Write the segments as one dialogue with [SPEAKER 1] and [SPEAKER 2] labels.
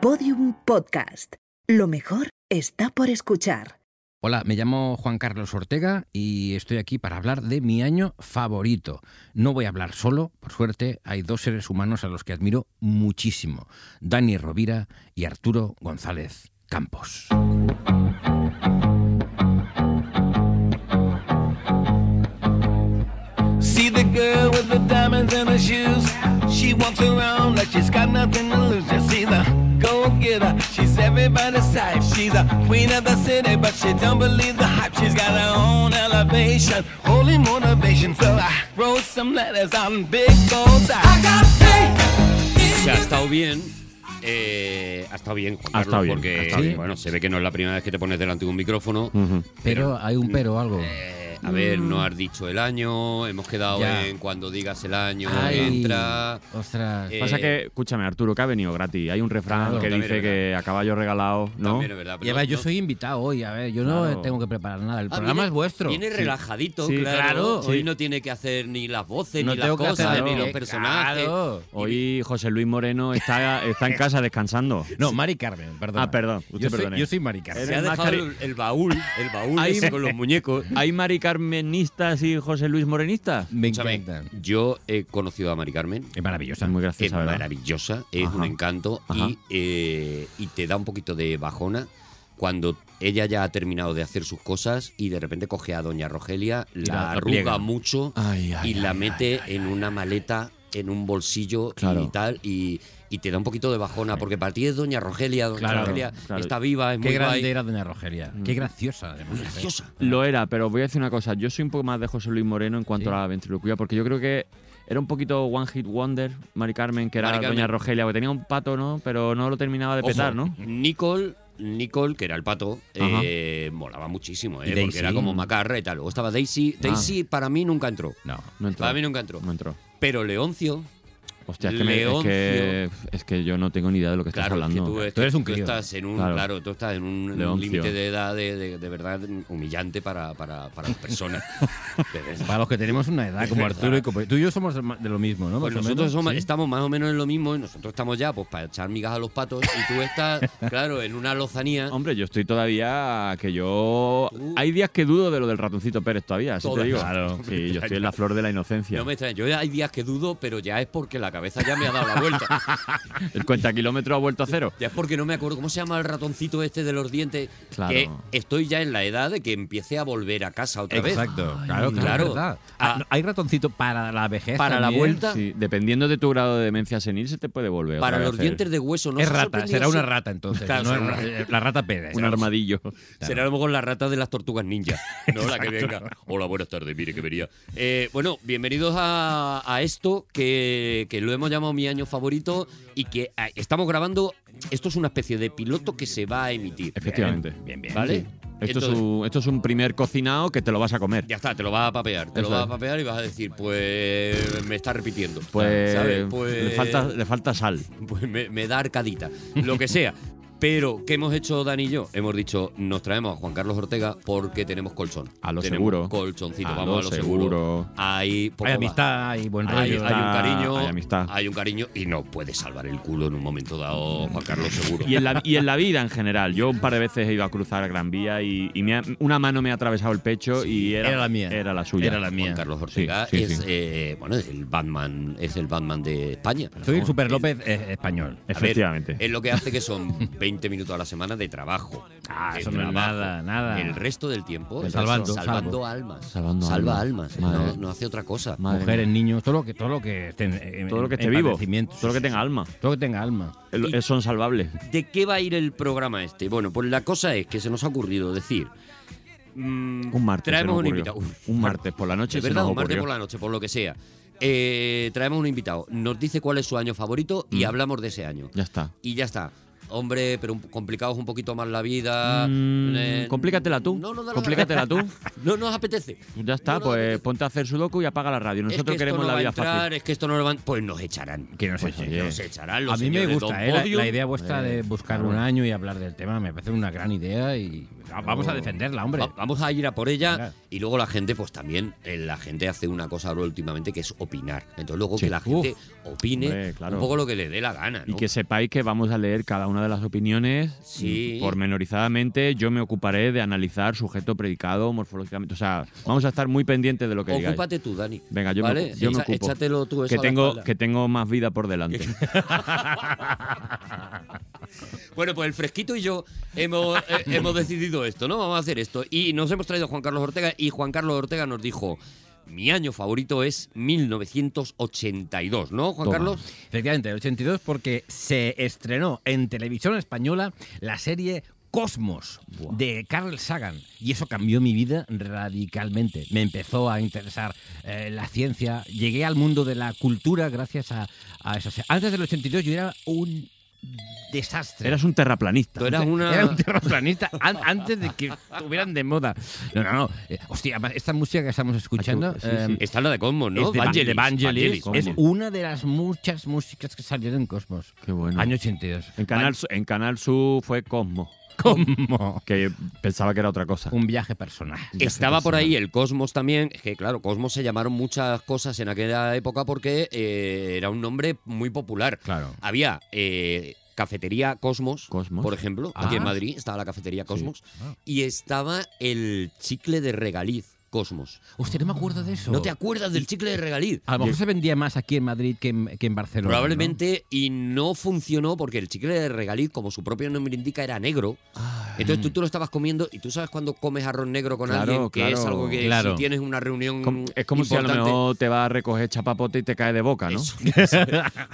[SPEAKER 1] Podium Podcast. Lo mejor está por escuchar.
[SPEAKER 2] Hola, me llamo Juan Carlos Ortega y estoy aquí para hablar de mi año favorito. No voy a hablar solo, por suerte, hay dos seres humanos a los que admiro muchísimo, Dani Rovira y Arturo González Campos.
[SPEAKER 3] See the girl with the diamonds in her shoes. She walks around like she's got nothing to lose. Just see the go getter. She's everybody's type. She's a queen of the city, but she don't believe the hype. She's got her own elevation, holy motivation. So I wrote some letters on big goals. I got faith.
[SPEAKER 4] O sea, ha estado bien. eh, ha estado bien, Juan
[SPEAKER 5] Ha
[SPEAKER 4] Carlos,
[SPEAKER 5] estado bien,
[SPEAKER 4] porque
[SPEAKER 5] ha estado bien.
[SPEAKER 4] bueno, se ve que no es la primera vez que te pones delante de un micrófono.
[SPEAKER 2] Pero hay un pero o algo.
[SPEAKER 4] Eh, a ver, no has dicho el año, hemos quedado
[SPEAKER 2] Ya.
[SPEAKER 4] en cuando digas el año,
[SPEAKER 2] Ay,
[SPEAKER 4] entra.
[SPEAKER 2] Ostras.
[SPEAKER 4] Eh,
[SPEAKER 5] Pasa que, escúchame, Arturo, que ha venido gratis. Hay un refrán
[SPEAKER 2] Claro,
[SPEAKER 5] que
[SPEAKER 4] también
[SPEAKER 5] dice
[SPEAKER 4] es
[SPEAKER 5] que a caballo regalado, ¿no?
[SPEAKER 4] También es verdad,
[SPEAKER 2] Y
[SPEAKER 4] pero
[SPEAKER 2] además, yo
[SPEAKER 4] no-
[SPEAKER 2] soy invitado hoy, a ver, yo no
[SPEAKER 5] Claro.
[SPEAKER 2] tengo que preparar nada, el
[SPEAKER 4] Ah,
[SPEAKER 2] programa
[SPEAKER 4] viene-
[SPEAKER 2] es vuestro.
[SPEAKER 4] Viene
[SPEAKER 2] Sí.
[SPEAKER 4] relajadito,
[SPEAKER 5] Sí,
[SPEAKER 4] claro.
[SPEAKER 2] claro,
[SPEAKER 4] Hoy
[SPEAKER 2] sí.
[SPEAKER 4] no tiene que hacer ni las voces,
[SPEAKER 2] No
[SPEAKER 4] ni las
[SPEAKER 2] tengo que
[SPEAKER 4] cosas,
[SPEAKER 2] hacer
[SPEAKER 4] ni
[SPEAKER 2] nada,
[SPEAKER 4] los personajes.
[SPEAKER 2] claro.
[SPEAKER 5] Hoy José Luis Moreno está, está en casa descansando.
[SPEAKER 2] No, Mari Carmen, perdón.
[SPEAKER 5] Ah, perdón, usted
[SPEAKER 2] yo, soy,
[SPEAKER 5] perdone.
[SPEAKER 2] yo soy Mari Carmen.
[SPEAKER 4] Se
[SPEAKER 5] Eres
[SPEAKER 4] ha
[SPEAKER 5] más
[SPEAKER 4] dejado el,
[SPEAKER 5] cari-
[SPEAKER 4] el baúl, el baúl
[SPEAKER 5] Ahí-
[SPEAKER 4] ese con los muñecos.
[SPEAKER 5] ¿Hay Mari Carmenistas y José Luis Morenistas?
[SPEAKER 2] Me
[SPEAKER 4] Escúchame,
[SPEAKER 2] encantan.
[SPEAKER 4] Yo he conocido a Mari Carmen.
[SPEAKER 2] Es maravillosa.
[SPEAKER 5] Es muy
[SPEAKER 4] Es
[SPEAKER 5] graciosa, ¿verdad?
[SPEAKER 4] maravillosa, es
[SPEAKER 5] Ajá.
[SPEAKER 4] un encanto
[SPEAKER 5] Ajá.
[SPEAKER 4] y, eh, y te da un poquito de bajona cuando ella ya ha terminado de hacer sus cosas y de repente coge a doña Rogelia, la,
[SPEAKER 2] la- la
[SPEAKER 4] arruga
[SPEAKER 2] pliega.
[SPEAKER 4] mucho
[SPEAKER 5] Ay, ay,
[SPEAKER 4] y la
[SPEAKER 5] ay,
[SPEAKER 4] mete en una maleta, en un bolsillo y
[SPEAKER 5] Claro.
[SPEAKER 4] tal. Y, y te da un poquito de bajona porque para ti es doña Rogelia, doña
[SPEAKER 2] Claro,
[SPEAKER 4] Rogelia
[SPEAKER 5] claro.
[SPEAKER 4] está viva, es
[SPEAKER 2] Qué
[SPEAKER 4] muy
[SPEAKER 2] grande
[SPEAKER 4] guay. Mm.
[SPEAKER 2] era Doña Rogelia. Qué graciosa, además. ¿eh?
[SPEAKER 4] graciosa.
[SPEAKER 5] Lo era, pero os voy a decir una cosa. Yo soy un poco más de José Luis Moreno en cuanto
[SPEAKER 2] Sí.
[SPEAKER 5] a la ventriloquía, porque yo creo que era un poquito One Hit Wonder, Mari Carmen, que era
[SPEAKER 4] Mari Carmen.
[SPEAKER 5] Doña Rogelia, que tenía un pato, ¿no? Pero no lo terminaba de
[SPEAKER 4] Ojo,
[SPEAKER 5] petar, ¿no?
[SPEAKER 4] Nicole, Nicole, que era el pato,
[SPEAKER 5] Ajá.
[SPEAKER 4] eh, molaba muchísimo, eh,
[SPEAKER 2] Y
[SPEAKER 4] porque
[SPEAKER 2] Daisy.
[SPEAKER 4] era como macarra y tal. Luego estaba Daisy. Daisy para mí nunca entró.
[SPEAKER 2] No.
[SPEAKER 5] No Ah. entró.
[SPEAKER 4] Para mí nunca entró.
[SPEAKER 5] No entró.
[SPEAKER 4] Pero Leoncio,
[SPEAKER 5] Hostia, es que, me- es, que, es que yo no tengo ni idea de lo que
[SPEAKER 4] claro,
[SPEAKER 5] estás
[SPEAKER 4] es que
[SPEAKER 5] hablando.
[SPEAKER 4] tú, es
[SPEAKER 2] Tú
[SPEAKER 4] que
[SPEAKER 2] eres un crío.
[SPEAKER 4] estás en un, claro.
[SPEAKER 5] Claro.
[SPEAKER 4] tú estás en un, en un
[SPEAKER 5] Leoncio.
[SPEAKER 4] límite de edad de, de- de verdad humillante para, para, para las personas. De verdad.
[SPEAKER 2] Para los que tenemos una edad como Arturo y como tú y yo somos de lo mismo, ¿no?
[SPEAKER 4] Pues
[SPEAKER 2] Más o menos,
[SPEAKER 4] nosotros somos-
[SPEAKER 2] ¿sí?
[SPEAKER 4] estamos más o menos en lo mismo y nosotros estamos ya pues para echar migas a los patos y tú estás, claro, en una lozanía.
[SPEAKER 5] Hombre, yo estoy todavía que yo.
[SPEAKER 4] Tú-
[SPEAKER 5] Hay días que dudo de lo del ratoncito Pérez todavía, así
[SPEAKER 4] Todas,
[SPEAKER 5] te digo.
[SPEAKER 4] claro.
[SPEAKER 5] Sí, yo estoy en la flor de la inocencia.
[SPEAKER 4] No me extraña, yo hay días que dudo, pero ya es porque la cabeza ya me ha dado la vuelta.
[SPEAKER 5] El cuenta kilómetro ha vuelto a cero.
[SPEAKER 4] Ya es porque no me acuerdo cómo se llama el ratoncito este de los dientes.
[SPEAKER 5] Claro.
[SPEAKER 4] Que estoy ya en la edad de que empiece a volver a casa otra vez.
[SPEAKER 2] Exacto, claro,
[SPEAKER 4] claro.
[SPEAKER 2] claro. ¿verdad?
[SPEAKER 4] Ah.
[SPEAKER 2] Ah, no, Hay ratoncito para la vejez.
[SPEAKER 4] Para la
[SPEAKER 2] también?
[SPEAKER 4] vuelta.
[SPEAKER 5] Sí, dependiendo de tu grado de demencia senil, se te puede volver.
[SPEAKER 4] Para
[SPEAKER 5] otra vez
[SPEAKER 4] los
[SPEAKER 5] a hacer
[SPEAKER 4] dientes de hueso, ¿no?
[SPEAKER 2] es
[SPEAKER 4] se ha
[SPEAKER 2] rata,
[SPEAKER 4] sorprendido
[SPEAKER 2] será
[SPEAKER 4] así?
[SPEAKER 2] una rata entonces.
[SPEAKER 4] Claro,
[SPEAKER 2] no
[SPEAKER 4] será
[SPEAKER 2] es
[SPEAKER 4] una
[SPEAKER 2] ra- eh, la rata Pérez.
[SPEAKER 5] Un armadillo.
[SPEAKER 4] Será a lo mejor la rata de las tortugas ninja, ¿no? La que venga. Hola, buenas tardes, mire que venía. Eh, bueno, bienvenidos a, a esto que, que lo hemos llamado mi año favorito y que ah, estamos grabando. Esto es una especie de piloto que se va a emitir.
[SPEAKER 5] Efectivamente.
[SPEAKER 2] Bien, bien.
[SPEAKER 4] ¿Vale?
[SPEAKER 5] Esto, es
[SPEAKER 4] Entonces-
[SPEAKER 5] un, esto es un primer cocinado que te lo vas a comer.
[SPEAKER 4] Ya está, te lo vas a papear. Te lo
[SPEAKER 5] Eso
[SPEAKER 4] vas a
[SPEAKER 5] es.
[SPEAKER 4] papear y vas a decir, pues me está repitiendo.
[SPEAKER 5] Pues,
[SPEAKER 4] ¿sabes?
[SPEAKER 5] le, falta, le falta sal.
[SPEAKER 4] pues me, me da arcadita. Lo que sea. Pero, ¿qué hemos hecho Dani y yo? Hemos dicho, nos traemos a Juan Carlos Ortega porque tenemos colchón.
[SPEAKER 5] A lo
[SPEAKER 4] Tenemos
[SPEAKER 5] seguro.
[SPEAKER 4] colchoncito,
[SPEAKER 5] A
[SPEAKER 4] vamos
[SPEAKER 5] lo
[SPEAKER 4] a lo seguro.
[SPEAKER 5] seguro.
[SPEAKER 4] Hay, poco
[SPEAKER 2] Hay
[SPEAKER 4] más.
[SPEAKER 2] amistad y buen
[SPEAKER 4] Hay,
[SPEAKER 5] Hay
[SPEAKER 4] hay
[SPEAKER 2] rollo.
[SPEAKER 4] un
[SPEAKER 5] amistad.
[SPEAKER 4] cariño.
[SPEAKER 5] hay amistad.
[SPEAKER 4] hay un cariño y no puede salvar el culo en un momento dado, Juan Carlos, seguro.
[SPEAKER 5] Y en, la, y en la vida en general. Yo un par de veces he ido a cruzar Gran Vía y, y me ha- una mano me ha atravesado el pecho y era,
[SPEAKER 2] era la mía.
[SPEAKER 5] Era la suya.
[SPEAKER 2] Era la mía.
[SPEAKER 4] Juan Carlos Ortega
[SPEAKER 5] Sí, sí,
[SPEAKER 4] es,
[SPEAKER 5] sí.
[SPEAKER 4] eh, bueno, es el Batman, es el Batman de España.
[SPEAKER 2] Soy el Super López eh, español.
[SPEAKER 4] A ver, eh,
[SPEAKER 5] Efectivamente.
[SPEAKER 4] es lo que hace que son 20 minutos a la semana de trabajo.
[SPEAKER 2] Ah,
[SPEAKER 4] De
[SPEAKER 2] eso no es
[SPEAKER 4] trabajo.
[SPEAKER 2] nada, nada.
[SPEAKER 4] El resto del tiempo
[SPEAKER 2] El
[SPEAKER 4] es
[SPEAKER 2] salvando,
[SPEAKER 4] eso, salvando
[SPEAKER 2] salvo.
[SPEAKER 4] almas.
[SPEAKER 5] Salvando
[SPEAKER 4] Salva almas.
[SPEAKER 5] almas.
[SPEAKER 4] No,
[SPEAKER 5] Madre.
[SPEAKER 4] no hace otra cosa.
[SPEAKER 5] Madre
[SPEAKER 2] Mujeres,
[SPEAKER 5] mía.
[SPEAKER 2] niños, todo lo que, todo lo que esté, en- en-
[SPEAKER 5] Todo lo que
[SPEAKER 2] en
[SPEAKER 5] esté vivo.
[SPEAKER 2] padecimiento.
[SPEAKER 5] Todo lo que tenga alma.
[SPEAKER 2] Todo lo que tenga alma.
[SPEAKER 5] El-
[SPEAKER 4] Y-
[SPEAKER 5] son salvables.
[SPEAKER 4] ¿De qué va a ir el programa este? Bueno, pues la cosa es que se nos ha ocurrido decir. mm,
[SPEAKER 5] Un martes. se
[SPEAKER 4] Traemos
[SPEAKER 5] nos
[SPEAKER 4] un
[SPEAKER 5] ocurrió.
[SPEAKER 4] invitado. Uf,
[SPEAKER 5] Un martes por la noche.
[SPEAKER 4] De
[SPEAKER 5] se
[SPEAKER 4] verdad,
[SPEAKER 5] nos
[SPEAKER 4] un martes
[SPEAKER 5] ocurrió.
[SPEAKER 4] por la noche, por lo que sea. Eh, traemos un invitado, nos dice cuál es su año favorito
[SPEAKER 5] Mm.
[SPEAKER 4] y hablamos de ese año.
[SPEAKER 5] Ya está.
[SPEAKER 4] Y ya está. Hombre, pero un- complicado es un poquito más la vida.
[SPEAKER 5] Mm,
[SPEAKER 4] eh,
[SPEAKER 5] complícatela tú.
[SPEAKER 4] No, no, no, no,
[SPEAKER 5] Complícatela tú.
[SPEAKER 4] No nos apetece.
[SPEAKER 5] Ya
[SPEAKER 4] No,
[SPEAKER 5] está,
[SPEAKER 4] no,
[SPEAKER 5] pues
[SPEAKER 4] apetece.
[SPEAKER 5] ponte a hacer sudoku y apaga la radio.
[SPEAKER 4] Es que
[SPEAKER 5] Nosotros
[SPEAKER 4] esto
[SPEAKER 5] queremos
[SPEAKER 4] no
[SPEAKER 5] la
[SPEAKER 4] va a
[SPEAKER 5] vida
[SPEAKER 4] entrar,
[SPEAKER 5] fácil.
[SPEAKER 4] Es que esto no lo van. Pues nos echarán.
[SPEAKER 2] Que no sé
[SPEAKER 5] Pues
[SPEAKER 2] si-
[SPEAKER 5] oye,
[SPEAKER 4] Nos echarán los
[SPEAKER 2] A mí me
[SPEAKER 4] señores
[SPEAKER 2] gusta
[SPEAKER 4] Don
[SPEAKER 2] eh, la,
[SPEAKER 4] Podio.
[SPEAKER 2] la idea vuestra de buscar un año y hablar del tema. Me parece una gran idea y Vamos a defenderla, hombre.
[SPEAKER 4] Va- Vamos a ir a por ella
[SPEAKER 2] Claro.
[SPEAKER 4] y luego la gente, pues también, eh, la gente hace una cosa ahora últimamente que es opinar. Entonces luego
[SPEAKER 5] Sí.
[SPEAKER 4] que la gente
[SPEAKER 2] Uf.
[SPEAKER 4] opine
[SPEAKER 5] Hombre, claro.
[SPEAKER 4] un poco lo que le dé la gana.
[SPEAKER 5] Y
[SPEAKER 4] ¿no?
[SPEAKER 5] que sepáis que vamos a leer cada una de las opiniones
[SPEAKER 4] Sí.
[SPEAKER 5] mm, pormenorizadamente. Yo me ocuparé de analizar sujeto, predicado, morfológicamente. O sea, vamos a estar muy pendientes de lo que digáis.
[SPEAKER 4] Ocúpate tú, Dani.
[SPEAKER 5] Venga, yo,
[SPEAKER 4] ¿Vale?
[SPEAKER 5] me, yo me
[SPEAKER 4] Echa-
[SPEAKER 5] ocupo.
[SPEAKER 4] Échatelo tú eso
[SPEAKER 5] que
[SPEAKER 4] a la
[SPEAKER 5] tengo,
[SPEAKER 4] espalda.
[SPEAKER 5] que tengo más vida por delante.
[SPEAKER 4] Bueno, pues el fresquito y yo hemos, eh, hemos decidido esto, ¿no? Vamos a hacer esto. Y nos hemos traído a Juan Carlos Ortega y Juan Carlos Ortega nos dijo, mi año favorito es 1982, ¿no, Juan
[SPEAKER 5] Toma.
[SPEAKER 4] Carlos?
[SPEAKER 2] Efectivamente, el 82 porque se estrenó en televisión española la serie Cosmos de Carl Sagan y eso cambió mi vida radicalmente. Me empezó a interesar eh, la ciencia, llegué al mundo de la cultura gracias a, a esa serie. Antes del 82 yo era un desastre.
[SPEAKER 5] Eras un terraplanista.
[SPEAKER 4] Tú eras una...
[SPEAKER 2] Era un terraplanista an- antes de que estuvieran de moda. No, no, no. Eh, Hostia, esta música que estamos escuchando
[SPEAKER 5] sí,
[SPEAKER 2] eh,
[SPEAKER 5] sí.
[SPEAKER 4] Está la de Cosmos, ¿no?
[SPEAKER 2] es de
[SPEAKER 4] Vangelis,
[SPEAKER 2] de Vangelis.
[SPEAKER 4] Vangelis.
[SPEAKER 2] Es una de las muchas músicas que salieron en Cosmos.
[SPEAKER 5] Qué bueno.
[SPEAKER 2] Año 82.
[SPEAKER 5] En Canal, Su- en Canal Sur fue Cosmo,
[SPEAKER 2] ¿Cómo?
[SPEAKER 5] que pensaba que era otra cosa.
[SPEAKER 2] Un viaje personal.
[SPEAKER 4] Estaba por ahí el Cosmos también, que claro, Cosmos se llamaron muchas cosas en aquella época porque eh, era un nombre muy popular.
[SPEAKER 2] Claro.
[SPEAKER 4] Había eh, cafetería Cosmos,
[SPEAKER 5] Cosmos.
[SPEAKER 4] por ejemplo,
[SPEAKER 2] Ah.
[SPEAKER 4] aquí en Madrid estaba la cafetería Cosmos
[SPEAKER 2] Ah.
[SPEAKER 4] y estaba el chicle de regaliz Cosmos.
[SPEAKER 2] Hostia, no me acuerdo de eso.
[SPEAKER 4] ¿No te acuerdas del chicle de regaliz?
[SPEAKER 2] A lo mejor se vendía más aquí en Madrid que en, que en Barcelona. ¿no?
[SPEAKER 4] Probablemente y no funcionó porque el chicle de regaliz, como su propio nombre indica, era negro. Entonces tú, tú lo estabas comiendo y tú sabes cuando comes arroz negro con
[SPEAKER 5] Claro,
[SPEAKER 4] alguien que es
[SPEAKER 5] claro.
[SPEAKER 4] algo que
[SPEAKER 2] Claro.
[SPEAKER 4] si tienes una reunión
[SPEAKER 5] Com- es como si a
[SPEAKER 4] importante,
[SPEAKER 5] lo mejor te va a recoger chapapote y te cae de boca, ¿no?
[SPEAKER 4] Eso, eso.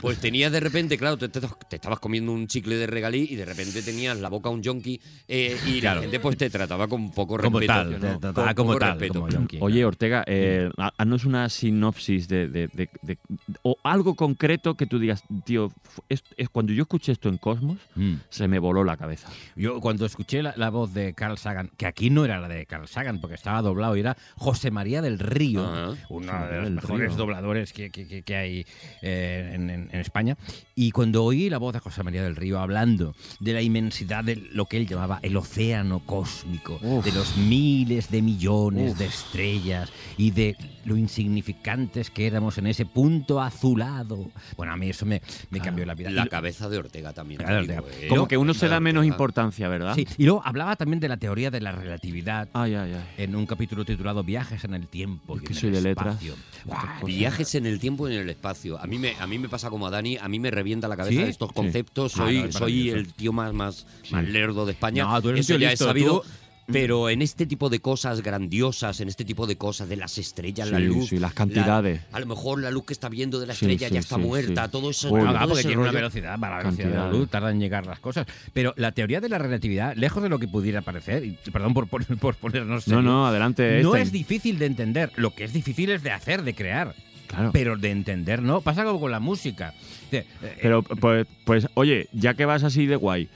[SPEAKER 4] Pues tenías de repente, claro, te, te- te estabas comiendo un chicle de regalí y de repente tenías la boca un yonki eh, y la gente pues te trataba con poco
[SPEAKER 2] Como
[SPEAKER 4] respeto.
[SPEAKER 2] tal,
[SPEAKER 4] ¿no?
[SPEAKER 2] te trataba ah,
[SPEAKER 4] Con
[SPEAKER 2] como
[SPEAKER 4] poco
[SPEAKER 2] tal,
[SPEAKER 4] respeto.
[SPEAKER 2] como yonki.
[SPEAKER 5] Oye, Ortega, eh, ha- haznos una sinopsis de, de- de- de- o algo concreto que tú digas, tío, fu- es, es cuando yo escuché esto en Cosmos,
[SPEAKER 2] Mm.
[SPEAKER 5] se me voló la cabeza.
[SPEAKER 2] Yo cuando escuché la, la voz de Carl Sagan, que aquí no era la de Carl Sagan porque estaba doblado, y era José María del Río,
[SPEAKER 4] Ajá.
[SPEAKER 2] uno
[SPEAKER 5] Ah, José María
[SPEAKER 2] de los
[SPEAKER 5] del
[SPEAKER 2] mejores
[SPEAKER 5] Río.
[SPEAKER 2] dobladores que, que- que- que hay eh, en, en- en España. Y cuando oí la voz de José María del Río hablando de la inmensidad de lo que él llamaba el océano cósmico,
[SPEAKER 5] Uf.
[SPEAKER 2] de los miles de millones
[SPEAKER 5] Uf.
[SPEAKER 2] de estrellas y de lo insignificantes que éramos en ese punto azulado, bueno, a mí eso me,
[SPEAKER 5] Ah,
[SPEAKER 2] me cambió la vida.
[SPEAKER 4] La cabeza de Ortega también.
[SPEAKER 2] Claro,
[SPEAKER 4] te digo,
[SPEAKER 2] Ortega.
[SPEAKER 4] eh.
[SPEAKER 5] Como que uno se
[SPEAKER 4] Ortega.
[SPEAKER 5] da menos importancia, ¿verdad?
[SPEAKER 2] Sí, y luego hablaba también de la teoría de la relatividad.
[SPEAKER 5] Ay, ay, ay.
[SPEAKER 2] en un capítulo titulado Viajes en el tiempo.
[SPEAKER 5] Es
[SPEAKER 2] y
[SPEAKER 5] que
[SPEAKER 2] en
[SPEAKER 5] soy
[SPEAKER 2] el
[SPEAKER 5] de letras.
[SPEAKER 2] espacio. Buah,
[SPEAKER 5] cosas.
[SPEAKER 4] Viajes en el tiempo y en el espacio. A mí me, a mí me pasa como a Dani, a mí me revienta la cabeza
[SPEAKER 2] ¿Sí?
[SPEAKER 4] de estos
[SPEAKER 5] Sí.
[SPEAKER 4] conceptos.
[SPEAKER 2] Ah,
[SPEAKER 4] Soy,
[SPEAKER 2] no, es
[SPEAKER 4] soy
[SPEAKER 2] maravilloso.
[SPEAKER 4] el tío más, más, más lerdo de España.
[SPEAKER 2] No, tú eres un
[SPEAKER 4] Eso
[SPEAKER 2] tío
[SPEAKER 4] ya
[SPEAKER 2] listo,
[SPEAKER 4] he sabido.
[SPEAKER 2] tú- Mm.
[SPEAKER 4] Pero en este tipo de cosas grandiosas, en este tipo de cosas de las estrellas,
[SPEAKER 5] Sí,
[SPEAKER 4] la luz.
[SPEAKER 5] sí, las
[SPEAKER 4] la-
[SPEAKER 5] cantidades.
[SPEAKER 4] a lo mejor la luz que está viendo de la
[SPEAKER 5] Sí,
[SPEAKER 4] estrella
[SPEAKER 5] sí,
[SPEAKER 4] ya está
[SPEAKER 5] sí,
[SPEAKER 4] muerta,
[SPEAKER 5] sí.
[SPEAKER 4] todo eso.
[SPEAKER 5] Uy,
[SPEAKER 2] No,
[SPEAKER 4] todo
[SPEAKER 2] claro, porque
[SPEAKER 4] ese
[SPEAKER 2] tiene una
[SPEAKER 4] rollo.
[SPEAKER 2] velocidad, para la velocidad de la
[SPEAKER 5] Cantidades.
[SPEAKER 2] luz, tarda en llegar las cosas. Pero la teoría de la relatividad, lejos de lo que pudiera parecer, y perdón por, por, por ponernos.
[SPEAKER 5] No,
[SPEAKER 2] serios,
[SPEAKER 5] no, eh, este. adelante.
[SPEAKER 2] no
[SPEAKER 5] Einstein.
[SPEAKER 2] es difícil de entender. Lo que es difícil es de hacer, de crear.
[SPEAKER 5] Claro.
[SPEAKER 2] Pero de entender, ¿no? Pasa como con la música. O sea, eh,
[SPEAKER 5] Pero pues, pues, oye, ya que vas así de guay,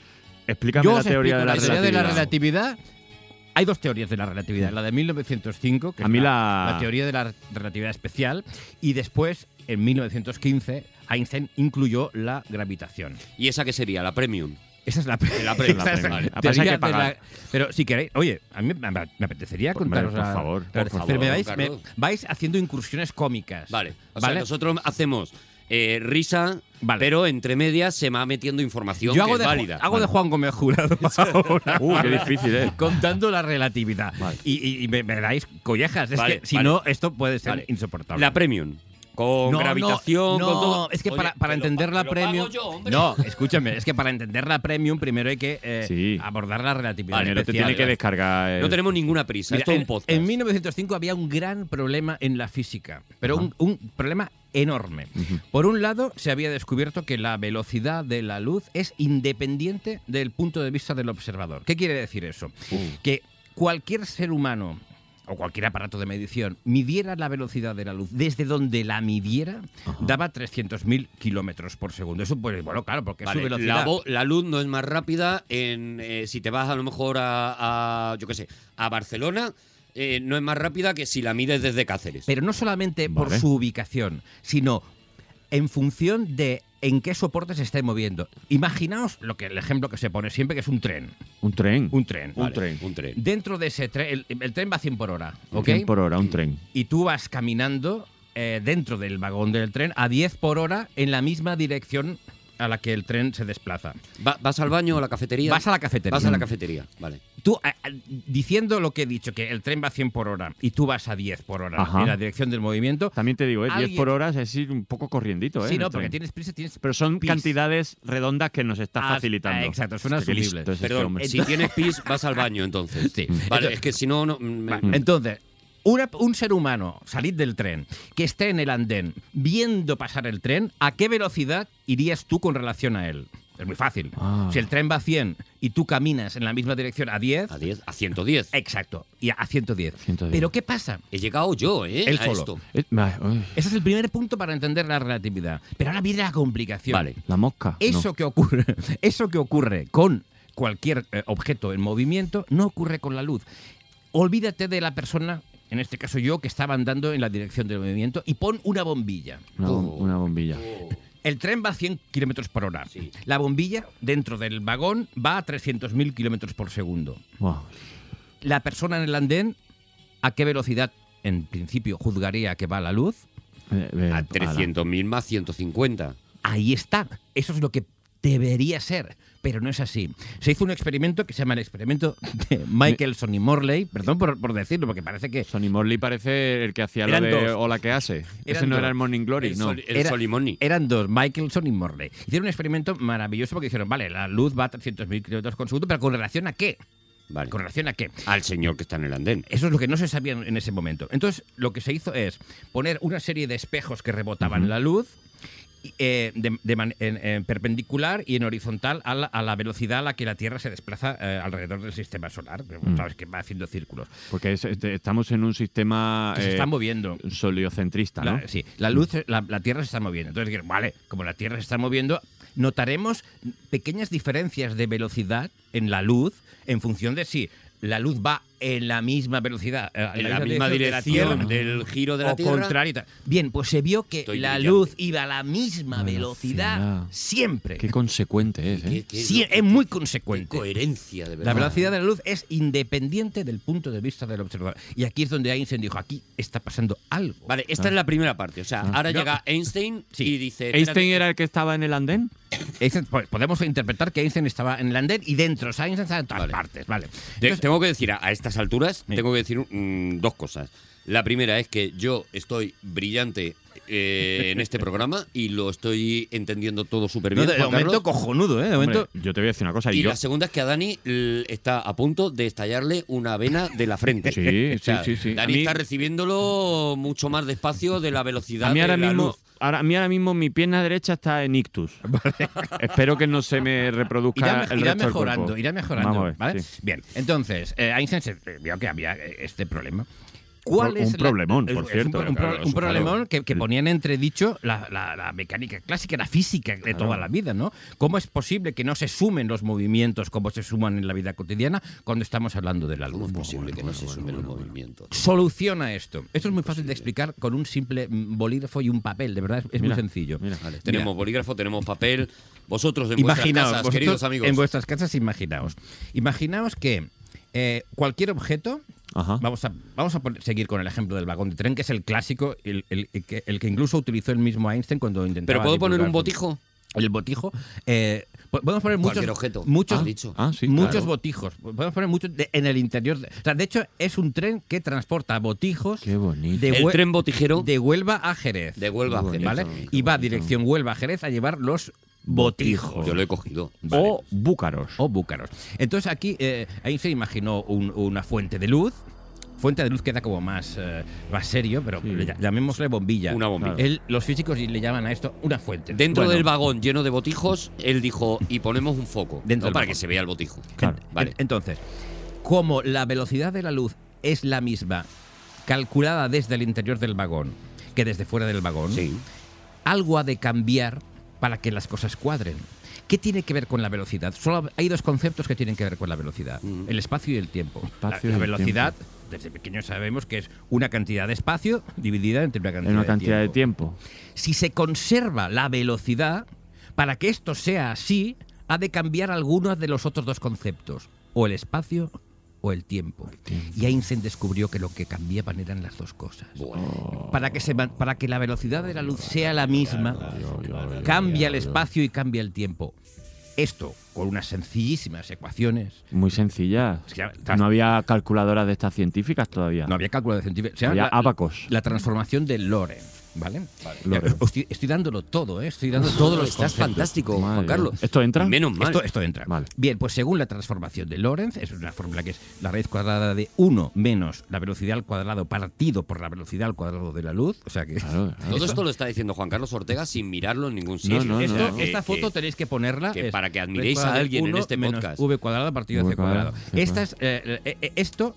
[SPEAKER 5] explícame
[SPEAKER 2] Yo
[SPEAKER 5] la
[SPEAKER 2] os
[SPEAKER 5] teoría
[SPEAKER 2] explico
[SPEAKER 5] de la, relatividad.
[SPEAKER 2] teoría de la relatividad. Hay dos teorías de la relatividad. La de 1905, que
[SPEAKER 5] A
[SPEAKER 2] es
[SPEAKER 5] mí
[SPEAKER 2] la,
[SPEAKER 5] la-
[SPEAKER 2] la teoría de la relatividad especial, y después, en 1915, Einstein incluyó la gravitación.
[SPEAKER 4] ¿Y esa que sería? La premium.
[SPEAKER 2] Esa es la,
[SPEAKER 4] La premium,
[SPEAKER 2] esa es
[SPEAKER 5] la premium. La pasa
[SPEAKER 2] teoría
[SPEAKER 5] que
[SPEAKER 2] de la-
[SPEAKER 5] pagar.
[SPEAKER 2] Pero si queréis, oye, a mí me, me apetecería
[SPEAKER 5] Hombre,
[SPEAKER 2] contaros
[SPEAKER 5] por
[SPEAKER 2] la-
[SPEAKER 5] favor,
[SPEAKER 2] la-
[SPEAKER 5] por
[SPEAKER 2] pero me
[SPEAKER 4] favor,
[SPEAKER 2] vais, me-
[SPEAKER 4] Carlos.
[SPEAKER 2] vais haciendo incursiones cómicas.
[SPEAKER 4] Vale. O sea,
[SPEAKER 2] ¿Vale?
[SPEAKER 4] nosotros hacemos eh, risa,
[SPEAKER 2] Vale.
[SPEAKER 4] pero entre medias se va metiendo información
[SPEAKER 2] Yo
[SPEAKER 4] que
[SPEAKER 2] hago,
[SPEAKER 4] es
[SPEAKER 2] de, Ju-
[SPEAKER 4] válida.
[SPEAKER 2] hago de Juan Gómez Jurado ahora.
[SPEAKER 5] Uh, qué difícil, ¿eh?
[SPEAKER 2] contando la relatividad.
[SPEAKER 5] Vale.
[SPEAKER 2] Y, y- y me, me dais collejas. Es
[SPEAKER 4] Vale,
[SPEAKER 2] que si
[SPEAKER 4] vale.
[SPEAKER 2] no, esto puede ser
[SPEAKER 4] Vale.
[SPEAKER 2] insoportable.
[SPEAKER 4] La premium. Con
[SPEAKER 2] No,
[SPEAKER 4] gravitación,
[SPEAKER 2] no,
[SPEAKER 4] con
[SPEAKER 2] no,
[SPEAKER 4] todo.
[SPEAKER 2] es que
[SPEAKER 4] Oye,
[SPEAKER 2] para, para
[SPEAKER 4] te lo
[SPEAKER 2] entender
[SPEAKER 4] pa-
[SPEAKER 2] la
[SPEAKER 4] te lo pago
[SPEAKER 2] premium.
[SPEAKER 4] yo, hombre.
[SPEAKER 2] no, escúchame, es que para entender la premium primero hay que eh,
[SPEAKER 5] Sí.
[SPEAKER 2] abordar la relatividad.
[SPEAKER 4] Vale,
[SPEAKER 5] Primero te
[SPEAKER 2] especial. eh.
[SPEAKER 5] tiene que descargar. eh, el-
[SPEAKER 4] No tenemos ninguna prisa.
[SPEAKER 2] Mira,
[SPEAKER 4] Esto es
[SPEAKER 2] en-
[SPEAKER 4] un podcast.
[SPEAKER 2] En 1905 había un gran problema en la física, pero un, un problema enorme. Por un lado, se había descubierto que la velocidad de la luz es independiente del punto de vista del observador. ¿Qué quiere decir eso?
[SPEAKER 4] Uh.
[SPEAKER 2] Que cualquier ser humano o cualquier aparato de medición midiera la velocidad de la luz desde donde la midiera, daba 300.000 kilómetros por segundo. Eso, pues, bueno, claro, porque
[SPEAKER 4] Vale,
[SPEAKER 2] es su velocidad.
[SPEAKER 4] la, vo- la luz no es más rápida en eh, si te vas a lo mejor a, a, yo qué sé a Barcelona eh, no es más rápida que si la mides desde Cáceres.
[SPEAKER 2] Pero no solamente por
[SPEAKER 5] Vale.
[SPEAKER 2] su ubicación, sino en función de en qué soporte se esté moviendo. Imaginaos lo que el ejemplo que se pone siempre, que es un tren.
[SPEAKER 5] Un tren.
[SPEAKER 2] Un tren.
[SPEAKER 5] Un
[SPEAKER 2] vale.
[SPEAKER 5] tren.
[SPEAKER 4] Un tren.
[SPEAKER 2] Dentro de ese tren, el, el tren va a 100 por hora, ¿ok?
[SPEAKER 5] 100 por hora, un tren.
[SPEAKER 2] Y tú vas caminando eh, dentro del vagón del tren a 10 por hora en la misma dirección a la que el tren se desplaza.
[SPEAKER 4] Va- ¿Vas al baño, a la cafetería?
[SPEAKER 2] Vas a la cafetería. Pues
[SPEAKER 4] Vas a la cafetería, vale.
[SPEAKER 2] Tú, a- a- diciendo lo que he dicho, que el tren va a 100 por hora y tú vas a 10 por hora
[SPEAKER 5] Ajá.
[SPEAKER 2] en la dirección del movimiento,
[SPEAKER 5] También te digo, ¿eh? 10
[SPEAKER 2] Alguien-
[SPEAKER 5] por hora es decir, un poco corriendito, ¿eh?
[SPEAKER 2] sí,
[SPEAKER 5] en
[SPEAKER 2] no,
[SPEAKER 5] el
[SPEAKER 2] porque
[SPEAKER 5] tren.
[SPEAKER 2] tienes prisa, tienes...
[SPEAKER 5] Pero son
[SPEAKER 2] pis.
[SPEAKER 5] cantidades redondas que nos está
[SPEAKER 2] Ah,
[SPEAKER 5] facilitando.
[SPEAKER 2] ah, exacto, son
[SPEAKER 5] Hostia, qué
[SPEAKER 2] asumibles.
[SPEAKER 5] listo es este
[SPEAKER 4] Perdón,
[SPEAKER 5] hombre.
[SPEAKER 4] si tienes pis, vas al baño entonces.
[SPEAKER 2] Sí.
[SPEAKER 4] Vale, es que si no, no. me-
[SPEAKER 2] Vale, Entonces, una- un ser humano, salid del tren, que esté en el andén viendo pasar el tren, ¿a qué velocidad irías tú con relación a él? Es muy fácil.
[SPEAKER 5] Ah.
[SPEAKER 2] Si el tren va a 100 y tú caminas en la misma dirección a 10,
[SPEAKER 4] A 10, a 110.
[SPEAKER 2] exacto, y a 110.
[SPEAKER 5] 110.
[SPEAKER 2] Pero ¿qué pasa?
[SPEAKER 4] He llegado yo, ¿eh?
[SPEAKER 2] Él
[SPEAKER 4] a
[SPEAKER 2] solo.
[SPEAKER 4] esto.
[SPEAKER 5] Eh, ma- uy,
[SPEAKER 2] Ese es el primer punto para entender la relatividad. Pero ahora viene la complicación.
[SPEAKER 4] Vale.
[SPEAKER 5] La mosca.
[SPEAKER 2] Eso, que ocurre, eso que ocurre con cualquier eh, objeto en movimiento no ocurre con la luz. Olvídate de la persona, en este caso yo, que estaba andando en la dirección del movimiento y pon una bombilla.
[SPEAKER 5] No, una, bom-
[SPEAKER 2] Oh.
[SPEAKER 5] una bombilla.
[SPEAKER 2] El tren va a 100 kilómetros por hora.
[SPEAKER 4] Sí.
[SPEAKER 2] La bombilla dentro del vagón va a 300.000 kilómetros por segundo.
[SPEAKER 5] Buah.
[SPEAKER 2] La persona en el andén, ¿a qué velocidad en principio juzgaría que va la luz?
[SPEAKER 5] Eh, eh,
[SPEAKER 4] A
[SPEAKER 5] ala.
[SPEAKER 4] 300.000 más 150.
[SPEAKER 2] Ahí está. Eso es lo que debería ser, pero no es así. Se hizo un experimento que se llama el experimento de Michelson y Morley. Perdón por, por decirlo, porque parece que
[SPEAKER 5] Sonny Morley parece el que hacía
[SPEAKER 2] Eran
[SPEAKER 5] lo de
[SPEAKER 2] dos.
[SPEAKER 5] Hola, ¿qué hace? Ese
[SPEAKER 2] Eran
[SPEAKER 5] no
[SPEAKER 2] dos.
[SPEAKER 5] era el Morning Glory,
[SPEAKER 4] el
[SPEAKER 5] no.
[SPEAKER 4] Sol- el
[SPEAKER 2] Era-
[SPEAKER 4] Solimoni.
[SPEAKER 2] eran dos, Michelson y Morley. Hicieron un experimento maravilloso porque dijeron, vale, la luz va a 300.000 kilómetros por segundo, pero ¿con relación a qué?
[SPEAKER 4] Vale.
[SPEAKER 2] ¿Con relación a qué?
[SPEAKER 4] Al señor que está en el andén.
[SPEAKER 2] Eso es lo que no se sabía en ese momento. Entonces, lo que se hizo es poner una serie de espejos que rebotaban la luz y, eh, de, de man- en, en perpendicular y en horizontal a la, a la velocidad a la que la Tierra se desplaza eh, alrededor del sistema solar. que, Sabes que va haciendo círculos.
[SPEAKER 5] Porque es- este, estamos en un sistema
[SPEAKER 2] Que se
[SPEAKER 5] eh,
[SPEAKER 2] está moviendo.
[SPEAKER 5] soliocentrista, ¿no?
[SPEAKER 2] La, sí, la luz, la, la Tierra se está moviendo. Entonces, dijeron, vale, como la Tierra se está moviendo, notaremos pequeñas diferencias de velocidad en la luz en función de si la luz va en la misma velocidad, eh,
[SPEAKER 4] En la misma
[SPEAKER 2] que la Tierra,
[SPEAKER 4] dirección del giro de la
[SPEAKER 2] o
[SPEAKER 4] Tierra.
[SPEAKER 2] contrario. y tal. Bien, pues se vio que
[SPEAKER 4] Estoy
[SPEAKER 2] la
[SPEAKER 4] brillante.
[SPEAKER 2] luz iba a la misma
[SPEAKER 5] Velocidad.
[SPEAKER 2] velocidad, siempre.
[SPEAKER 5] Qué consecuente es, ¿eh?
[SPEAKER 4] Qué- qué-
[SPEAKER 2] Sie-
[SPEAKER 4] qué-
[SPEAKER 2] es muy
[SPEAKER 4] qué
[SPEAKER 2] consecuente.
[SPEAKER 4] coherencia, de
[SPEAKER 2] La
[SPEAKER 4] verdad.
[SPEAKER 2] velocidad de la luz es independiente del punto de vista del observador. Y aquí es donde Einstein dijo, aquí está pasando algo.
[SPEAKER 4] Vale, esta es la primera parte. O sea, ahora llega Einstein
[SPEAKER 2] Ah. Sí.
[SPEAKER 4] y dice.
[SPEAKER 5] ¿Einstein
[SPEAKER 4] espérate,
[SPEAKER 5] era el que estaba en el andén?
[SPEAKER 2] Einstein- pues, podemos interpretar que Einstein estaba en el andén y dentro. O sea, Einstein estaba en todas
[SPEAKER 4] Vale.
[SPEAKER 2] partes, vale.
[SPEAKER 4] Te-
[SPEAKER 2] Entonces,
[SPEAKER 4] tengo que decir, a, a estas alturas, tengo que decir mm, dos cosas. La primera es que yo estoy brillante eh, en este programa y lo estoy entendiendo todo súper
[SPEAKER 2] no,
[SPEAKER 4] bien.
[SPEAKER 2] de, de
[SPEAKER 4] Juan
[SPEAKER 2] momento
[SPEAKER 4] Carlos.
[SPEAKER 2] cojonudo, ¿eh? De momento...
[SPEAKER 5] Hombre, yo te voy a decir una cosa.
[SPEAKER 4] y
[SPEAKER 5] yo,
[SPEAKER 4] la segunda es que a Dani l- está a punto de estallarle una vena de la frente.
[SPEAKER 5] Sí,
[SPEAKER 4] O sea,
[SPEAKER 5] sí, sí, sí.
[SPEAKER 4] Dani
[SPEAKER 5] A mí-
[SPEAKER 4] está recibiéndolo mucho más despacio de la velocidad
[SPEAKER 5] a mí ahora
[SPEAKER 4] de la
[SPEAKER 5] mismo,
[SPEAKER 4] luz.
[SPEAKER 5] ahora, a mí ahora mismo mi pierna derecha está en ictus. Espero que no se me reproduzca
[SPEAKER 2] Irá, me-
[SPEAKER 5] el
[SPEAKER 2] irá
[SPEAKER 5] resto del
[SPEAKER 2] mejorando,
[SPEAKER 5] cuerpo.
[SPEAKER 2] irá mejorando,
[SPEAKER 5] Vamos a ver,
[SPEAKER 2] ¿vale?
[SPEAKER 5] sí.
[SPEAKER 2] Bien, entonces, eh, Einstein se eh, vio que había eh, este problema. ¿Cuál
[SPEAKER 5] Un
[SPEAKER 2] es la-
[SPEAKER 5] problemón, por
[SPEAKER 2] es un-
[SPEAKER 5] cierto,
[SPEAKER 2] Un,
[SPEAKER 5] claro,
[SPEAKER 2] pro-
[SPEAKER 5] es
[SPEAKER 2] un
[SPEAKER 5] un
[SPEAKER 2] problemón
[SPEAKER 5] problema.
[SPEAKER 2] que, que ponía en entredicho la, la- la mecánica clásica, la física de toda la vida, ¿no? ¿Cómo es posible que no se sumen los movimientos como se suman en la vida cotidiana cuando estamos hablando de la luz?
[SPEAKER 4] ¿Cómo es posible que no se sumen los movimientos?
[SPEAKER 2] Soluciona esto. Esto es muy fácil de explicar con un simple mm, bolígrafo y un papel, de verdad, es, es
[SPEAKER 5] Mira,
[SPEAKER 2] muy sencillo.
[SPEAKER 5] mira.
[SPEAKER 4] Vale, tenemos bolígrafo, tenemos papel. Vosotros en
[SPEAKER 2] imaginaos,
[SPEAKER 4] vuestras casas,
[SPEAKER 2] vosotros
[SPEAKER 4] queridos amigos.
[SPEAKER 2] En vuestras casas, imaginaos. Imaginaos que eh, cualquier objeto.
[SPEAKER 4] Ah.
[SPEAKER 5] Ajá.
[SPEAKER 2] Vamos a, vamos a pon- seguir con el ejemplo del vagón de tren, que es el clásico, el, el- el que, el que incluso utilizó el mismo Einstein cuando intentaba.
[SPEAKER 4] ¿Pero puedo poner
[SPEAKER 2] divulgar su-
[SPEAKER 4] un botijo?
[SPEAKER 2] El botijo. eh, po- podemos poner muchos.
[SPEAKER 4] Cualquier objeto,
[SPEAKER 2] Muchos,
[SPEAKER 4] has dicho.
[SPEAKER 5] Ah, sí,
[SPEAKER 2] muchos
[SPEAKER 5] claro.
[SPEAKER 2] botijos. Podemos poner muchos de- en el interior. de- o sea, de hecho, es un tren que transporta botijos.
[SPEAKER 5] Qué bonito.
[SPEAKER 2] de
[SPEAKER 4] el
[SPEAKER 2] Hue-
[SPEAKER 4] tren botijero
[SPEAKER 2] de Huelva a Jerez.
[SPEAKER 4] de Huelva a Jerez.
[SPEAKER 2] ¿Vale?
[SPEAKER 5] Qué
[SPEAKER 2] Y va
[SPEAKER 5] bonito.
[SPEAKER 2] dirección Huelva a Jerez a llevar los botijos.
[SPEAKER 4] Yo lo he cogido.
[SPEAKER 5] O búcaros.
[SPEAKER 2] o búcaros. Entonces aquí eh, Einstein imaginó un- una fuente de luz. Fuente de luz queda como más, eh, más serio, pero
[SPEAKER 5] Sí.
[SPEAKER 2] le ll- llamémosle bombilla.
[SPEAKER 4] Una bombilla.
[SPEAKER 2] Él- los físicos le llaman a esto una fuente.
[SPEAKER 4] Dentro
[SPEAKER 2] Bueno,
[SPEAKER 4] del vagón lleno de botijos, él dijo, y ponemos un foco.
[SPEAKER 2] Dentro
[SPEAKER 4] ¿no?
[SPEAKER 2] del
[SPEAKER 4] para
[SPEAKER 2] vagón.
[SPEAKER 4] que se vea el botijo.
[SPEAKER 5] Claro.
[SPEAKER 4] Vale.
[SPEAKER 2] en- Entonces, como la velocidad de la luz es la misma calculada desde el interior del vagón que desde fuera del vagón,
[SPEAKER 4] Sí.
[SPEAKER 2] algo ha de cambiar para que las cosas cuadren. ¿Qué tiene que ver con la velocidad? Solo hay dos conceptos que tienen que ver con la velocidad:
[SPEAKER 4] Mm.
[SPEAKER 2] el espacio y el tiempo.
[SPEAKER 5] Espacio
[SPEAKER 2] la
[SPEAKER 5] y
[SPEAKER 2] la
[SPEAKER 5] el
[SPEAKER 2] velocidad, desde pequeños sabemos que es una cantidad de espacio dividida entre una
[SPEAKER 5] En
[SPEAKER 2] cantidad,
[SPEAKER 5] una cantidad de
[SPEAKER 2] de tiempo.
[SPEAKER 5] tiempo.
[SPEAKER 2] Si se conserva la velocidad, Para que esto sea así, ha de cambiar algunos de los otros dos conceptos, o el espacio o el tiempo. Y Einstein descubrió que lo que cambiaban eran las dos cosas. Para, que se, man- para que la velocidad de la luz sea la misma, cambia el espacio y cambia el tiempo. Esto, con unas sencillísimas ecuaciones,
[SPEAKER 5] Muy sencilla.
[SPEAKER 2] Es que, a ver,
[SPEAKER 5] No había calculadoras de estas científicas todavía.
[SPEAKER 2] no había cálculo de científico. Se llama
[SPEAKER 5] había
[SPEAKER 2] la-
[SPEAKER 5] abacos.
[SPEAKER 2] la transformación de Lorentz, ¿vale?
[SPEAKER 5] Lorentz.
[SPEAKER 2] Os Estoy, estoy dándolo todo, ¿eh? Estoy dando todos los
[SPEAKER 4] Estás
[SPEAKER 2] conceptos.
[SPEAKER 4] fantástico,
[SPEAKER 5] Madre
[SPEAKER 4] Juan
[SPEAKER 5] mía.
[SPEAKER 4] Carlos.
[SPEAKER 5] ¿Esto entra?
[SPEAKER 4] Menos mal.
[SPEAKER 2] Esto, esto entra.
[SPEAKER 5] Vale.
[SPEAKER 2] Bien, pues según la transformación de Lorentz, es una fórmula que es la raíz cuadrada de 1 menos la velocidad al cuadrado partido por la velocidad al cuadrado de la luz. O sea que.
[SPEAKER 5] Claro, claro.
[SPEAKER 4] Todo esto lo está diciendo Juan Carlos Ortega sin mirarlo en ningún sitio.
[SPEAKER 5] no, no,
[SPEAKER 2] Esto-
[SPEAKER 5] no. Eh,
[SPEAKER 2] Esta foto
[SPEAKER 4] que-
[SPEAKER 2] tenéis que ponerla.
[SPEAKER 4] que
[SPEAKER 2] es
[SPEAKER 4] para que
[SPEAKER 2] raíz
[SPEAKER 4] admiréis a
[SPEAKER 2] cuadrada de
[SPEAKER 4] alguien en
[SPEAKER 2] 1
[SPEAKER 4] este
[SPEAKER 2] menos
[SPEAKER 4] podcast.
[SPEAKER 2] V cuadrado partido
[SPEAKER 5] V
[SPEAKER 2] C cuadrado.
[SPEAKER 5] cuadrado, sí,
[SPEAKER 2] Esta es, eh, eh, eh, esto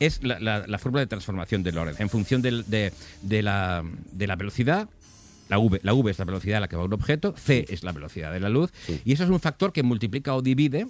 [SPEAKER 2] es la, la- la fórmula de transformación de Lorentz. En función del- de, de la, de la velocidad, la v, la v es la velocidad a la que va un objeto, C es la velocidad de la luz, y eso es un factor que multiplica o divide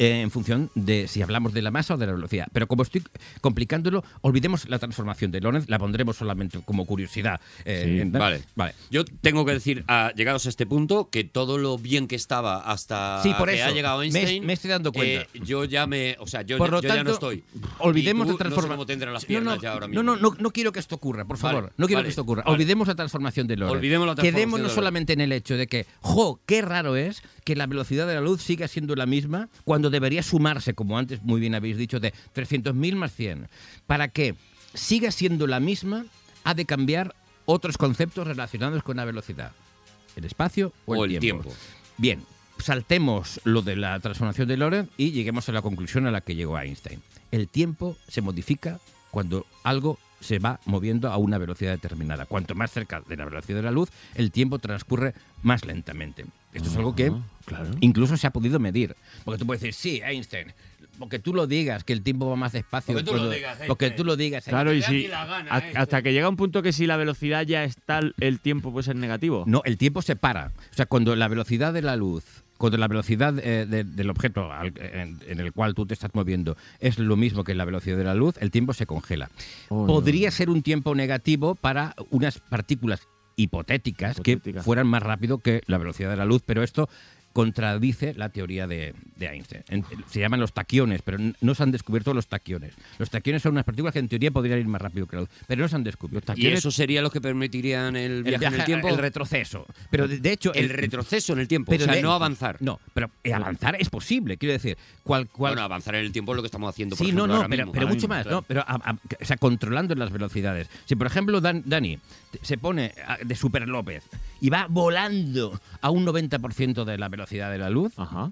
[SPEAKER 2] eh, en función de si hablamos de la masa o de la velocidad. Pero como estoy complicándolo, olvidemos la transformación de Lorentz, la pondremos solamente como curiosidad. eh,
[SPEAKER 5] Sí,
[SPEAKER 2] en-
[SPEAKER 4] vale.
[SPEAKER 2] vale.
[SPEAKER 4] Yo tengo que decir, a- llegados a este punto, que todo lo bien que estaba hasta
[SPEAKER 2] Sí, por
[SPEAKER 4] que
[SPEAKER 2] eso.
[SPEAKER 4] ha llegado
[SPEAKER 2] Me-
[SPEAKER 4] Einstein.
[SPEAKER 2] me estoy dando cuenta.
[SPEAKER 4] eh, yo ya me. O sea, yo,
[SPEAKER 2] Por
[SPEAKER 4] ya-
[SPEAKER 2] lo
[SPEAKER 4] yo
[SPEAKER 2] tanto,
[SPEAKER 4] ya no estoy.
[SPEAKER 2] Olvidemos
[SPEAKER 4] Y tú,
[SPEAKER 2] la transformación.
[SPEAKER 4] No sé cómo tendrán las piernas
[SPEAKER 2] no,
[SPEAKER 4] ya ahora
[SPEAKER 2] no,
[SPEAKER 4] mismo.
[SPEAKER 2] No, no, no quiero que esto ocurra, por favor.
[SPEAKER 4] Vale,
[SPEAKER 2] no quiero
[SPEAKER 4] vale,
[SPEAKER 2] que esto ocurra.
[SPEAKER 4] vale.
[SPEAKER 2] Olvidemos la transformación de Lorentz.
[SPEAKER 4] Olvidemos la transformación de
[SPEAKER 2] Quedémonos
[SPEAKER 4] Lorentz.
[SPEAKER 2] solamente en el hecho de que, jo, qué raro es que la velocidad de la luz siga siendo la misma cuando debería sumarse, como antes muy bien habéis dicho, de 300.000 más 100. Para que siga siendo la misma, ha de cambiar otros conceptos relacionados con la velocidad. El espacio o el,
[SPEAKER 4] O el tiempo.
[SPEAKER 2] Bien, saltemos lo de la transformación de Lorentz y lleguemos a la conclusión a la que llegó Einstein. El tiempo se modifica cuando algo se va moviendo a una velocidad determinada. Cuanto más cerca de la velocidad de la luz, el tiempo transcurre más lentamente. Esto es algo que
[SPEAKER 5] Ah, claro.
[SPEAKER 2] incluso se ha podido medir. Porque tú puedes decir, sí, Einstein, porque tú lo digas, que el tiempo va más despacio.
[SPEAKER 4] Porque tú lo
[SPEAKER 2] cuando-
[SPEAKER 4] digas, Einstein.
[SPEAKER 2] porque tú lo digas,
[SPEAKER 5] Claro,
[SPEAKER 2] Einstein.
[SPEAKER 5] y si, a- hasta que llega un punto que si la velocidad ya está, el tiempo puede ser negativo.
[SPEAKER 2] No, el tiempo se para. O sea, cuando la velocidad de la luz, cuando la velocidad eh, de- del objeto al- en, en el cual tú te estás moviendo es lo mismo que la velocidad de la luz, el tiempo se congela.
[SPEAKER 5] Oh,
[SPEAKER 2] Podría ser un tiempo negativo para unas partículas hipotéticas que
[SPEAKER 5] Hipotéticas.
[SPEAKER 2] fueran más rápido que la velocidad de la luz, pero esto contradice la teoría de, de Einstein. En- se llaman los taquiones, pero n- no se han descubierto los taquiones. Los taquiones son unas partículas que en teoría podrían ir más rápido que la luz, pero no se han descubierto.
[SPEAKER 4] Y eso sería lo que permitirían el
[SPEAKER 2] El
[SPEAKER 4] viaje en el
[SPEAKER 2] viaje-
[SPEAKER 4] tiempo.
[SPEAKER 2] el retroceso. Pero de, de hecho,
[SPEAKER 4] el retroceso en el tiempo.
[SPEAKER 2] pero
[SPEAKER 4] o sea,
[SPEAKER 2] de-
[SPEAKER 4] no avanzar.
[SPEAKER 2] No, pero eh, avanzar es posible. Quiero decir, cual, cual,
[SPEAKER 4] Bueno, avanzar en el tiempo es lo que estamos haciendo. por
[SPEAKER 2] sí,
[SPEAKER 4] ejemplo,
[SPEAKER 2] no, no,
[SPEAKER 4] ahora
[SPEAKER 2] pero,
[SPEAKER 4] mismo.
[SPEAKER 2] pero
[SPEAKER 4] Ahora
[SPEAKER 2] mucho
[SPEAKER 4] mismo,
[SPEAKER 2] más,
[SPEAKER 4] claro.
[SPEAKER 2] ¿no? Pero, a- a- o sea, controlando las velocidades. Si, por ejemplo, Dan- Dani te- se pone a- de Super López y va volando a un 90% de la velocidad de la luz,
[SPEAKER 5] Ajá.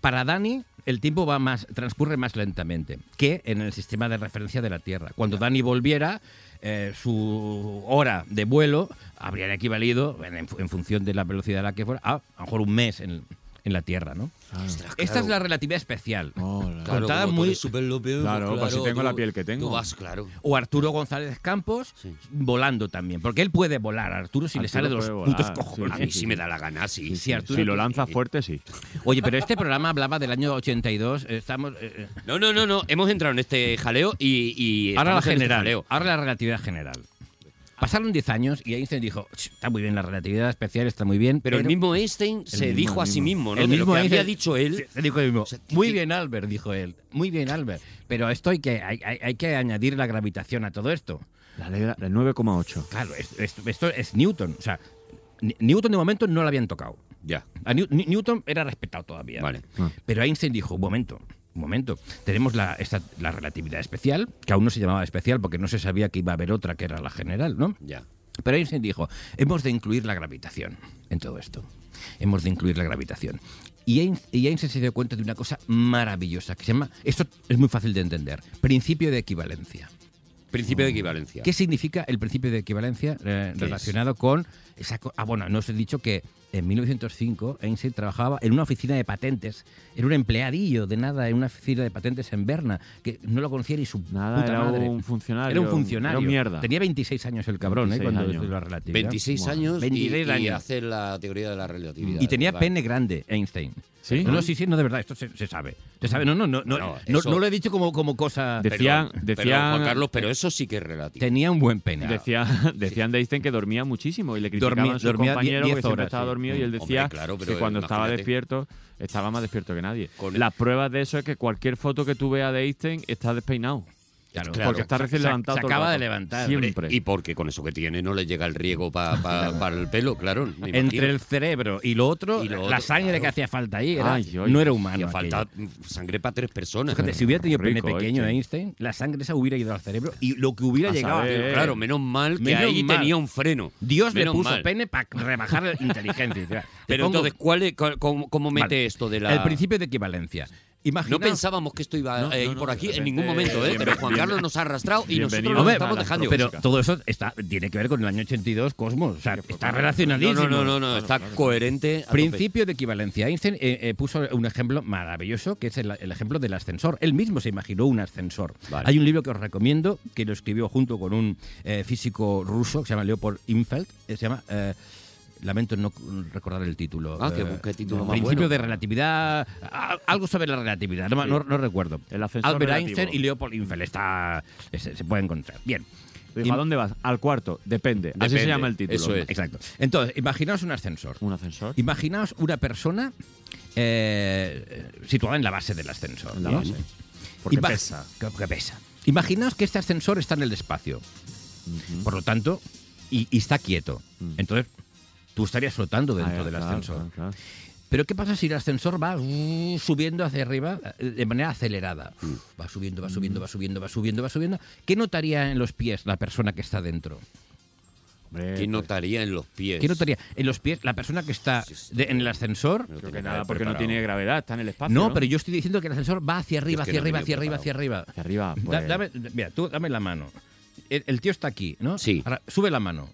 [SPEAKER 2] para Dani el tiempo va más, transcurre más lentamente que en el sistema de referencia de la Tierra. Cuando Dani volviera, eh, su hora de vuelo habría equivalido, en, en fu- en función de la velocidad a la que fuera, a, a lo mejor un mes en, en la Tierra, ¿no?
[SPEAKER 4] Ostras,
[SPEAKER 2] Esta
[SPEAKER 4] claro.
[SPEAKER 2] es la relatividad especial.
[SPEAKER 5] Hola.
[SPEAKER 4] Claro,
[SPEAKER 2] contada
[SPEAKER 4] como tú
[SPEAKER 2] muy-
[SPEAKER 4] eres súper lopeo,
[SPEAKER 5] Claro, pues si tengo la piel que tengo.
[SPEAKER 4] Tú vas, claro.
[SPEAKER 2] O Arturo González Campos
[SPEAKER 4] Sí.
[SPEAKER 2] volando también, porque él puede volar, Arturo, si le
[SPEAKER 5] Arturo
[SPEAKER 2] sale de los
[SPEAKER 5] puede
[SPEAKER 2] putos
[SPEAKER 5] volar,
[SPEAKER 4] A
[SPEAKER 2] cojones.
[SPEAKER 4] mí sí me da la gana, sí.
[SPEAKER 2] Sí, Arturo, eh,
[SPEAKER 5] Si lo
[SPEAKER 2] tú-
[SPEAKER 5] lanzas fuerte, sí.
[SPEAKER 2] Oye, pero este programa hablaba del año 82, estamos... eh, eh,
[SPEAKER 4] No, no, no, no. Hemos entrado en este jaleo y. y
[SPEAKER 2] ahora la
[SPEAKER 4] estamos en este
[SPEAKER 2] general,
[SPEAKER 4] jaleo.
[SPEAKER 2] ahora la relatividad general. Pasaron 10 años y Einstein dijo, "Ch, está muy bien, la relatividad especial está muy bien,
[SPEAKER 4] Pero el mismo Einstein se
[SPEAKER 5] mismo,
[SPEAKER 4] dijo a
[SPEAKER 5] el
[SPEAKER 4] sí
[SPEAKER 5] mismo.
[SPEAKER 4] mismo, ¿no?
[SPEAKER 2] El
[SPEAKER 4] De lo
[SPEAKER 2] mismo
[SPEAKER 4] que había
[SPEAKER 2] Einstein-
[SPEAKER 4] dicho él.
[SPEAKER 2] Sí, dijo el mismo,
[SPEAKER 4] O sea, ti-
[SPEAKER 2] muy
[SPEAKER 4] ti-
[SPEAKER 2] bien Albert, dijo él, muy bien Albert, pero esto hay que, hay- hay- hay que añadir la gravitación a todo esto.
[SPEAKER 5] La ley de- la 9,8.
[SPEAKER 2] Claro, es- es- esto es Newton. O sea, Ni- Newton de momento no lo habían tocado.
[SPEAKER 4] Ya.
[SPEAKER 2] A New- Ni- Newton era respetado todavía.
[SPEAKER 4] Vale.
[SPEAKER 2] Pero Einstein dijo, un momento, un momento. Tenemos la, esta- la relatividad especial, que aún no se llamaba especial porque no se sabía que iba a haber otra que era la general, ¿no?
[SPEAKER 4] Ya.
[SPEAKER 2] Pero Einstein dijo, hemos de incluir la gravitación en todo esto. Hemos de incluir la gravitación. Y Ein- y Einstein se dio cuenta de una cosa maravillosa que se llama, esto es muy fácil de entender, principio de equivalencia.
[SPEAKER 4] Principio de equivalencia.
[SPEAKER 2] Mm. ¿Qué significa el principio de equivalencia eh,
[SPEAKER 4] ¿Qué
[SPEAKER 2] relacionado con esa co- Ah, bueno, no os he dicho que en 1905 Einstein trabajaba en una oficina de patentes, era un empleadillo de nada en una oficina de patentes en Berna, que no lo conocía ni su
[SPEAKER 5] Nada,
[SPEAKER 2] puta
[SPEAKER 5] era
[SPEAKER 2] madre.
[SPEAKER 5] un funcionario.
[SPEAKER 2] Era un funcionario.
[SPEAKER 5] Era un mierda.
[SPEAKER 2] Tenía 26 años el cabrón, ¿eh?
[SPEAKER 5] 26
[SPEAKER 2] Cuando
[SPEAKER 5] años.
[SPEAKER 2] hizo la relatividad.
[SPEAKER 4] 26
[SPEAKER 2] Buah,
[SPEAKER 4] años,
[SPEAKER 2] 26
[SPEAKER 4] y, y
[SPEAKER 2] años.
[SPEAKER 4] hace la teoría de la relatividad.
[SPEAKER 2] Y tenía
[SPEAKER 4] ¿verdad?
[SPEAKER 2] pene grande Einstein.
[SPEAKER 5] ¿Sí?
[SPEAKER 2] No, no, sí, sí, no, de verdad, esto se, se sabe. Se sabe, no, no, no, no,
[SPEAKER 4] Bueno,
[SPEAKER 2] no,
[SPEAKER 4] eso-
[SPEAKER 2] no lo he dicho como, como cosa...
[SPEAKER 5] De-
[SPEAKER 4] Perdón,
[SPEAKER 5] Decían-
[SPEAKER 4] perdón,
[SPEAKER 5] decían-
[SPEAKER 4] Juan Carlos, pero eso sí que es relativo.
[SPEAKER 2] Tenía un buen pene.
[SPEAKER 5] Decía- decían de Einstein que dormía muchísimo y le criticaban
[SPEAKER 2] Dormía-
[SPEAKER 5] a su
[SPEAKER 2] dormía
[SPEAKER 5] compañero
[SPEAKER 2] die-
[SPEAKER 5] que
[SPEAKER 2] diez
[SPEAKER 5] siempre
[SPEAKER 2] horas,
[SPEAKER 5] estaba
[SPEAKER 2] sí.
[SPEAKER 5] mío y él
[SPEAKER 4] Hombre,
[SPEAKER 5] decía
[SPEAKER 4] claro, pero
[SPEAKER 5] que cuando estaba
[SPEAKER 4] imagínate.
[SPEAKER 5] despierto estaba más despierto que nadie.
[SPEAKER 4] Con-
[SPEAKER 5] Las pruebas de eso es que cualquier foto que tú veas de Einstein está despeinado.
[SPEAKER 2] Claro,
[SPEAKER 4] Claro.
[SPEAKER 5] porque está recién
[SPEAKER 2] Se-
[SPEAKER 5] levantado.
[SPEAKER 2] se
[SPEAKER 5] todo el
[SPEAKER 2] acaba de
[SPEAKER 5] rato.
[SPEAKER 2] levantar, hombre.
[SPEAKER 5] Siempre.
[SPEAKER 4] Y porque con eso que tiene no le llega el riego para el pelo, claro. me imagino.
[SPEAKER 2] Entre el cerebro y lo otro,
[SPEAKER 4] Y lo
[SPEAKER 2] la
[SPEAKER 4] otro,
[SPEAKER 2] sangre
[SPEAKER 4] claro.
[SPEAKER 2] que hacía falta ahí era-
[SPEAKER 5] Ay, ay.
[SPEAKER 2] no era
[SPEAKER 4] Hacía
[SPEAKER 2] humano.
[SPEAKER 4] falta
[SPEAKER 2] aquello.
[SPEAKER 4] sangre para tres personas.
[SPEAKER 2] Fíjate, si hubiera tenido pene
[SPEAKER 5] Rico,
[SPEAKER 2] pequeño
[SPEAKER 5] Einstein.
[SPEAKER 2] Einstein, la sangre esa hubiera ido al cerebro y lo que hubiera
[SPEAKER 5] A
[SPEAKER 2] llegado.
[SPEAKER 5] saber.
[SPEAKER 2] a-
[SPEAKER 4] Claro, menos mal que
[SPEAKER 2] Menos
[SPEAKER 4] ahí
[SPEAKER 2] mal.
[SPEAKER 4] tenía un freno.
[SPEAKER 2] Dios
[SPEAKER 4] Menos
[SPEAKER 2] le puso
[SPEAKER 4] mal.
[SPEAKER 2] pene para rebajar la inteligencia. Dice, "Mira, te
[SPEAKER 4] Pero
[SPEAKER 2] pongo
[SPEAKER 4] entonces, ¿cuál es- cuál- cómo, cómo mete
[SPEAKER 2] Vale.
[SPEAKER 4] esto de la...?
[SPEAKER 2] El principio de equivalencia.
[SPEAKER 4] No
[SPEAKER 2] Imaginaos,
[SPEAKER 4] pensábamos que esto iba
[SPEAKER 5] No,
[SPEAKER 4] a ir
[SPEAKER 5] no, no,
[SPEAKER 4] por aquí
[SPEAKER 5] de
[SPEAKER 4] en ningún
[SPEAKER 5] repente,
[SPEAKER 4] momento, ¿eh?
[SPEAKER 5] bienven-
[SPEAKER 4] Pero Juan
[SPEAKER 5] bien-
[SPEAKER 4] Carlos nos ha arrastrado y nosotros
[SPEAKER 5] bienvenido
[SPEAKER 4] nos
[SPEAKER 5] a
[SPEAKER 4] estamos
[SPEAKER 5] la
[SPEAKER 4] dejando.
[SPEAKER 2] pero todo eso está, tiene que ver con el año 82 Cosmos. O sea, está relacionadísimo.
[SPEAKER 4] pues no, no, no, no, no, está coherente. a tope.
[SPEAKER 2] Principio de equivalencia. Einstein eh, eh, puso un ejemplo maravilloso, que es el, el ejemplo del ascensor. Él mismo se imaginó un ascensor.
[SPEAKER 4] Vale.
[SPEAKER 2] Hay un libro que os recomiendo, que lo escribió junto con un eh, físico ruso, que se llama Leopold Infeld, eh, se llama... eh, Lamento no recordar el título.
[SPEAKER 4] Ah, qué
[SPEAKER 2] Eh,
[SPEAKER 4] bu- qué título más
[SPEAKER 2] Principio
[SPEAKER 4] bueno.
[SPEAKER 2] de relatividad. a- Algo sobre la relatividad. No, no- no recuerdo.
[SPEAKER 5] El ascensor
[SPEAKER 2] Albert
[SPEAKER 5] relativo.
[SPEAKER 2] Einstein y Leopold Infeld. Está, se, se puede encontrar. Bien.
[SPEAKER 5] Dijo, ¿A dónde vas? Al cuarto. Depende. Así
[SPEAKER 4] Depende,
[SPEAKER 5] se llama el título.
[SPEAKER 4] eso es.
[SPEAKER 2] Exacto. Entonces, imaginaos un ascensor.
[SPEAKER 5] Un ascensor.
[SPEAKER 2] Imaginaos una persona eh, situada en la base del ascensor.
[SPEAKER 5] En la
[SPEAKER 2] ¿no?
[SPEAKER 5] base. Porque
[SPEAKER 2] Ima-
[SPEAKER 5] pesa.
[SPEAKER 2] que- que pesa. Imaginaos que este ascensor está en el espacio.
[SPEAKER 5] Mm.
[SPEAKER 2] Por lo tanto, y, y está quieto. Entonces, tú estarías flotando dentro
[SPEAKER 5] Ah,
[SPEAKER 2] del
[SPEAKER 5] Mm. claro,
[SPEAKER 2] ascensor.
[SPEAKER 5] claro, claro.
[SPEAKER 2] Pero ¿qué pasa si el ascensor va uh, subiendo hacia arriba eh, de manera acelerada?
[SPEAKER 5] Mm.
[SPEAKER 2] Uf, Va subiendo, va subiendo, va subiendo, va subiendo, va subiendo. ¿Qué notaría en los pies la persona que está dentro?
[SPEAKER 5] Hombre,
[SPEAKER 4] ¿Qué notaría en los pies?
[SPEAKER 2] ¿Qué notaría en los pies la persona que está de- en el ascensor?
[SPEAKER 4] Me lo
[SPEAKER 5] creo
[SPEAKER 4] tenía
[SPEAKER 5] que
[SPEAKER 4] que
[SPEAKER 5] nada,
[SPEAKER 4] haber
[SPEAKER 5] porque no
[SPEAKER 4] preparado.
[SPEAKER 5] tiene gravedad, está en el espacio.
[SPEAKER 2] No, pero yo estoy diciendo que el ascensor va hacia arriba,
[SPEAKER 4] que
[SPEAKER 2] hacia
[SPEAKER 4] no he
[SPEAKER 2] arriba, hacia
[SPEAKER 4] venido
[SPEAKER 2] arriba, hacia arriba.
[SPEAKER 5] Hacia arriba,
[SPEAKER 2] Da-
[SPEAKER 5] pues.
[SPEAKER 2] dame- mira, tú dame la mano. El, el tío está aquí, ¿no?
[SPEAKER 4] Sí.
[SPEAKER 2] Ahora, sube la mano.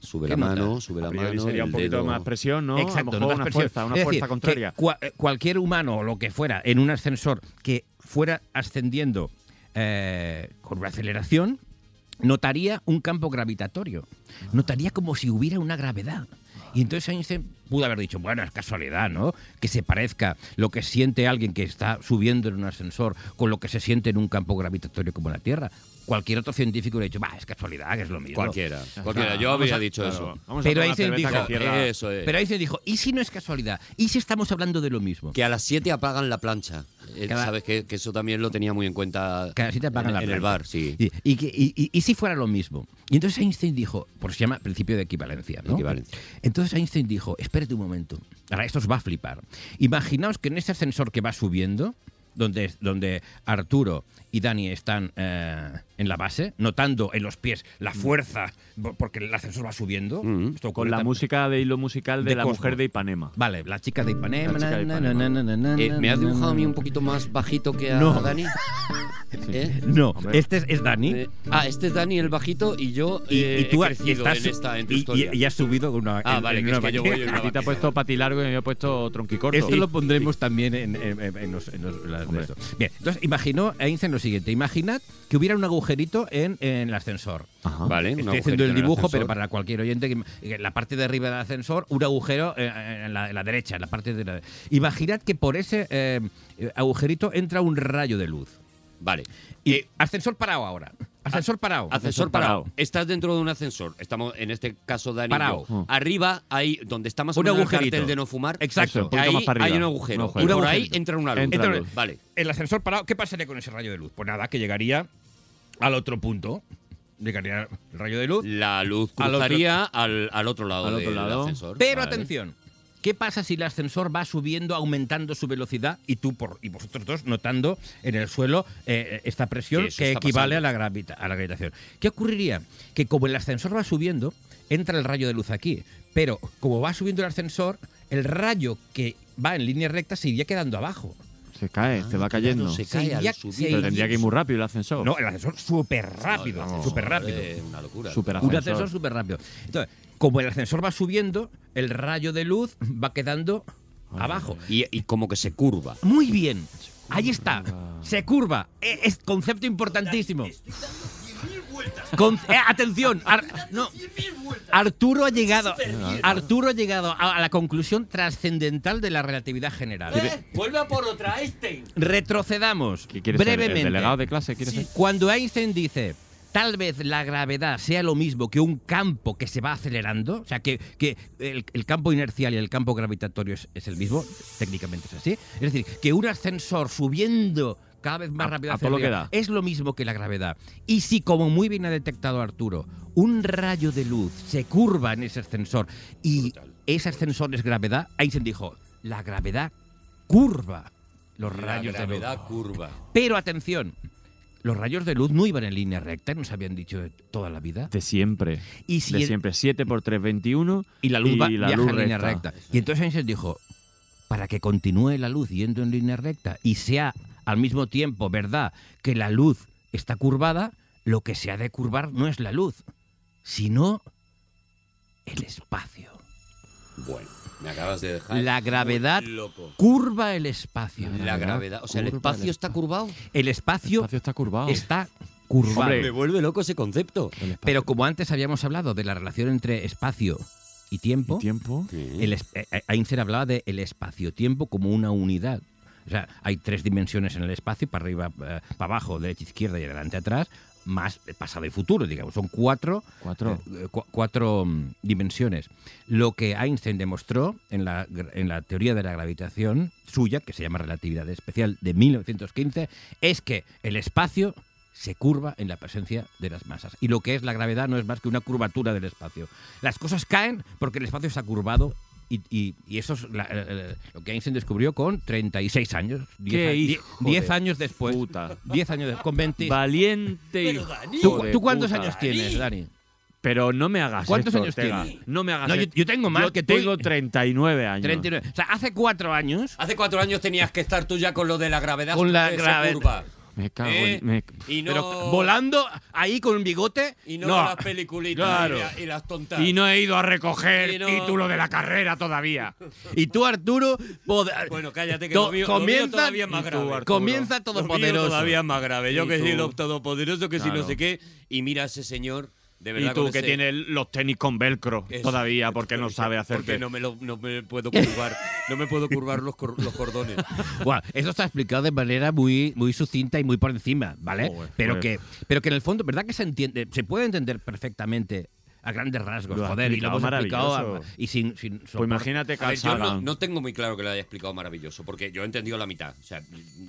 [SPEAKER 4] Sube
[SPEAKER 2] ¿Qué
[SPEAKER 4] la
[SPEAKER 2] nota?
[SPEAKER 4] mano, sube la
[SPEAKER 5] A priori
[SPEAKER 4] mano.
[SPEAKER 5] sería
[SPEAKER 4] el
[SPEAKER 5] un poquito
[SPEAKER 4] dedo-
[SPEAKER 5] más presión, ¿no?
[SPEAKER 2] Exacto,
[SPEAKER 5] a lo mejor
[SPEAKER 2] no más
[SPEAKER 5] una
[SPEAKER 2] presión.
[SPEAKER 5] fuerza, una
[SPEAKER 2] Es
[SPEAKER 5] fuerza
[SPEAKER 2] decir,
[SPEAKER 5] contraria.
[SPEAKER 2] que cua- eh, cualquier humano o lo que fuera en un ascensor que fuera ascendiendo eh, con una aceleración notaría un campo gravitatorio. Notaría como si hubiera una gravedad. Y entonces Einstein pudo haber dicho, bueno, es casualidad, ¿no? Que se parezca lo que siente alguien que está subiendo en un ascensor con lo que se siente en un campo gravitatorio como la Tierra. Cualquier otro científico hubiera dicho, bah, es casualidad, que es lo mismo.
[SPEAKER 4] Cualquiera. cualquiera.
[SPEAKER 5] Claro,
[SPEAKER 4] Yo
[SPEAKER 5] vamos
[SPEAKER 4] habría
[SPEAKER 5] a-
[SPEAKER 4] dicho
[SPEAKER 5] claro,
[SPEAKER 4] eso.
[SPEAKER 5] vamos a
[SPEAKER 2] Pero
[SPEAKER 5] tomar
[SPEAKER 2] ahí
[SPEAKER 5] la
[SPEAKER 2] se
[SPEAKER 5] cerveza
[SPEAKER 2] dijo-
[SPEAKER 5] que cierra-
[SPEAKER 4] Eso es.
[SPEAKER 2] Pero Einstein dijo, ¿y si no es casualidad? ¿Y si estamos hablando de lo mismo?
[SPEAKER 4] Que a las 7 apagan la plancha. Eh,
[SPEAKER 2] Cada-
[SPEAKER 4] Sabes que, que eso también lo tenía muy en cuenta
[SPEAKER 2] Que así te apagan
[SPEAKER 4] en,
[SPEAKER 2] la
[SPEAKER 4] en el
[SPEAKER 2] plancha.
[SPEAKER 4] bar, sí.
[SPEAKER 2] Y, y que- y- y- y si fuera lo mismo. Y entonces Einstein dijo, por eso se llama principio de equivalencia, ¿no?
[SPEAKER 4] Equivalencia.
[SPEAKER 2] Entonces Einstein dijo, espérate un momento. Ahora, esto os va a flipar. Imaginaos que en este ascensor que va subiendo, donde, donde Arturo y Dani están eh, en la base, notando en los pies la fuerza, bo- porque el ascensor va subiendo.
[SPEAKER 4] Mm.
[SPEAKER 2] Esto ocurre
[SPEAKER 5] Con la
[SPEAKER 2] tam-
[SPEAKER 5] música de hilo musical de,
[SPEAKER 2] De
[SPEAKER 5] la
[SPEAKER 2] Cosmo.
[SPEAKER 5] mujer de Ipanema.
[SPEAKER 2] Vale, la chica de Ipanema.
[SPEAKER 5] La chica de
[SPEAKER 2] na,
[SPEAKER 5] Ipanema.
[SPEAKER 2] na, na, na, na,
[SPEAKER 4] Eh, ¿Me has
[SPEAKER 2] na,
[SPEAKER 4] dibujado a
[SPEAKER 2] na,
[SPEAKER 4] mí
[SPEAKER 2] na.
[SPEAKER 4] un poquito más bajito que a
[SPEAKER 2] No.
[SPEAKER 4] Dani? ¿Eh?
[SPEAKER 2] No,
[SPEAKER 5] Hombre.
[SPEAKER 2] este es, es Dani.
[SPEAKER 4] Eh, ah, este es Dani el bajito y yo
[SPEAKER 2] y,
[SPEAKER 4] eh,
[SPEAKER 2] y tú
[SPEAKER 4] he
[SPEAKER 2] has- y
[SPEAKER 4] crecido
[SPEAKER 2] estás-
[SPEAKER 4] en esta en tu
[SPEAKER 2] y- y-
[SPEAKER 4] historia.
[SPEAKER 2] y has subido con una.
[SPEAKER 4] ah,
[SPEAKER 2] en-
[SPEAKER 4] vale,
[SPEAKER 2] en
[SPEAKER 4] que es
[SPEAKER 2] una
[SPEAKER 4] que yo
[SPEAKER 2] baqueta.
[SPEAKER 4] voy en
[SPEAKER 5] A
[SPEAKER 4] una
[SPEAKER 5] ti te ha
[SPEAKER 4] baqueta.
[SPEAKER 5] puesto pati largo y me ha puesto tronquicorto.
[SPEAKER 2] Esto lo pondremos también en, en- en- en los, en los- las de
[SPEAKER 5] Hombre.
[SPEAKER 2] esto. Bien, entonces imaginó Einstein lo siguiente. Imaginad que hubiera un agujerito en, en el ascensor.
[SPEAKER 5] Ajá.
[SPEAKER 4] Vale, un
[SPEAKER 2] Estoy
[SPEAKER 4] agujerito
[SPEAKER 2] haciendo el
[SPEAKER 4] en
[SPEAKER 2] dibujo, pero
[SPEAKER 4] ascensor.
[SPEAKER 2] para cualquier oyente, que- que la parte de arriba del ascensor, un agujero eh, en, la, en la derecha, en la parte de la... Imaginad que por ese eh, agujerito entra un rayo de luz.
[SPEAKER 4] Vale.
[SPEAKER 2] Y
[SPEAKER 4] Eh,
[SPEAKER 2] ascensor parado ahora. Ascensor parado.
[SPEAKER 4] Ascensor
[SPEAKER 5] Ascensor
[SPEAKER 4] parado.
[SPEAKER 5] parado.
[SPEAKER 4] Estás dentro de un ascensor. Estamos, en este caso, Dani. y
[SPEAKER 2] Parado. Mm.
[SPEAKER 4] yo. Arriba, ahí donde está más o
[SPEAKER 2] Un
[SPEAKER 4] menos el
[SPEAKER 2] agujerito.
[SPEAKER 4] cartel de no fumar.
[SPEAKER 2] Exacto.
[SPEAKER 5] Un poquito
[SPEAKER 4] ahí
[SPEAKER 5] más para
[SPEAKER 4] hay
[SPEAKER 5] arriba.
[SPEAKER 4] un agujero. Y
[SPEAKER 5] Un agujero.
[SPEAKER 4] por ahí
[SPEAKER 2] agujerito.
[SPEAKER 4] entra una luz.
[SPEAKER 5] Entra luz.
[SPEAKER 4] Vale.
[SPEAKER 2] el ascensor parado, ¿qué pasaría con ese rayo de luz? Pues nada, que llegaría al otro punto. Llegaría el rayo de luz.
[SPEAKER 4] La luz
[SPEAKER 2] Al otro-
[SPEAKER 4] cruzaría al, al otro lado
[SPEAKER 5] Al otro
[SPEAKER 4] del
[SPEAKER 5] lado.
[SPEAKER 4] ascensor.
[SPEAKER 2] Pero
[SPEAKER 4] Vale.
[SPEAKER 2] atención, ¿qué pasa si el ascensor va subiendo, aumentando su velocidad y tú por, y vosotros dos notando en el suelo eh, esta presión
[SPEAKER 4] Que eso
[SPEAKER 2] que
[SPEAKER 4] está
[SPEAKER 2] equivale a
[SPEAKER 4] pasando.
[SPEAKER 2] la, gravita- a la gravitación? ¿Qué ocurriría? Que como el ascensor va subiendo, entra el rayo de luz aquí. Pero como va subiendo el ascensor, el rayo que va en línea recta se iría quedando abajo.
[SPEAKER 5] Se cae, se va cayendo.
[SPEAKER 4] Se
[SPEAKER 5] Pero
[SPEAKER 4] cae al
[SPEAKER 2] iría-
[SPEAKER 4] subir.
[SPEAKER 2] se
[SPEAKER 5] tendría que ir muy rápido el ascensor.
[SPEAKER 2] No, el ascensor súper rápido,
[SPEAKER 4] No, no,
[SPEAKER 2] súper rápido.
[SPEAKER 4] eh, una locura.
[SPEAKER 5] Súper
[SPEAKER 2] Un
[SPEAKER 5] Ascensor.
[SPEAKER 2] ascensor súper rápido. Entonces, como el ascensor va subiendo, el rayo de luz va quedando
[SPEAKER 5] Ah.
[SPEAKER 2] abajo.
[SPEAKER 4] Y, y como que se curva.
[SPEAKER 2] Muy bien. Ahí está. Se curva. E- Es concepto importantísimo. Con- eh, atención. Ar- no. Arturo ha llegado. Arturo ha llegado a, a la conclusión trascendental de la relatividad general.
[SPEAKER 4] Eh, Vuelve a por otra Einstein.
[SPEAKER 2] Retrocedamos
[SPEAKER 5] ¿Qué quieres ser,
[SPEAKER 2] brevemente.
[SPEAKER 5] ¿El delegado de clase quieres ser?
[SPEAKER 2] Cuando Einstein dice tal vez la gravedad sea lo mismo que un campo que se va acelerando, o sea, que, que el, el campo inercial y el campo gravitatorio es, es el mismo, técnicamente es así. Es decir, que un ascensor subiendo cada vez más
[SPEAKER 5] A-
[SPEAKER 2] rápido
[SPEAKER 5] a
[SPEAKER 2] hacia
[SPEAKER 5] todo lo que
[SPEAKER 2] arriba
[SPEAKER 5] da.
[SPEAKER 2] es lo mismo que la gravedad. Y si, como muy bien ha detectado Arturo, un rayo de luz se curva en ese ascensor y ese ascensor es gravedad, Einstein dijo, la gravedad curva los rayos
[SPEAKER 4] la gravedad
[SPEAKER 2] de luz.
[SPEAKER 4] curva.
[SPEAKER 2] Pero atención, los rayos de luz no iban en línea recta, nos habían dicho de toda la vida.
[SPEAKER 5] De siempre.
[SPEAKER 2] Y, si
[SPEAKER 5] de
[SPEAKER 2] el-
[SPEAKER 5] siempre. 7 por 3, 21.
[SPEAKER 2] y la luz va-
[SPEAKER 5] la
[SPEAKER 2] viaja
[SPEAKER 5] luz
[SPEAKER 2] en línea recta. Y entonces Einstein dijo, para que continúe la luz yendo en línea recta y sea al mismo tiempo verdad que la luz está curvada, lo que se ha de curvar no es la luz, sino el espacio.
[SPEAKER 4] Bueno, me acabas de dejar.
[SPEAKER 2] La gravedad
[SPEAKER 4] muy loco.
[SPEAKER 2] curva el espacio.
[SPEAKER 4] La gravedad. O sea, el
[SPEAKER 5] curva,
[SPEAKER 4] espacio
[SPEAKER 5] el
[SPEAKER 4] está curvado.
[SPEAKER 2] El
[SPEAKER 5] El
[SPEAKER 2] espacio
[SPEAKER 5] espacio está curvado.
[SPEAKER 2] está curvado.
[SPEAKER 5] Hombre,
[SPEAKER 4] Me vuelve loco ese concepto.
[SPEAKER 5] El espacio
[SPEAKER 2] Pero como antes habíamos hablado de la relación entre espacio y
[SPEAKER 5] y
[SPEAKER 2] tiempo,
[SPEAKER 5] tiempo.
[SPEAKER 2] el es- eh, eh, Einstein hablaba de el espacio-tiempo como una unidad. O sea, hay tres dimensiones en el espacio, para arriba, eh, para abajo, derecha, izquierda y adelante, atrás, más el pasado y futuro, digamos. Son cuatro,
[SPEAKER 5] 4.
[SPEAKER 2] eh, cu- cuatro mm, dimensiones. Lo que Einstein demostró en la, gra- en la teoría de la gravitación suya, que se llama relatividad especial de 1915, es que el espacio se curva en la presencia de las masas. Y lo que es la gravedad no es más que una curvatura del espacio. Las cosas caen porque el espacio está curvado. Y, y- y eso es la- eh, eh, lo que Einstein descubrió con 36 años. 10
[SPEAKER 5] ¡Qué
[SPEAKER 2] a- die-
[SPEAKER 5] hijo
[SPEAKER 2] 10
[SPEAKER 5] de
[SPEAKER 2] años después.
[SPEAKER 5] puta.
[SPEAKER 2] 10 años después. Con 20.
[SPEAKER 5] Valiente
[SPEAKER 4] Pero,
[SPEAKER 5] hijo
[SPEAKER 4] Dani,
[SPEAKER 2] ¿Tú,
[SPEAKER 5] de
[SPEAKER 2] tú cuántos
[SPEAKER 5] puta.
[SPEAKER 2] años tienes, Dani?
[SPEAKER 5] Pero no me hagas
[SPEAKER 2] ¿Cuántos
[SPEAKER 5] esto,
[SPEAKER 2] años
[SPEAKER 5] Ortega.
[SPEAKER 2] tienes?
[SPEAKER 5] No me hagas
[SPEAKER 2] No, yo,
[SPEAKER 5] esto.
[SPEAKER 2] Ah, yo tengo más
[SPEAKER 5] Yo
[SPEAKER 2] que tú.
[SPEAKER 5] tengo 39 años.
[SPEAKER 2] 39. O sea, hace cuatro años.
[SPEAKER 4] Hace cuatro años tenías que estar tú ya con lo de la gravedad.
[SPEAKER 2] Con la
[SPEAKER 4] esa
[SPEAKER 2] gravedad.
[SPEAKER 4] curva.
[SPEAKER 5] Me cago
[SPEAKER 4] ¿Eh?
[SPEAKER 5] en... me-
[SPEAKER 4] Y no,
[SPEAKER 2] Pero volando ahí con un bigote.
[SPEAKER 4] Y no, con las peliculitas
[SPEAKER 2] Claro.
[SPEAKER 4] y, la- y las tontas.
[SPEAKER 5] Y no he ido a recoger
[SPEAKER 4] Y no-
[SPEAKER 5] título de la carrera todavía.
[SPEAKER 2] Y tú, Arturo, pod-
[SPEAKER 4] Bueno, cállate que
[SPEAKER 2] to-
[SPEAKER 4] lo mío, lo mío
[SPEAKER 2] comienza,
[SPEAKER 4] todavía es más
[SPEAKER 5] Y tú,
[SPEAKER 4] grave.
[SPEAKER 5] Arturo.
[SPEAKER 2] comienza
[SPEAKER 4] Lo mío
[SPEAKER 2] todopoderoso.
[SPEAKER 4] todavía es más grave. Yo
[SPEAKER 5] Y
[SPEAKER 4] que soy
[SPEAKER 5] tú.
[SPEAKER 4] el todopoderoso, que si
[SPEAKER 5] Claro.
[SPEAKER 4] no sé qué. Y mira a ese señor, de verdad.
[SPEAKER 5] Y tú
[SPEAKER 4] con
[SPEAKER 5] que
[SPEAKER 4] ese-
[SPEAKER 5] tienes los tenis con velcro
[SPEAKER 4] Eso.
[SPEAKER 5] todavía porque no sabe
[SPEAKER 4] Porque
[SPEAKER 5] hacerte.
[SPEAKER 4] no me, lo- no me puedo curvar, no me puedo curvar los, cor- los cordones.
[SPEAKER 2] Bueno, eso está explicado de manera muy, muy sucinta y muy por encima, ¿vale?
[SPEAKER 5] Joder, pues.
[SPEAKER 2] pero,
[SPEAKER 5] joder.
[SPEAKER 2] que, pero que en el fondo, ¿verdad que se entiende? Se puede entender perfectamente a grandes rasgos,
[SPEAKER 5] Lo has
[SPEAKER 2] joder, y lo hemos
[SPEAKER 5] explicado
[SPEAKER 2] explicado a-
[SPEAKER 5] maravilloso.
[SPEAKER 2] y sin, sin
[SPEAKER 5] Pues
[SPEAKER 2] sopor-
[SPEAKER 5] imagínate
[SPEAKER 4] A ver,
[SPEAKER 5] Carl
[SPEAKER 4] yo no,
[SPEAKER 5] Sagan.
[SPEAKER 4] no tengo muy claro que lo haya explicado maravilloso, porque yo he entendido la mitad. O sea,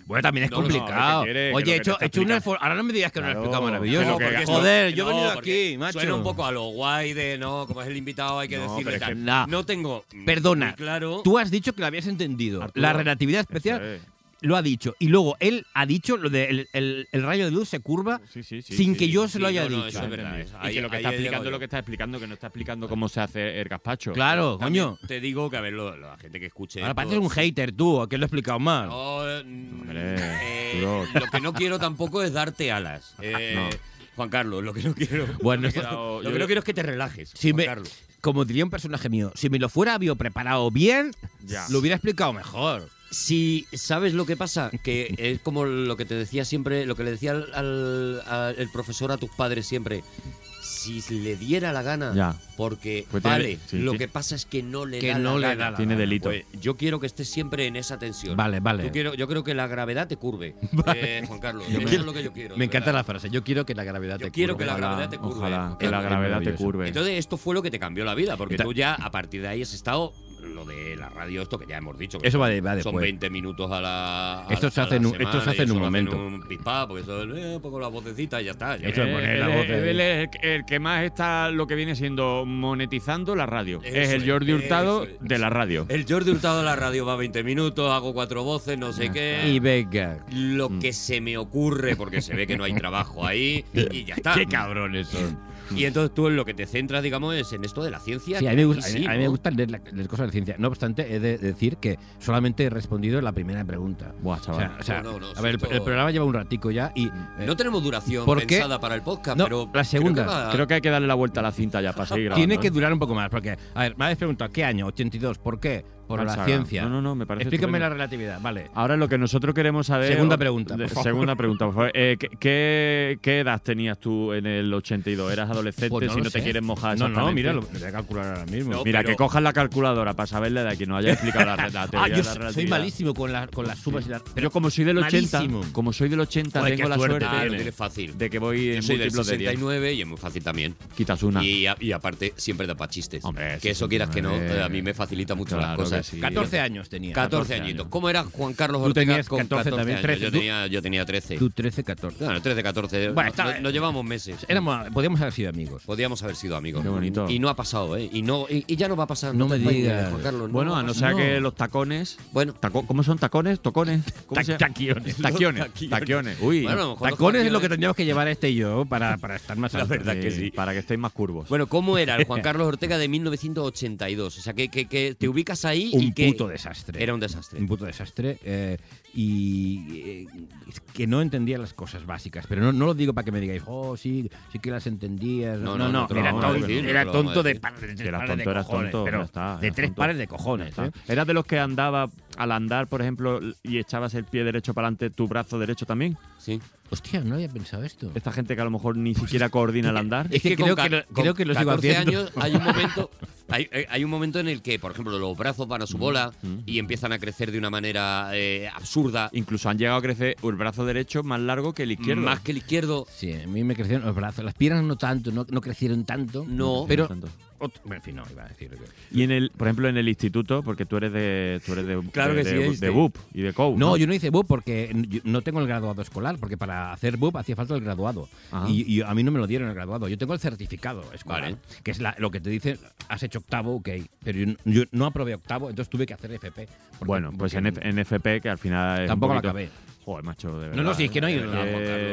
[SPEAKER 2] Bueno, también es
[SPEAKER 4] No, no,
[SPEAKER 2] complicado.
[SPEAKER 5] lo que quiere, que lo
[SPEAKER 2] Oye, he
[SPEAKER 5] que te
[SPEAKER 2] hecho,
[SPEAKER 5] está
[SPEAKER 2] he hecho un
[SPEAKER 5] explicando.
[SPEAKER 2] esfuerzo. Ahora no me digas que no lo he
[SPEAKER 5] Claro.
[SPEAKER 2] explicado
[SPEAKER 5] Pero
[SPEAKER 2] maravilloso.
[SPEAKER 5] que-
[SPEAKER 4] porque-
[SPEAKER 2] joder, yo he
[SPEAKER 4] no,
[SPEAKER 2] venido
[SPEAKER 4] porque
[SPEAKER 2] aquí, macho.
[SPEAKER 4] Suena un poco a lo guay de, no, como es el invitado hay que
[SPEAKER 5] No,
[SPEAKER 4] decirle
[SPEAKER 5] pero es
[SPEAKER 4] tal.
[SPEAKER 5] que-
[SPEAKER 2] Nah.
[SPEAKER 4] No tengo mm,
[SPEAKER 2] Perdona,
[SPEAKER 4] muy claro.
[SPEAKER 2] tú has dicho que lo habías entendido.
[SPEAKER 5] Arturo,
[SPEAKER 2] la relatividad especial
[SPEAKER 5] Eso es.
[SPEAKER 2] lo ha dicho. Y luego él ha dicho lo de el, el- el rayo de luz se curva
[SPEAKER 5] Sí, sí, sí,
[SPEAKER 2] sin
[SPEAKER 5] sí.
[SPEAKER 2] que yo se lo
[SPEAKER 4] Sí,
[SPEAKER 2] haya
[SPEAKER 4] no, no,
[SPEAKER 2] dicho.
[SPEAKER 4] eso es verdad.
[SPEAKER 5] Entendí.
[SPEAKER 4] eso.
[SPEAKER 5] y
[SPEAKER 4] Ahí-
[SPEAKER 5] que lo que
[SPEAKER 4] ahí
[SPEAKER 5] está
[SPEAKER 4] he llegado
[SPEAKER 5] explicando es
[SPEAKER 4] yo.
[SPEAKER 5] lo que está explicando, que no está explicando cómo se hace el gazpacho.
[SPEAKER 2] Claro,
[SPEAKER 4] También
[SPEAKER 2] coño.
[SPEAKER 4] Te digo que a ver, lo- lo- la gente que escuche. pues,
[SPEAKER 2] Ahora pareces
[SPEAKER 4] esto-
[SPEAKER 2] un hater tú, que lo he explicado mal.
[SPEAKER 4] No, eh, mm,
[SPEAKER 5] Hombre,
[SPEAKER 4] eh,
[SPEAKER 5] Arturo.
[SPEAKER 4] lo que no quiero tampoco es darte alas. Eh, Juan Carlos, lo que no quiero.
[SPEAKER 2] Bueno, esto-
[SPEAKER 4] lo
[SPEAKER 5] yo
[SPEAKER 4] que
[SPEAKER 5] creo-
[SPEAKER 4] no quiero es que te relajes.
[SPEAKER 2] Si
[SPEAKER 4] Juan
[SPEAKER 2] me-
[SPEAKER 4] Carlos.
[SPEAKER 2] como diría un personaje mío, si me lo fuera había preparado bien,
[SPEAKER 5] Ya.
[SPEAKER 2] lo hubiera explicado mejor.
[SPEAKER 4] Si sabes lo que pasa, que es como lo que te decía siempre, lo que le decía al, al- al- el profesor a tus padres siempre. Si le diera la gana,
[SPEAKER 5] Ya.
[SPEAKER 4] porque
[SPEAKER 5] Pues tiene-
[SPEAKER 4] vale,
[SPEAKER 5] sí,
[SPEAKER 4] lo
[SPEAKER 5] sí.
[SPEAKER 4] que pasa es que no le
[SPEAKER 2] Que
[SPEAKER 4] da
[SPEAKER 2] no
[SPEAKER 4] la
[SPEAKER 2] le
[SPEAKER 4] gana.
[SPEAKER 2] da la
[SPEAKER 5] Tiene delito.
[SPEAKER 4] Pues yo quiero que estés siempre en esa tensión.
[SPEAKER 2] Vale, vale.
[SPEAKER 4] Tú quiero- yo creo que la gravedad te curve, eh, Juan Carlos.
[SPEAKER 2] Yo
[SPEAKER 4] eso
[SPEAKER 2] me-
[SPEAKER 4] es lo que yo quiero.
[SPEAKER 2] Me
[SPEAKER 4] de
[SPEAKER 2] encanta
[SPEAKER 4] verdad.
[SPEAKER 2] la frase, yo quiero que la gravedad
[SPEAKER 4] Yo
[SPEAKER 2] te
[SPEAKER 4] quiero
[SPEAKER 2] curve.
[SPEAKER 4] que la
[SPEAKER 5] Ojalá,
[SPEAKER 4] gravedad te curve.
[SPEAKER 5] Ojalá, que
[SPEAKER 4] Es
[SPEAKER 5] la
[SPEAKER 4] muy
[SPEAKER 5] gravedad te
[SPEAKER 2] maravilloso.
[SPEAKER 5] curve.
[SPEAKER 4] Entonces, esto fue lo que te cambió la vida, porque
[SPEAKER 2] Enta-
[SPEAKER 4] tú ya a partir de ahí has estado lo de la radio, esto que ya hemos dicho. Que
[SPEAKER 2] Eso va, de- pues. va
[SPEAKER 4] son
[SPEAKER 2] después.
[SPEAKER 4] 20 minutos a la. a
[SPEAKER 2] Esto
[SPEAKER 4] la-
[SPEAKER 2] se
[SPEAKER 4] a
[SPEAKER 2] hace
[SPEAKER 4] la
[SPEAKER 2] en un-
[SPEAKER 4] semana
[SPEAKER 2] esto se hace
[SPEAKER 4] y
[SPEAKER 2] en un
[SPEAKER 4] solo hacen
[SPEAKER 2] momento.
[SPEAKER 4] un pipá, porque eso es eh, pongo la vocecita y ya está. ya
[SPEAKER 2] Esto
[SPEAKER 4] está.
[SPEAKER 2] es poner
[SPEAKER 5] eh, Él-
[SPEAKER 2] la
[SPEAKER 5] él-
[SPEAKER 2] voz de-
[SPEAKER 5] él es el, el que más está lo que viene siendo monetizando la radio.
[SPEAKER 4] Eso
[SPEAKER 5] es el
[SPEAKER 4] es,
[SPEAKER 5] Jordi
[SPEAKER 4] eso
[SPEAKER 5] Hurtado
[SPEAKER 4] es.
[SPEAKER 5] de la radio.
[SPEAKER 4] El Jordi Hurtado de la radio va 20 minutos, hago cuatro voces, no sé qué.
[SPEAKER 2] Y Mm. venga.
[SPEAKER 4] lo que se me ocurre porque se ve que no hay trabajo ahí y ya está.
[SPEAKER 2] cabrones son.
[SPEAKER 4] Y entonces tú en lo que te centras, digamos, es en esto de la ciencia.
[SPEAKER 2] Sí, a
[SPEAKER 4] que
[SPEAKER 2] mí me,
[SPEAKER 4] aquí
[SPEAKER 2] gusta, a mí-
[SPEAKER 4] sí,
[SPEAKER 2] a mí me
[SPEAKER 4] ¿no?
[SPEAKER 2] gustan leer la- las cosas de ciencia. No obstante, he de decir que solamente he respondido la primera pregunta.
[SPEAKER 5] Buah,
[SPEAKER 2] O
[SPEAKER 5] chaval.
[SPEAKER 2] sea, o sea,
[SPEAKER 4] No, no, no,
[SPEAKER 2] a ver, el-
[SPEAKER 4] esto-
[SPEAKER 2] el programa lleva un ratico ya y... eh,
[SPEAKER 4] No tenemos duración
[SPEAKER 2] ¿Por qué?
[SPEAKER 4] pensada para el podcast,
[SPEAKER 2] No,
[SPEAKER 4] pero.
[SPEAKER 2] la
[SPEAKER 4] creo
[SPEAKER 2] segunda,
[SPEAKER 4] que va-
[SPEAKER 5] Creo que hay que darle la vuelta a la cinta ya para seguir grabando.
[SPEAKER 2] Tiene que
[SPEAKER 5] ¿eh?
[SPEAKER 2] durar un poco más, porque, a ver, me habéis preguntado, ¿qué año? 82, ¿por qué? por
[SPEAKER 5] Carl
[SPEAKER 2] la
[SPEAKER 5] Sagan.
[SPEAKER 2] ciencia.
[SPEAKER 5] No, no, no, me parece
[SPEAKER 2] Explícame la
[SPEAKER 5] estupendo.
[SPEAKER 2] relatividad, vale.
[SPEAKER 5] Ahora lo que nosotros queremos saber.
[SPEAKER 2] Segunda
[SPEAKER 5] o-
[SPEAKER 2] pregunta,
[SPEAKER 5] de-
[SPEAKER 2] por favor.
[SPEAKER 5] segunda pregunta, por favor. Eh, ¿qué- ¿qué, qué edad tenías tú en el 82? ¿Eras adolescente?
[SPEAKER 2] Pues
[SPEAKER 5] si
[SPEAKER 2] lo
[SPEAKER 5] no te
[SPEAKER 2] sé.
[SPEAKER 5] quieres mojar.
[SPEAKER 2] No, no,
[SPEAKER 5] exactamente?
[SPEAKER 2] mira, lo lo voy a calcular ahora mismo.
[SPEAKER 4] No,
[SPEAKER 5] Mira,
[SPEAKER 4] pero-
[SPEAKER 5] que cojas la calculadora para saberle de aquí. No haya explicado la, la teoría
[SPEAKER 2] ah,
[SPEAKER 5] de
[SPEAKER 2] yo
[SPEAKER 5] la
[SPEAKER 2] so- soy
[SPEAKER 5] relatividad.
[SPEAKER 2] malísimo con, la- con las subas y las.
[SPEAKER 5] Pero como soy del 80,
[SPEAKER 2] Malísimo.
[SPEAKER 5] como soy del 80,
[SPEAKER 2] Joder,
[SPEAKER 5] tengo
[SPEAKER 2] qué
[SPEAKER 5] la
[SPEAKER 2] suerte
[SPEAKER 5] suerte
[SPEAKER 4] Ah, lo
[SPEAKER 2] tiene.
[SPEAKER 4] tienes fácil.
[SPEAKER 5] de que voy
[SPEAKER 4] Yo
[SPEAKER 5] en
[SPEAKER 4] soy del
[SPEAKER 5] múltiplos de 10.
[SPEAKER 4] 69 y es muy fácil también.
[SPEAKER 5] Quitas
[SPEAKER 2] Ah.
[SPEAKER 5] una.
[SPEAKER 4] Y, a- y aparte, siempre da para chistes.
[SPEAKER 5] Hombre,
[SPEAKER 4] que eso quieras que no,
[SPEAKER 5] 69.
[SPEAKER 4] eh, a mí me facilita mucho
[SPEAKER 5] Claro
[SPEAKER 4] las
[SPEAKER 5] que
[SPEAKER 4] cosas.
[SPEAKER 5] sí.
[SPEAKER 2] 14 años tenía.
[SPEAKER 4] 14 añitos. ¿Cómo era Juan Carlos
[SPEAKER 2] Tú
[SPEAKER 4] Ortega
[SPEAKER 2] tenías
[SPEAKER 4] con 14,
[SPEAKER 2] 14 también,
[SPEAKER 4] años?
[SPEAKER 2] 13,
[SPEAKER 4] yo,
[SPEAKER 2] tú-
[SPEAKER 4] tenía, yo tenía 13.
[SPEAKER 2] Tú 13, 14.
[SPEAKER 4] Bueno, 13, 14.
[SPEAKER 2] Bueno,
[SPEAKER 4] no-
[SPEAKER 2] está
[SPEAKER 4] no-
[SPEAKER 2] bien.
[SPEAKER 4] nos llevamos meses.
[SPEAKER 2] Éramos, podíamos haber sido amigos.
[SPEAKER 4] Podíamos haber sido amigos.
[SPEAKER 5] Qué bonito.
[SPEAKER 4] Y no ha pasado, ¿eh? Y, no, y, y ya no va a pasar.
[SPEAKER 2] No
[SPEAKER 4] te
[SPEAKER 2] me
[SPEAKER 4] desmayes,
[SPEAKER 2] digas.
[SPEAKER 4] Juan Carlos, no
[SPEAKER 5] Bueno,
[SPEAKER 4] va
[SPEAKER 5] a Ah, no
[SPEAKER 4] pasar.
[SPEAKER 5] ser que los tacones.
[SPEAKER 4] Bueno.
[SPEAKER 5] Taco- ¿Cómo son tacones? ¿Tocones? ¿Cómo
[SPEAKER 2] Ta-
[SPEAKER 5] se llama?
[SPEAKER 2] taquiones.
[SPEAKER 5] Taquiones.
[SPEAKER 4] Taquiones.
[SPEAKER 5] Taquiones. Uy.
[SPEAKER 4] Bueno, a lo mejor los
[SPEAKER 2] Tacones es lo que
[SPEAKER 4] taquiones-
[SPEAKER 2] tendríamos que llevar este y yo para, para estar más
[SPEAKER 4] La
[SPEAKER 2] altos.
[SPEAKER 4] verdad que sí.
[SPEAKER 5] Para que estéis más curvos.
[SPEAKER 4] Bueno, ¿cómo era el Juan Carlos Ortega de 1982? O sea, que, que- que te ubicas ahí y
[SPEAKER 2] Un
[SPEAKER 4] que
[SPEAKER 2] puto desastre.
[SPEAKER 4] era un desastre.
[SPEAKER 2] Un puto desastre. eh, y eh, es que no entendía las cosas básicas. Pero no, no lo digo para que me digáis, oh, sí, sí que las entendías.
[SPEAKER 4] No,
[SPEAKER 2] No,
[SPEAKER 4] no,
[SPEAKER 2] no,
[SPEAKER 4] no te lo
[SPEAKER 2] era,
[SPEAKER 5] vamos a
[SPEAKER 2] tonto,
[SPEAKER 5] decir, no
[SPEAKER 4] te
[SPEAKER 2] era
[SPEAKER 4] lo vamos a
[SPEAKER 2] tonto de,
[SPEAKER 4] decir.
[SPEAKER 2] par- de tres
[SPEAKER 5] Que era
[SPEAKER 2] pares de
[SPEAKER 5] tonto, eras
[SPEAKER 2] cojones.
[SPEAKER 5] tonto,
[SPEAKER 2] pero
[SPEAKER 5] ya está,
[SPEAKER 2] de
[SPEAKER 5] eras
[SPEAKER 2] tres
[SPEAKER 5] tonto.
[SPEAKER 2] pares de cojones.
[SPEAKER 5] Está.
[SPEAKER 2] ¿eh?
[SPEAKER 5] ¿Eras de los que andaba al andar, por ejemplo, y echabas el pie derecho para adelante, tu brazo derecho también?
[SPEAKER 4] Sí.
[SPEAKER 2] Hostia, no había pensado esto.
[SPEAKER 5] Esta gente que a lo mejor ni siquiera coordina el andar.
[SPEAKER 2] Es que
[SPEAKER 4] con
[SPEAKER 2] creo
[SPEAKER 4] ca-
[SPEAKER 2] que lo-
[SPEAKER 4] con
[SPEAKER 2] creo que lo sigo
[SPEAKER 4] 14
[SPEAKER 2] haciendo.
[SPEAKER 4] años hay un momento hay, eh, hay- hay un momento en el que, por ejemplo, los brazos van a
[SPEAKER 5] Mm.
[SPEAKER 4] su bola y empiezan a crecer de una manera eh, absurda,
[SPEAKER 5] Incluso han llegado a crecer el brazo derecho más largo que el izquierdo.
[SPEAKER 4] más que el izquierdo.
[SPEAKER 2] Sí, a mí me crecieron los brazos. Las piernas no tanto, no, no crecieron tanto.
[SPEAKER 4] No.
[SPEAKER 2] pero.
[SPEAKER 5] Tanto.
[SPEAKER 2] otro- bueno, en fin, no, iba a decir. que-
[SPEAKER 5] Y en el, por ejemplo, en el instituto, porque tú eres de, tú eres de,
[SPEAKER 4] Claro
[SPEAKER 5] de,
[SPEAKER 4] que sí,
[SPEAKER 5] de-
[SPEAKER 4] Einstein.
[SPEAKER 5] de BUP y de COU.
[SPEAKER 2] No, yo no hice BUP porque n- yo no tengo el graduado escolar, porque para hacer BUP hacía falta el graduado.
[SPEAKER 5] Ajá.
[SPEAKER 2] Y, y a mí no me lo dieron el graduado. Yo tengo el certificado escolar,
[SPEAKER 4] Vale.
[SPEAKER 2] que es la- lo que te dice, has hecho octavo, ok. Pero yo, n- yo no aprobé octavo, entonces tuve que hacer FP. porque-
[SPEAKER 5] Bueno, pues
[SPEAKER 2] porque
[SPEAKER 5] en, F- en FP, que al final. es
[SPEAKER 2] Tampoco
[SPEAKER 5] un
[SPEAKER 2] la
[SPEAKER 5] poquito-
[SPEAKER 2] acabé.
[SPEAKER 5] Joder, macho, de verdad.
[SPEAKER 2] No, no, sí, es que no hay-
[SPEAKER 5] Eh,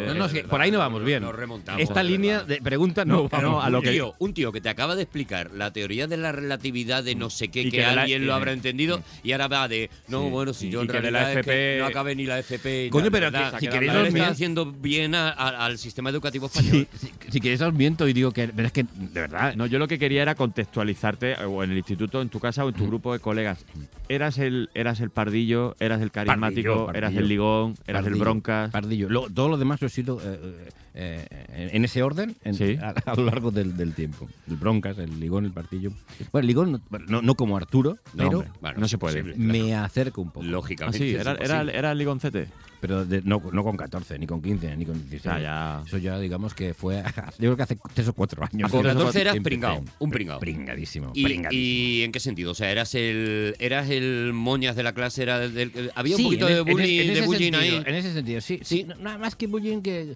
[SPEAKER 2] No, no, es que por ahí no vamos bien.
[SPEAKER 4] Nos remontamos.
[SPEAKER 2] Esta
[SPEAKER 4] de
[SPEAKER 2] línea
[SPEAKER 4] verdad.
[SPEAKER 2] de preguntas no, vamos
[SPEAKER 5] no, a lo
[SPEAKER 4] Un
[SPEAKER 5] que-
[SPEAKER 4] tío, un tío que te acaba de explicar la teoría de la relatividad de no sé qué,
[SPEAKER 5] Y
[SPEAKER 4] que,
[SPEAKER 5] que de la-
[SPEAKER 4] alguien
[SPEAKER 5] y
[SPEAKER 4] lo
[SPEAKER 5] de-
[SPEAKER 4] habrá entendido, y ahora va de, no,
[SPEAKER 5] Sí.
[SPEAKER 4] bueno, si
[SPEAKER 5] Y-
[SPEAKER 4] yo
[SPEAKER 5] y
[SPEAKER 4] en
[SPEAKER 5] que de la
[SPEAKER 4] realidad es que
[SPEAKER 5] FP
[SPEAKER 4] no acabé ni la FP. y
[SPEAKER 2] Coño,
[SPEAKER 4] tal,
[SPEAKER 2] pero
[SPEAKER 4] ¿verdad?
[SPEAKER 2] que-
[SPEAKER 5] si
[SPEAKER 4] No
[SPEAKER 5] queréis
[SPEAKER 4] le
[SPEAKER 5] los
[SPEAKER 4] está
[SPEAKER 5] míos-
[SPEAKER 4] haciendo bien a- a- al sistema educativo español.
[SPEAKER 2] Sí, si, si quieres os miento y digo que... Pero es que, de verdad,
[SPEAKER 5] No, yo lo que quería era contextualizarte eh, o en el instituto, en tu casa o en tu grupo de colegas. Eras el, eras el pardillo, eras el carismático,
[SPEAKER 2] Pardillo, pardillo.
[SPEAKER 5] eras el ligón, eras el
[SPEAKER 2] Pardillo,
[SPEAKER 5] broncas.
[SPEAKER 2] Pardillo. Luego, todo lo demás lo he sido eh, eh, eh, en ese orden en-
[SPEAKER 5] Sí.
[SPEAKER 2] a, a lo largo del, del tiempo. El broncas, el ligón, el pardillo. Bueno, el ligón no, no, no como Arturo,
[SPEAKER 5] No,
[SPEAKER 2] pero
[SPEAKER 5] hombre, no se puede.
[SPEAKER 4] imposible,
[SPEAKER 2] me acerco un poco.
[SPEAKER 5] Ah,
[SPEAKER 4] Lógicamente.
[SPEAKER 5] sí,
[SPEAKER 4] es
[SPEAKER 5] era, era,
[SPEAKER 4] imposible.
[SPEAKER 5] era el ligoncete.
[SPEAKER 2] Pero de- no, no con 14, ni con 15, ni con 16.
[SPEAKER 5] Ah, ya.
[SPEAKER 2] Eso ya digamos que fue, yo creo que hace 3 o 4 años.
[SPEAKER 4] Con
[SPEAKER 5] Hace tres o
[SPEAKER 4] 14 eras
[SPEAKER 2] Empecé.
[SPEAKER 4] pringao, un pringao.
[SPEAKER 2] Pringadísimo,
[SPEAKER 4] ¿Y,
[SPEAKER 2] pringadísimo.
[SPEAKER 4] y en qué sentido? O sea, eras el, eras el moñas de la clase, era del- del- había
[SPEAKER 2] Sí,
[SPEAKER 4] un poquito
[SPEAKER 2] en-
[SPEAKER 4] de
[SPEAKER 2] en ese-
[SPEAKER 4] bullying,
[SPEAKER 2] en
[SPEAKER 4] de
[SPEAKER 2] ese
[SPEAKER 4] bullying
[SPEAKER 2] sentido,
[SPEAKER 4] ahí.
[SPEAKER 2] En ese sentido, sí.
[SPEAKER 4] Sí.
[SPEAKER 2] sí. no- nada más que bullying que,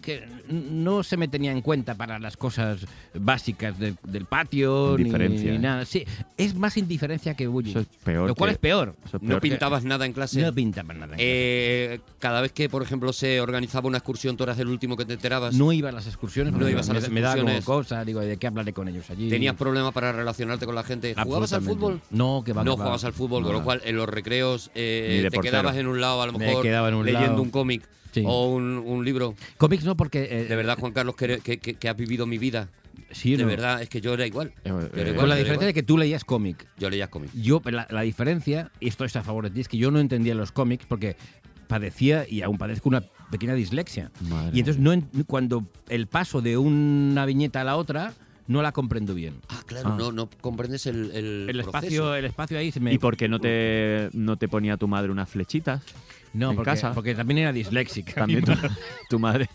[SPEAKER 2] que no se me tenía en cuenta para las cosas básicas del, del patio ni,
[SPEAKER 5] Indiferencia,
[SPEAKER 2] ni
[SPEAKER 5] ¿eh?
[SPEAKER 2] nada. Sí, es más indiferencia que bullying.
[SPEAKER 5] Eso es peor
[SPEAKER 2] Lo cual
[SPEAKER 5] que-
[SPEAKER 2] es peor.
[SPEAKER 5] Eso es
[SPEAKER 4] No
[SPEAKER 5] peor que-
[SPEAKER 4] pintabas nada en clase.
[SPEAKER 2] No pintaba nada. en
[SPEAKER 4] Eh, cada vez que, por ejemplo, se organizaba una excursión, tú eras el último que te enterabas.
[SPEAKER 2] clase. no iba a las excursiones,
[SPEAKER 4] no
[SPEAKER 2] porque
[SPEAKER 4] ibas a
[SPEAKER 2] me-
[SPEAKER 4] las
[SPEAKER 2] me daba como
[SPEAKER 4] excursiones.
[SPEAKER 2] cosa, digo, ¿de qué hablaré con ellos allí?
[SPEAKER 4] Tenías problemas para relacionarte con la gente. ¿Jugabas al fútbol?
[SPEAKER 2] Absolutamente. No, que va,
[SPEAKER 4] no
[SPEAKER 2] que va.
[SPEAKER 4] jugabas al fútbol, con
[SPEAKER 2] Nada.
[SPEAKER 4] lo cual en los recreos eh,
[SPEAKER 5] Ni de
[SPEAKER 4] te
[SPEAKER 5] portero.
[SPEAKER 4] quedabas en un lado, a lo
[SPEAKER 2] Me
[SPEAKER 4] mejor
[SPEAKER 2] quedaba en un
[SPEAKER 4] leyendo
[SPEAKER 2] lado.
[SPEAKER 4] un cómic
[SPEAKER 2] Sí.
[SPEAKER 4] o un, un libro.
[SPEAKER 2] Cómics no, porque... eh,
[SPEAKER 4] De verdad, Juan Carlos, que, que, que- que has vivido mi vida.
[SPEAKER 2] sí,
[SPEAKER 4] de
[SPEAKER 2] no.
[SPEAKER 4] verdad, es que yo era igual.
[SPEAKER 5] Eh,
[SPEAKER 4] Yo era
[SPEAKER 5] eh,
[SPEAKER 2] Con
[SPEAKER 4] igual, yo
[SPEAKER 2] la
[SPEAKER 4] era
[SPEAKER 2] diferencia de
[SPEAKER 4] igual.
[SPEAKER 2] que tú leías cómic.
[SPEAKER 4] Yo leía cómics.
[SPEAKER 2] Yo, pero la, la diferencia, y esto es a favor de ti, es que yo no entendía los cómics porque padecía y aún padezco una pequeña dislexia.
[SPEAKER 5] Madre
[SPEAKER 2] y entonces no en- cuando el paso de una viñeta a la otra no la comprendo bien.
[SPEAKER 4] Ah, claro,
[SPEAKER 5] Ah.
[SPEAKER 4] No, no comprendes el, el,
[SPEAKER 2] El
[SPEAKER 4] proceso.
[SPEAKER 2] espacio, el espacio ahí se me...
[SPEAKER 5] ¿Y por qué no te, no te ponía tu madre unas flechitas?
[SPEAKER 2] no,
[SPEAKER 5] en
[SPEAKER 2] porque,
[SPEAKER 5] casa?
[SPEAKER 2] porque también era disléxica.
[SPEAKER 5] También tu, tu madre.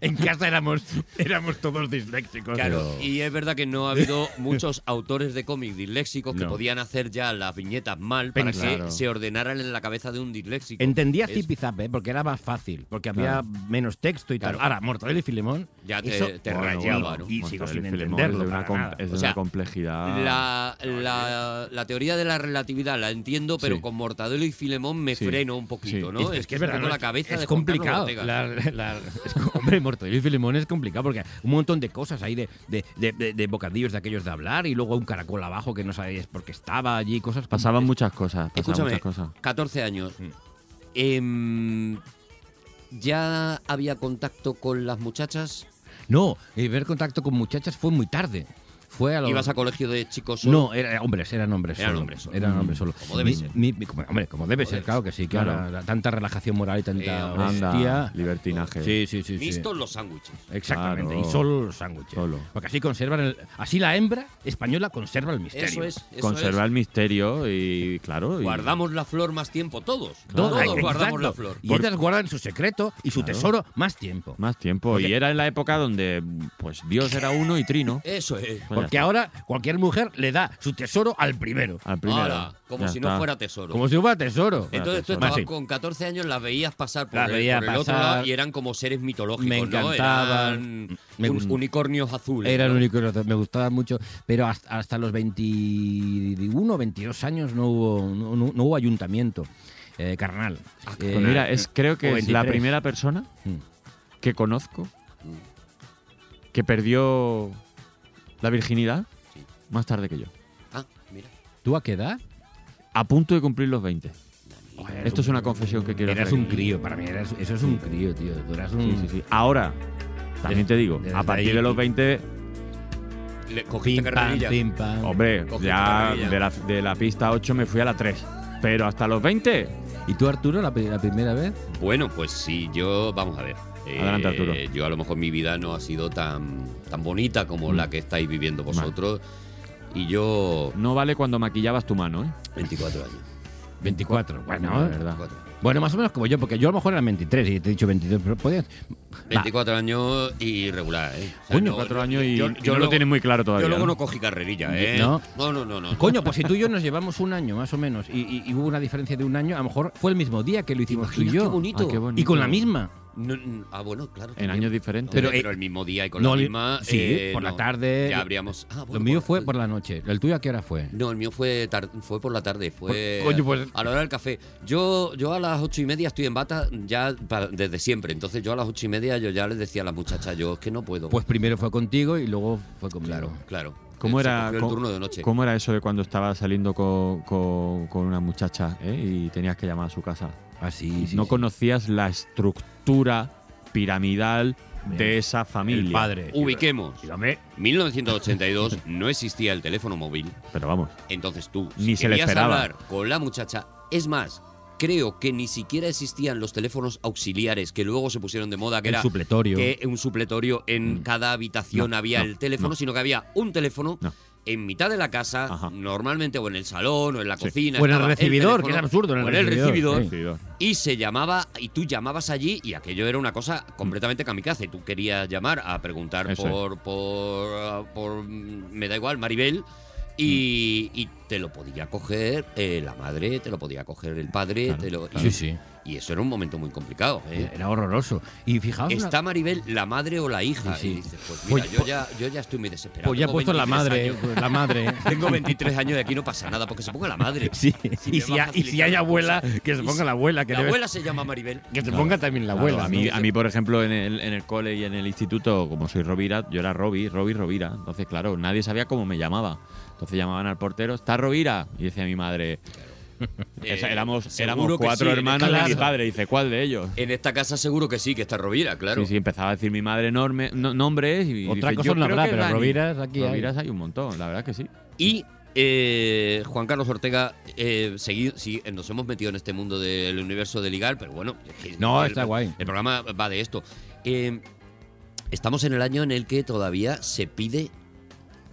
[SPEAKER 2] en casa éramos, éramos todos disléxicos.
[SPEAKER 4] Claro, y es verdad que no ha habido muchos autores de cómic disléxicos que
[SPEAKER 5] No.
[SPEAKER 4] podían hacer ya las viñetas mal para
[SPEAKER 5] Pensar.
[SPEAKER 4] que
[SPEAKER 5] Claro.
[SPEAKER 4] se ordenaran en la cabeza de un disléxico.
[SPEAKER 2] Entendía
[SPEAKER 4] Es-
[SPEAKER 2] Zipizap, ¿eh? porque era más fácil, porque había
[SPEAKER 5] Claro.
[SPEAKER 2] menos texto y
[SPEAKER 4] Claro.
[SPEAKER 2] tal. Ahora, Mortadelo y Filemón.
[SPEAKER 4] Ya te- te
[SPEAKER 2] Bueno,
[SPEAKER 4] rayaba,
[SPEAKER 2] bueno,
[SPEAKER 4] ¿no?
[SPEAKER 2] Y sigo sin
[SPEAKER 5] Mortadelo y Filemón,
[SPEAKER 2] entenderlo.
[SPEAKER 5] Es de una,
[SPEAKER 2] para
[SPEAKER 5] com-
[SPEAKER 2] nada.
[SPEAKER 5] es de
[SPEAKER 4] O sea,
[SPEAKER 5] una
[SPEAKER 2] Ah.
[SPEAKER 5] complejidad.
[SPEAKER 4] La, la- la teoría de la relatividad la entiendo, pero
[SPEAKER 5] Sí.
[SPEAKER 4] con Mortadelo y Filemón me
[SPEAKER 5] Sí.
[SPEAKER 4] freno un poquito,
[SPEAKER 5] Sí.
[SPEAKER 4] ¿no?
[SPEAKER 2] Es, es que es
[SPEAKER 4] Estoy
[SPEAKER 2] verdad,
[SPEAKER 4] con
[SPEAKER 2] no,
[SPEAKER 4] la
[SPEAKER 2] es-
[SPEAKER 4] cabeza
[SPEAKER 2] es
[SPEAKER 4] de Juan Carlos
[SPEAKER 2] complicado.
[SPEAKER 4] Ortega.
[SPEAKER 2] La- la- es como- hombre, Mortadelo y Filemón es complicado porque un montón de cosas ahí de, de, de- de- de bocadillos de aquellos de hablar y luego un caracol abajo que no sabéis por qué estaba allí, cosas
[SPEAKER 5] Pasaban muchas cosas. Pasaban
[SPEAKER 4] Escúchame,
[SPEAKER 5] muchas cosas.
[SPEAKER 4] 14 años.
[SPEAKER 2] Mm.
[SPEAKER 4] Em, ¿Ya había contacto con las muchachas?
[SPEAKER 2] No, el primer contacto con muchachas fue muy tarde. Fue a los-
[SPEAKER 4] ¿Ibas a colegio de chicos solo?
[SPEAKER 2] No, era, hombres, eran hombres.
[SPEAKER 4] Eran
[SPEAKER 2] solo,
[SPEAKER 4] hombres solo.
[SPEAKER 2] Eran hombres solo.
[SPEAKER 4] Como debe
[SPEAKER 2] Mi-
[SPEAKER 4] ser.
[SPEAKER 2] mi- mi- como- hombre, como debe
[SPEAKER 4] Como
[SPEAKER 2] ser,
[SPEAKER 4] debe
[SPEAKER 2] claro que sí. que
[SPEAKER 5] Claro.
[SPEAKER 2] ahora tanta relajación moral y
[SPEAKER 4] Eh,
[SPEAKER 2] tanta
[SPEAKER 4] hombre.
[SPEAKER 5] Anda,
[SPEAKER 2] hostia.
[SPEAKER 5] libertinaje.
[SPEAKER 2] Sí, sí, sí. sí.
[SPEAKER 4] Mixtos los sándwiches.
[SPEAKER 2] Exactamente,
[SPEAKER 5] Claro.
[SPEAKER 2] y solo los sándwiches.
[SPEAKER 5] Solo.
[SPEAKER 2] Porque así conservan el- así la hembra española conserva el misterio.
[SPEAKER 4] Eso es. Eso
[SPEAKER 5] Conserva
[SPEAKER 4] es.
[SPEAKER 5] el misterio y, claro. y-
[SPEAKER 4] Guardamos la flor más tiempo todos.
[SPEAKER 5] Claro.
[SPEAKER 4] Todos
[SPEAKER 2] Ay,
[SPEAKER 4] guardamos
[SPEAKER 2] exacto.
[SPEAKER 4] la flor.
[SPEAKER 2] Y ellas guardan su secreto y su tesoro más tiempo.
[SPEAKER 5] Más tiempo. Y era en la época donde, pues, Dios era uno y Trino.
[SPEAKER 4] Eso es.
[SPEAKER 5] Pues ya
[SPEAKER 2] Porque
[SPEAKER 5] está.
[SPEAKER 2] ahora cualquier mujer le da su tesoro al primero.
[SPEAKER 5] Al primero.
[SPEAKER 4] Ahora, como
[SPEAKER 5] Ya
[SPEAKER 4] si
[SPEAKER 5] está.
[SPEAKER 4] no fuera tesoro.
[SPEAKER 2] Como si fuera tesoro.
[SPEAKER 4] Entonces tú
[SPEAKER 5] tesoro.
[SPEAKER 4] estabas
[SPEAKER 2] Así.
[SPEAKER 4] con 14 años, las veías pasar por,
[SPEAKER 2] Las
[SPEAKER 4] el,
[SPEAKER 2] veía
[SPEAKER 4] por el otro
[SPEAKER 2] pasar.
[SPEAKER 4] lado y eran como seres mitológicos,
[SPEAKER 2] Me
[SPEAKER 4] ¿no?
[SPEAKER 2] encantaban.
[SPEAKER 4] Eran
[SPEAKER 2] Me
[SPEAKER 4] un-
[SPEAKER 2] gust-
[SPEAKER 4] unicornios azules.
[SPEAKER 2] Era el
[SPEAKER 4] ¿no?
[SPEAKER 2] único que me gustaba mucho, pero hasta, hasta los 21, 22 años no hubo, no, no- no hubo ayuntamiento eh, carnal. Eh,
[SPEAKER 5] Pues mira, es, creo que
[SPEAKER 2] o
[SPEAKER 5] es la
[SPEAKER 2] 23.
[SPEAKER 5] primera persona
[SPEAKER 2] Mm.
[SPEAKER 5] que conozco que perdió la virginidad
[SPEAKER 4] Sí.
[SPEAKER 5] más tarde que yo.
[SPEAKER 4] Ah, mira.
[SPEAKER 2] ¿Tú a qué edad?
[SPEAKER 5] A punto de cumplir los 20. Esto es una confesión que quiero
[SPEAKER 2] Eras
[SPEAKER 5] hacer.
[SPEAKER 2] un
[SPEAKER 5] aquí.
[SPEAKER 2] crío, para mí eras- eso es un crío, tío. Tú eras un...
[SPEAKER 5] Sí, sí, sí. Ahora, también te digo,
[SPEAKER 2] Desde
[SPEAKER 5] a partir
[SPEAKER 2] ahí-
[SPEAKER 5] de los 20,
[SPEAKER 4] Le
[SPEAKER 2] Pim,
[SPEAKER 4] cogiste
[SPEAKER 2] pam,
[SPEAKER 4] carrerilla.
[SPEAKER 2] pim, pam.
[SPEAKER 5] hombre,
[SPEAKER 4] Cogí
[SPEAKER 5] ya
[SPEAKER 4] carrerilla.
[SPEAKER 5] de la, de la pista 8 me fui a la 3. Pero hasta los 20,
[SPEAKER 2] ¿Y tú, Arturo, la, pri- la primera vez?
[SPEAKER 4] Bueno, pues sí, yo, vamos a ver. Eh,
[SPEAKER 5] Adelante, Arturo.
[SPEAKER 4] Yo a lo mejor mi vida no ha sido tan, tan bonita como
[SPEAKER 2] Mm.
[SPEAKER 4] la que estáis viviendo vosotros. Y yo,
[SPEAKER 5] no vale cuando maquillabas tu mano, ¿eh?
[SPEAKER 4] 24 años.
[SPEAKER 2] 24.
[SPEAKER 5] La
[SPEAKER 2] Bueno,
[SPEAKER 5] verdad.
[SPEAKER 4] 24 años.
[SPEAKER 2] bueno, más o menos como yo, porque yo a lo mejor era 23 y te he dicho 22, pero podías... Va,
[SPEAKER 4] 24 años y regular, ¿eh? O sea,
[SPEAKER 5] Coño,
[SPEAKER 4] no-
[SPEAKER 5] cuatro
[SPEAKER 4] no-
[SPEAKER 5] años y,
[SPEAKER 4] yo- yo
[SPEAKER 5] y no lo
[SPEAKER 4] luego-
[SPEAKER 5] tienes muy claro todavía.
[SPEAKER 4] Yo luego
[SPEAKER 5] ¿no?
[SPEAKER 4] no cogí carrerilla, ¿eh?
[SPEAKER 2] No.
[SPEAKER 4] no, no, no. no.
[SPEAKER 2] Coño, pues si tú y yo nos llevamos un año más o menos y, y- y hubo una diferencia de un año, a lo mejor fue el mismo día que lo hicimos tú y
[SPEAKER 4] Imaginas
[SPEAKER 2] yo.
[SPEAKER 4] qué bonito.
[SPEAKER 5] Ah, qué bonito.
[SPEAKER 2] Y con la misma.
[SPEAKER 4] No, n- ah, bueno, claro.
[SPEAKER 5] En
[SPEAKER 4] también.
[SPEAKER 5] años diferentes.
[SPEAKER 4] Hombre, Pero,
[SPEAKER 2] Pero, eh,
[SPEAKER 4] el mismo día y con
[SPEAKER 2] no,
[SPEAKER 4] la
[SPEAKER 2] el-
[SPEAKER 4] misma.
[SPEAKER 2] sí,
[SPEAKER 4] eh,
[SPEAKER 2] por la
[SPEAKER 4] no.
[SPEAKER 2] tarde.
[SPEAKER 4] Ya habríamos. Ah, bueno,
[SPEAKER 2] lo mío
[SPEAKER 4] por-
[SPEAKER 2] fue por la noche. ¿El tuyo a qué hora fue?
[SPEAKER 4] No, el mío fue, tar- fue por la tarde, fue
[SPEAKER 2] Pues, coño, pues-
[SPEAKER 4] a la hora del café. Yo, yo a las ocho y media estoy en bata ya pa- desde siempre. Entonces yo a las ocho y media yo ya les decía a las muchachas, yo es que no puedo.
[SPEAKER 2] Pues primero fue contigo y luego fue conmigo.
[SPEAKER 4] claro, claro.
[SPEAKER 5] ¿Cómo
[SPEAKER 4] Eh, se
[SPEAKER 5] era,
[SPEAKER 4] cogió el
[SPEAKER 5] cómo-
[SPEAKER 4] turno de noche.
[SPEAKER 5] cómo era eso de cuando estaba saliendo co- co- con, una muchacha ¿eh? y tenías que llamar a su casa?
[SPEAKER 2] Así, Ah, sí,
[SPEAKER 5] no
[SPEAKER 2] sí.
[SPEAKER 5] conocías la estructura piramidal de esa familia.
[SPEAKER 2] El padre.
[SPEAKER 4] Ubiquemos.
[SPEAKER 2] Dígame.
[SPEAKER 4] 1982 no existía el teléfono móvil.
[SPEAKER 5] Pero vamos,
[SPEAKER 4] Entonces tú,
[SPEAKER 5] Ni
[SPEAKER 4] si
[SPEAKER 5] se le
[SPEAKER 4] querías
[SPEAKER 5] esperaba.
[SPEAKER 4] hablar con la muchacha, es más, creo que ni siquiera existían los teléfonos auxiliares que luego se pusieron de moda, que
[SPEAKER 2] El
[SPEAKER 4] era
[SPEAKER 2] supletorio.
[SPEAKER 4] que un supletorio en cada habitación
[SPEAKER 5] Mm. No,
[SPEAKER 4] había
[SPEAKER 5] no,
[SPEAKER 4] el teléfono,
[SPEAKER 5] no.
[SPEAKER 4] sino que había un teléfono
[SPEAKER 5] No.
[SPEAKER 4] en mitad de la casa,
[SPEAKER 5] Ajá.
[SPEAKER 4] normalmente o en el salón o en la
[SPEAKER 5] Sí.
[SPEAKER 4] cocina.
[SPEAKER 2] O en el
[SPEAKER 4] estaba
[SPEAKER 2] recibidor,
[SPEAKER 4] teléfono,
[SPEAKER 2] que es absurdo, en el
[SPEAKER 4] o en el
[SPEAKER 2] recibidor,
[SPEAKER 4] recibidor.
[SPEAKER 2] sí.
[SPEAKER 4] Y se llamaba, y tú llamabas allí, y aquello era una cosa completamente kamikaze. Tú querías llamar a preguntar
[SPEAKER 5] Eso es.
[SPEAKER 4] por, por, por, mm, me da igual, Maribel,
[SPEAKER 2] Mm.
[SPEAKER 4] y, y te lo podía coger eh, la madre, te lo podía coger el padre,
[SPEAKER 5] Claro,
[SPEAKER 4] te lo-
[SPEAKER 2] Sí, sí.
[SPEAKER 4] y eso era un momento muy complicado. ¿eh?
[SPEAKER 2] Era horroroso. Y fijaos. una-
[SPEAKER 4] Está Maribel, la madre o la hija.
[SPEAKER 2] Sí, sí.
[SPEAKER 4] Y dices, pues mira,
[SPEAKER 2] Pues-
[SPEAKER 4] yo, ya, yo ya estoy muy desesperado.
[SPEAKER 2] Pues ya he
[SPEAKER 4] Tengo
[SPEAKER 2] puesto la
[SPEAKER 4] 23
[SPEAKER 2] madre.
[SPEAKER 4] años.
[SPEAKER 2] pues la madre.
[SPEAKER 4] Tengo 23 años y aquí no pasa nada, porque se ponga la madre.
[SPEAKER 2] Sí.
[SPEAKER 4] Si
[SPEAKER 2] y,
[SPEAKER 4] me
[SPEAKER 2] si ha-
[SPEAKER 4] va
[SPEAKER 2] y si
[SPEAKER 4] facilitando
[SPEAKER 2] hay
[SPEAKER 4] la
[SPEAKER 2] abuela,
[SPEAKER 4] cosa.
[SPEAKER 2] que se
[SPEAKER 4] Y
[SPEAKER 2] ponga
[SPEAKER 4] si-
[SPEAKER 2] la abuela. Que,
[SPEAKER 4] La
[SPEAKER 2] debe-
[SPEAKER 4] abuela se llama Maribel.
[SPEAKER 2] que se ponga también la
[SPEAKER 5] Claro,
[SPEAKER 2] abuela.
[SPEAKER 5] a, mí,
[SPEAKER 2] ¿no?
[SPEAKER 5] a mí, por ejemplo, en el, en el cole y en el instituto, como soy Rovira, yo era Robi, Robi Rovira. Entonces, claro, nadie sabía cómo me llamaba. Entonces llamaban al portero, ¿está Rovira? Y decía mi madre. Esa-
[SPEAKER 4] Eh,
[SPEAKER 5] éramos,
[SPEAKER 4] seguro
[SPEAKER 5] éramos
[SPEAKER 4] que
[SPEAKER 5] cuatro
[SPEAKER 4] sí, en
[SPEAKER 5] hermanos
[SPEAKER 4] esta
[SPEAKER 5] y mi
[SPEAKER 4] casa-
[SPEAKER 5] padre. Dice, ¿cuál de ellos?
[SPEAKER 4] En esta casa seguro que sí, que está Rovira, claro.
[SPEAKER 5] Sí, sí, empezaba a decir mi madre enorme, no- nombres y
[SPEAKER 2] Otra
[SPEAKER 5] dice,
[SPEAKER 2] cosa
[SPEAKER 5] yo
[SPEAKER 2] no
[SPEAKER 5] creo
[SPEAKER 2] habrá,
[SPEAKER 5] que
[SPEAKER 2] pero
[SPEAKER 5] Dani.
[SPEAKER 2] Roviras aquí hay.
[SPEAKER 5] Roviras hay un montón, la verdad que sí.
[SPEAKER 4] Y eh, Juan Carlos Ortega, eh, seguid- sí, eh, nos hemos metido en este mundo del universo de ligar, pero bueno. es que
[SPEAKER 2] No,
[SPEAKER 4] el-
[SPEAKER 2] está guay.
[SPEAKER 4] El programa va de esto. Eh, estamos en el año en el que todavía se pide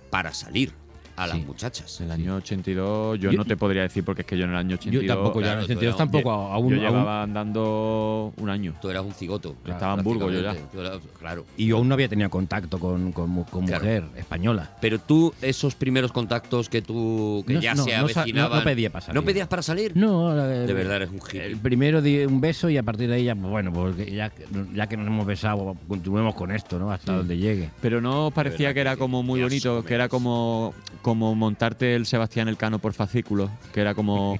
[SPEAKER 4] para salir a las
[SPEAKER 2] Sí.
[SPEAKER 4] muchachas.
[SPEAKER 5] En el año 82 yo,
[SPEAKER 2] Yo-
[SPEAKER 5] no te podría decir porque es que yo en el año 82
[SPEAKER 2] Yo tampoco, ya
[SPEAKER 4] claro,
[SPEAKER 2] en el
[SPEAKER 4] tú
[SPEAKER 2] sentido,
[SPEAKER 4] eras un-
[SPEAKER 2] tampoco
[SPEAKER 5] eh, yo
[SPEAKER 2] aún, aún-
[SPEAKER 5] llevaba andando un año.
[SPEAKER 4] Tú eras un cigoto.
[SPEAKER 5] Yo estaba en Burgos, yo ya.
[SPEAKER 4] prácticamente. Yo era- Claro.
[SPEAKER 2] y yo aún no había tenido contacto con, con mu- con
[SPEAKER 4] Claro.
[SPEAKER 2] mujer española.
[SPEAKER 4] Pero tú, esos primeros contactos que tú, que
[SPEAKER 2] No,
[SPEAKER 4] ya
[SPEAKER 2] no,
[SPEAKER 4] se
[SPEAKER 2] no sa- no-
[SPEAKER 4] avecinaban.
[SPEAKER 2] no pedía para salir.
[SPEAKER 4] ¿No pedías para salir?
[SPEAKER 2] No,
[SPEAKER 4] De verdad eres un hippie.
[SPEAKER 2] El primero di un beso y a partir de ahí ya, pues bueno, porque ya, ya que nos hemos besado, continuemos con esto, ¿no? Hasta donde llegue.
[SPEAKER 5] Pero no os parecía
[SPEAKER 4] verdad
[SPEAKER 5] que era
[SPEAKER 4] que
[SPEAKER 5] como muy
[SPEAKER 4] Dios
[SPEAKER 5] bonito,
[SPEAKER 4] me
[SPEAKER 5] que era
[SPEAKER 4] das.
[SPEAKER 5] como, como montarte el Sebastián Elcano por fascículos, que era como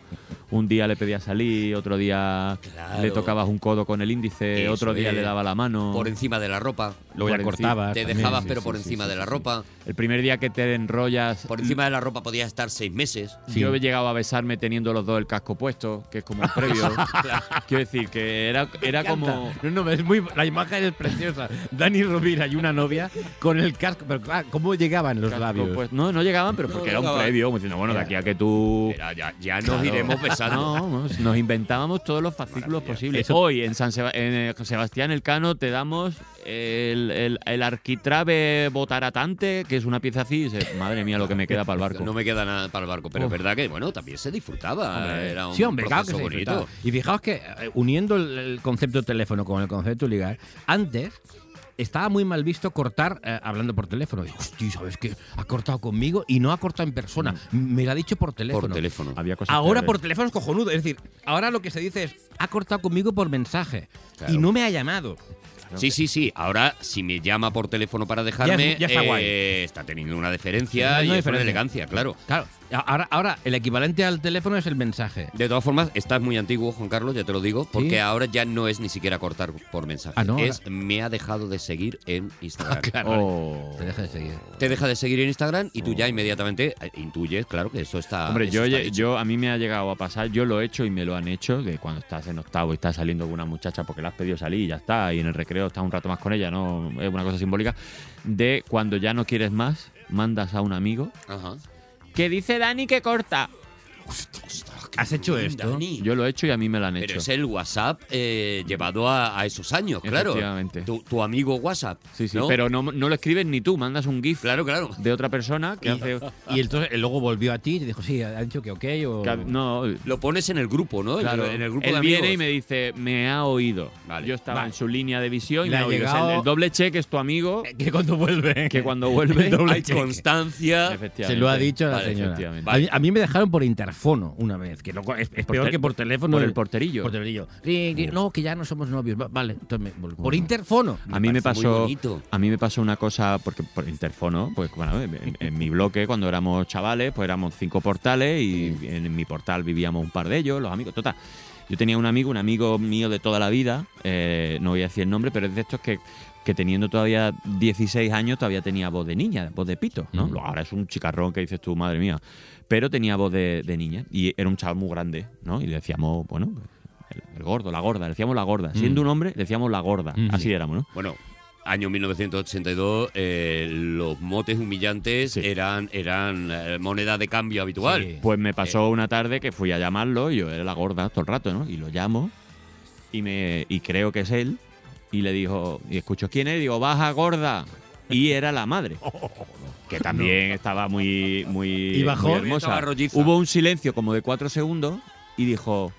[SPEAKER 5] un día le pedía salir, otro día
[SPEAKER 4] Claro.
[SPEAKER 5] le tocabas un codo con el índice,
[SPEAKER 4] Eso
[SPEAKER 5] otro día
[SPEAKER 4] es.
[SPEAKER 5] le daba la mano.
[SPEAKER 4] Por encima de la ropa.
[SPEAKER 5] Luego
[SPEAKER 2] Te
[SPEAKER 5] ya
[SPEAKER 2] la
[SPEAKER 5] cortaba.
[SPEAKER 2] cortabas
[SPEAKER 4] Te
[SPEAKER 2] Ah, también,
[SPEAKER 4] dejabas,
[SPEAKER 2] sí,
[SPEAKER 4] pero
[SPEAKER 2] sí,
[SPEAKER 4] por
[SPEAKER 2] sí,
[SPEAKER 4] encima
[SPEAKER 2] sí,
[SPEAKER 4] de la
[SPEAKER 2] sí.
[SPEAKER 4] ropa.
[SPEAKER 5] El primer día que te enrollas.
[SPEAKER 4] Por encima de la ropa podías estar seis meses.
[SPEAKER 5] Yo he llegado a besarme teniendo los dos el casco puesto, que es como un previo. Quiero decir que era, era como.
[SPEAKER 2] No, no, es muy, la imagen es preciosa. Dani Rovira y una novia con el casco. Pero claro, ¿cómo llegaban los
[SPEAKER 5] casco
[SPEAKER 2] labios?
[SPEAKER 5] puesto. No, no llegaban, pero
[SPEAKER 4] No
[SPEAKER 5] porque era un
[SPEAKER 4] llegaban.
[SPEAKER 5] previo. Como diciendo, bueno, de aquí a que tú.
[SPEAKER 4] Mira, ya, ya nos
[SPEAKER 5] Claro.
[SPEAKER 4] iremos besando.
[SPEAKER 5] Ah, No, nos- nos inventábamos todos los fascículos posibles.
[SPEAKER 2] Eso-
[SPEAKER 5] Hoy en San Seba- en, eh, Sebastián Elcano te damos el, el, el arquitrabe botaratante, que es una pieza así. y dices, madre mía, lo que me queda para el barco.
[SPEAKER 4] No me queda nada para el barco, pero
[SPEAKER 5] Uf.
[SPEAKER 4] es verdad que, bueno, también se disfrutaba. era un
[SPEAKER 2] sí, hombre, claro que
[SPEAKER 4] proceso
[SPEAKER 2] se
[SPEAKER 4] bonito.
[SPEAKER 2] disfrutaba. Y fijaos que eh, uniendo el, el concepto teléfono con el concepto ligar, antes estaba muy mal visto cortar eh, hablando por teléfono. Y, Hostia, ¿sabes qué? Ha cortado conmigo y no ha cortado en persona. Me lo ha dicho por teléfono. Ah,
[SPEAKER 4] Por teléfono.
[SPEAKER 5] Había Mm. cosas
[SPEAKER 2] Ahora
[SPEAKER 5] peores.
[SPEAKER 2] por teléfono es cojonudo. Es decir, ahora lo que se dice es, ha cortado conmigo por mensaje
[SPEAKER 4] Claro.
[SPEAKER 2] y no me ha llamado.
[SPEAKER 4] Sí, sí, sí. Ahora, si me llama por teléfono para dejarme,
[SPEAKER 2] ya está
[SPEAKER 4] eh,
[SPEAKER 2] guay.
[SPEAKER 4] está teniendo una deferencia
[SPEAKER 2] Está
[SPEAKER 4] y
[SPEAKER 2] teniendo
[SPEAKER 4] es una
[SPEAKER 2] deferencia.
[SPEAKER 4] elegancia, claro.
[SPEAKER 2] Claro, a- ahora, ahora el equivalente al teléfono es el mensaje.
[SPEAKER 4] De todas formas, estás muy antiguo, Juan Carlos, ya te lo digo, porque ahora ya no es ni siquiera cortar por mensaje.
[SPEAKER 2] Ah, no, Ah,
[SPEAKER 4] es me ha dejado de seguir en Instagram.
[SPEAKER 5] Oh.
[SPEAKER 2] Te deja de seguir.
[SPEAKER 4] Te deja de seguir en Instagram y tú ya inmediatamente eh, intuyes, claro, que eso está.
[SPEAKER 5] Hombre,
[SPEAKER 4] eso
[SPEAKER 5] yo,
[SPEAKER 4] está
[SPEAKER 5] ye-
[SPEAKER 4] hecho.
[SPEAKER 5] yo a mí me ha llegado a pasar, yo lo he hecho y me lo han hecho, de cuando estás en octavo y estás saliendo con una muchacha porque la has pedido salir y ya está, y en el recreo estás un rato más con ella, no es una cosa simbólica, de cuando ya no quieres más, mandas a un amigo
[SPEAKER 4] Ajá.
[SPEAKER 5] que dice Dani que corta.
[SPEAKER 2] ¿Has hecho esto?
[SPEAKER 4] Dani.
[SPEAKER 5] Yo lo he hecho y a mí me lo han
[SPEAKER 4] Pero
[SPEAKER 5] hecho.
[SPEAKER 4] es el WhatsApp eh, llevado a, a esos años, claro.
[SPEAKER 5] Efectivamente.
[SPEAKER 4] Tu, tu amigo WhatsApp.
[SPEAKER 5] sí, sí,
[SPEAKER 4] ¿no?
[SPEAKER 5] pero no, no lo escribes ni tú, mandas un GIF
[SPEAKER 4] Claro, claro.
[SPEAKER 5] de otra persona que hace...
[SPEAKER 2] Y Ah. entonces él luego volvió a ti y te dijo, sí, ha dicho que ok o...
[SPEAKER 5] que ha- no,
[SPEAKER 4] Lo pones en el grupo, ¿no? En el-
[SPEAKER 5] claro,
[SPEAKER 4] en, el, grupo
[SPEAKER 5] él
[SPEAKER 4] de amigos.
[SPEAKER 5] viene y me dice, me ha oído.
[SPEAKER 4] Vale.
[SPEAKER 5] Yo estaba
[SPEAKER 2] Vale.
[SPEAKER 5] en su línea de visión y
[SPEAKER 2] Le
[SPEAKER 5] me ha
[SPEAKER 2] ha
[SPEAKER 5] oído. O sea,
[SPEAKER 2] llegado-
[SPEAKER 5] el doble check es tu amigo.
[SPEAKER 2] Que cuando vuelve.
[SPEAKER 5] que cuando vuelve
[SPEAKER 2] El doble
[SPEAKER 4] Hay
[SPEAKER 5] hay con-
[SPEAKER 4] constancia.
[SPEAKER 5] Efectivamente.
[SPEAKER 2] Se lo ha dicho la
[SPEAKER 4] Vale,
[SPEAKER 2] señora.
[SPEAKER 5] efectivamente.
[SPEAKER 2] A mí, a mí me dejaron por interfono una vez, que no- es, es peor
[SPEAKER 5] tel-
[SPEAKER 2] que por teléfono.
[SPEAKER 5] por el porterillo.
[SPEAKER 2] porterillo. Ring, ring, No, que ya no somos novios. Va- Vale, entonces me Ah, vuelvo. por interfono.
[SPEAKER 5] A mí me
[SPEAKER 4] parece muy
[SPEAKER 5] pasó,
[SPEAKER 4] bonito.
[SPEAKER 5] a mí me pasó una cosa porque por interfono, pues bueno, en, en mi bloque cuando éramos chavales, pues éramos cinco portales y en, mi portal vivíamos un par de ellos, los amigos, total. Yo tenía un amigo, un amigo mío de toda la vida, eh, no voy a decir el nombre, pero es de estos que, que teniendo todavía 16 años todavía tenía voz de niña, voz de pito, ¿no?
[SPEAKER 2] Mm.
[SPEAKER 5] Ahora es un chicarrón que dices tú, madre mía, pero tenía voz de, de niña y era un chaval muy grande, ¿no? Y le decíamos, bueno, el, el gordo, la gorda, le decíamos la gorda. Siendo un hombre, le decíamos la gorda,
[SPEAKER 2] Mm.
[SPEAKER 5] así éramos, ¿no?
[SPEAKER 4] Bueno, año 1982, eh, los motes humillantes
[SPEAKER 5] Sí.
[SPEAKER 4] eran, eran eh, moneda de cambio habitual.
[SPEAKER 2] Sí.
[SPEAKER 5] Pues me
[SPEAKER 4] Eh.
[SPEAKER 5] pasó una tarde que fui a llamarlo y yo era la gorda todo el rato, ¿no? Y lo llamo y me y creo que es él y le dijo y escucho quién es, y digo, "Baja gorda." Y era la madre, que también estaba muy muy,
[SPEAKER 2] Oh, Y bajó.
[SPEAKER 5] muy
[SPEAKER 4] Estaba
[SPEAKER 5] hermosa.
[SPEAKER 4] rolliza.
[SPEAKER 5] Hubo un silencio como de cuatro segundos y dijo,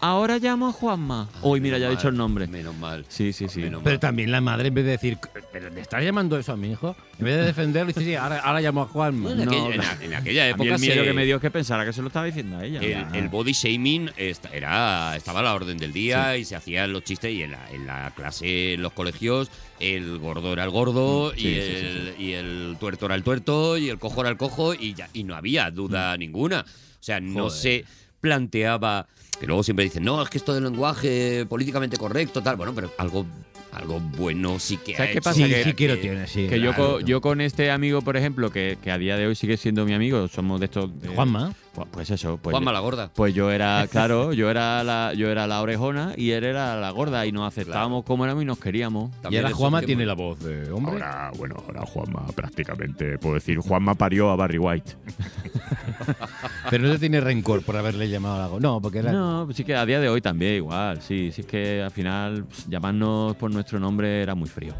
[SPEAKER 5] "Ahora llamo a Juanma." Uy, mira, ya
[SPEAKER 4] Ah, Menos
[SPEAKER 5] he dicho el
[SPEAKER 4] mal,
[SPEAKER 5] nombre.
[SPEAKER 4] Menos mal.
[SPEAKER 5] Sí, sí, sí.
[SPEAKER 4] Menos
[SPEAKER 2] Pero
[SPEAKER 4] mal.
[SPEAKER 2] también la madre, en vez de decir, ¿pero le estás llamando eso a mi hijo? En vez de defenderlo, dice, sí, ahora, ahora llamo a Juan.
[SPEAKER 4] Bueno, en,
[SPEAKER 5] no,
[SPEAKER 4] aquella, en a- en aquella
[SPEAKER 5] A mí
[SPEAKER 4] época
[SPEAKER 5] el miedo
[SPEAKER 4] se-
[SPEAKER 5] que me dio es que pensara que se lo estaba diciendo a ella.
[SPEAKER 4] eh,
[SPEAKER 5] Ah.
[SPEAKER 4] El, el body shaming esta- era, estaba a la orden del día y se hacían los chistes y en la, en la clase, en los colegios, el gordo era el gordo
[SPEAKER 5] Mm, Sí,
[SPEAKER 4] y,
[SPEAKER 5] sí,
[SPEAKER 4] el, y el tuerto era el tuerto y el cojo era el cojo y, ya, y no había duda
[SPEAKER 5] Mm.
[SPEAKER 4] ninguna. O sea, no se planteaba, que luego siempre dicen, no, es que esto del lenguaje políticamente correcto, tal, bueno, pero algo, algo bueno sí que...
[SPEAKER 5] ¿Sabes
[SPEAKER 4] ha
[SPEAKER 5] qué
[SPEAKER 4] hecho
[SPEAKER 5] pasa?
[SPEAKER 2] Eh, Sí,
[SPEAKER 5] que-
[SPEAKER 2] sí que lo tiene, sí.
[SPEAKER 5] Que yo,
[SPEAKER 4] Claro.
[SPEAKER 5] co- yo con este amigo, por ejemplo, que, que a día de hoy sigue siendo mi amigo, somos de estos. de-
[SPEAKER 2] Eh, Juanma.
[SPEAKER 5] Pues, pues eso, pues.
[SPEAKER 4] Juanma la gorda.
[SPEAKER 5] Pues yo era, claro, yo era la, yo era la orejona y él era la gorda y nos aceptábamos como éramos y nos queríamos.
[SPEAKER 2] Y
[SPEAKER 4] También
[SPEAKER 2] ahora
[SPEAKER 4] eso
[SPEAKER 2] Juanma
[SPEAKER 4] que-
[SPEAKER 2] tiene la voz de hombre.
[SPEAKER 5] Ahora, bueno, ahora Juanma prácticamente puedo decir, Juanma parió a Barry White.
[SPEAKER 2] Pero no te tiene rencor por haberle llamado algo. No, porque era...
[SPEAKER 5] No, pues sí que a día de hoy también igual, sí, sí es que al final pues, llamarnos por nuestro nombre era muy frío.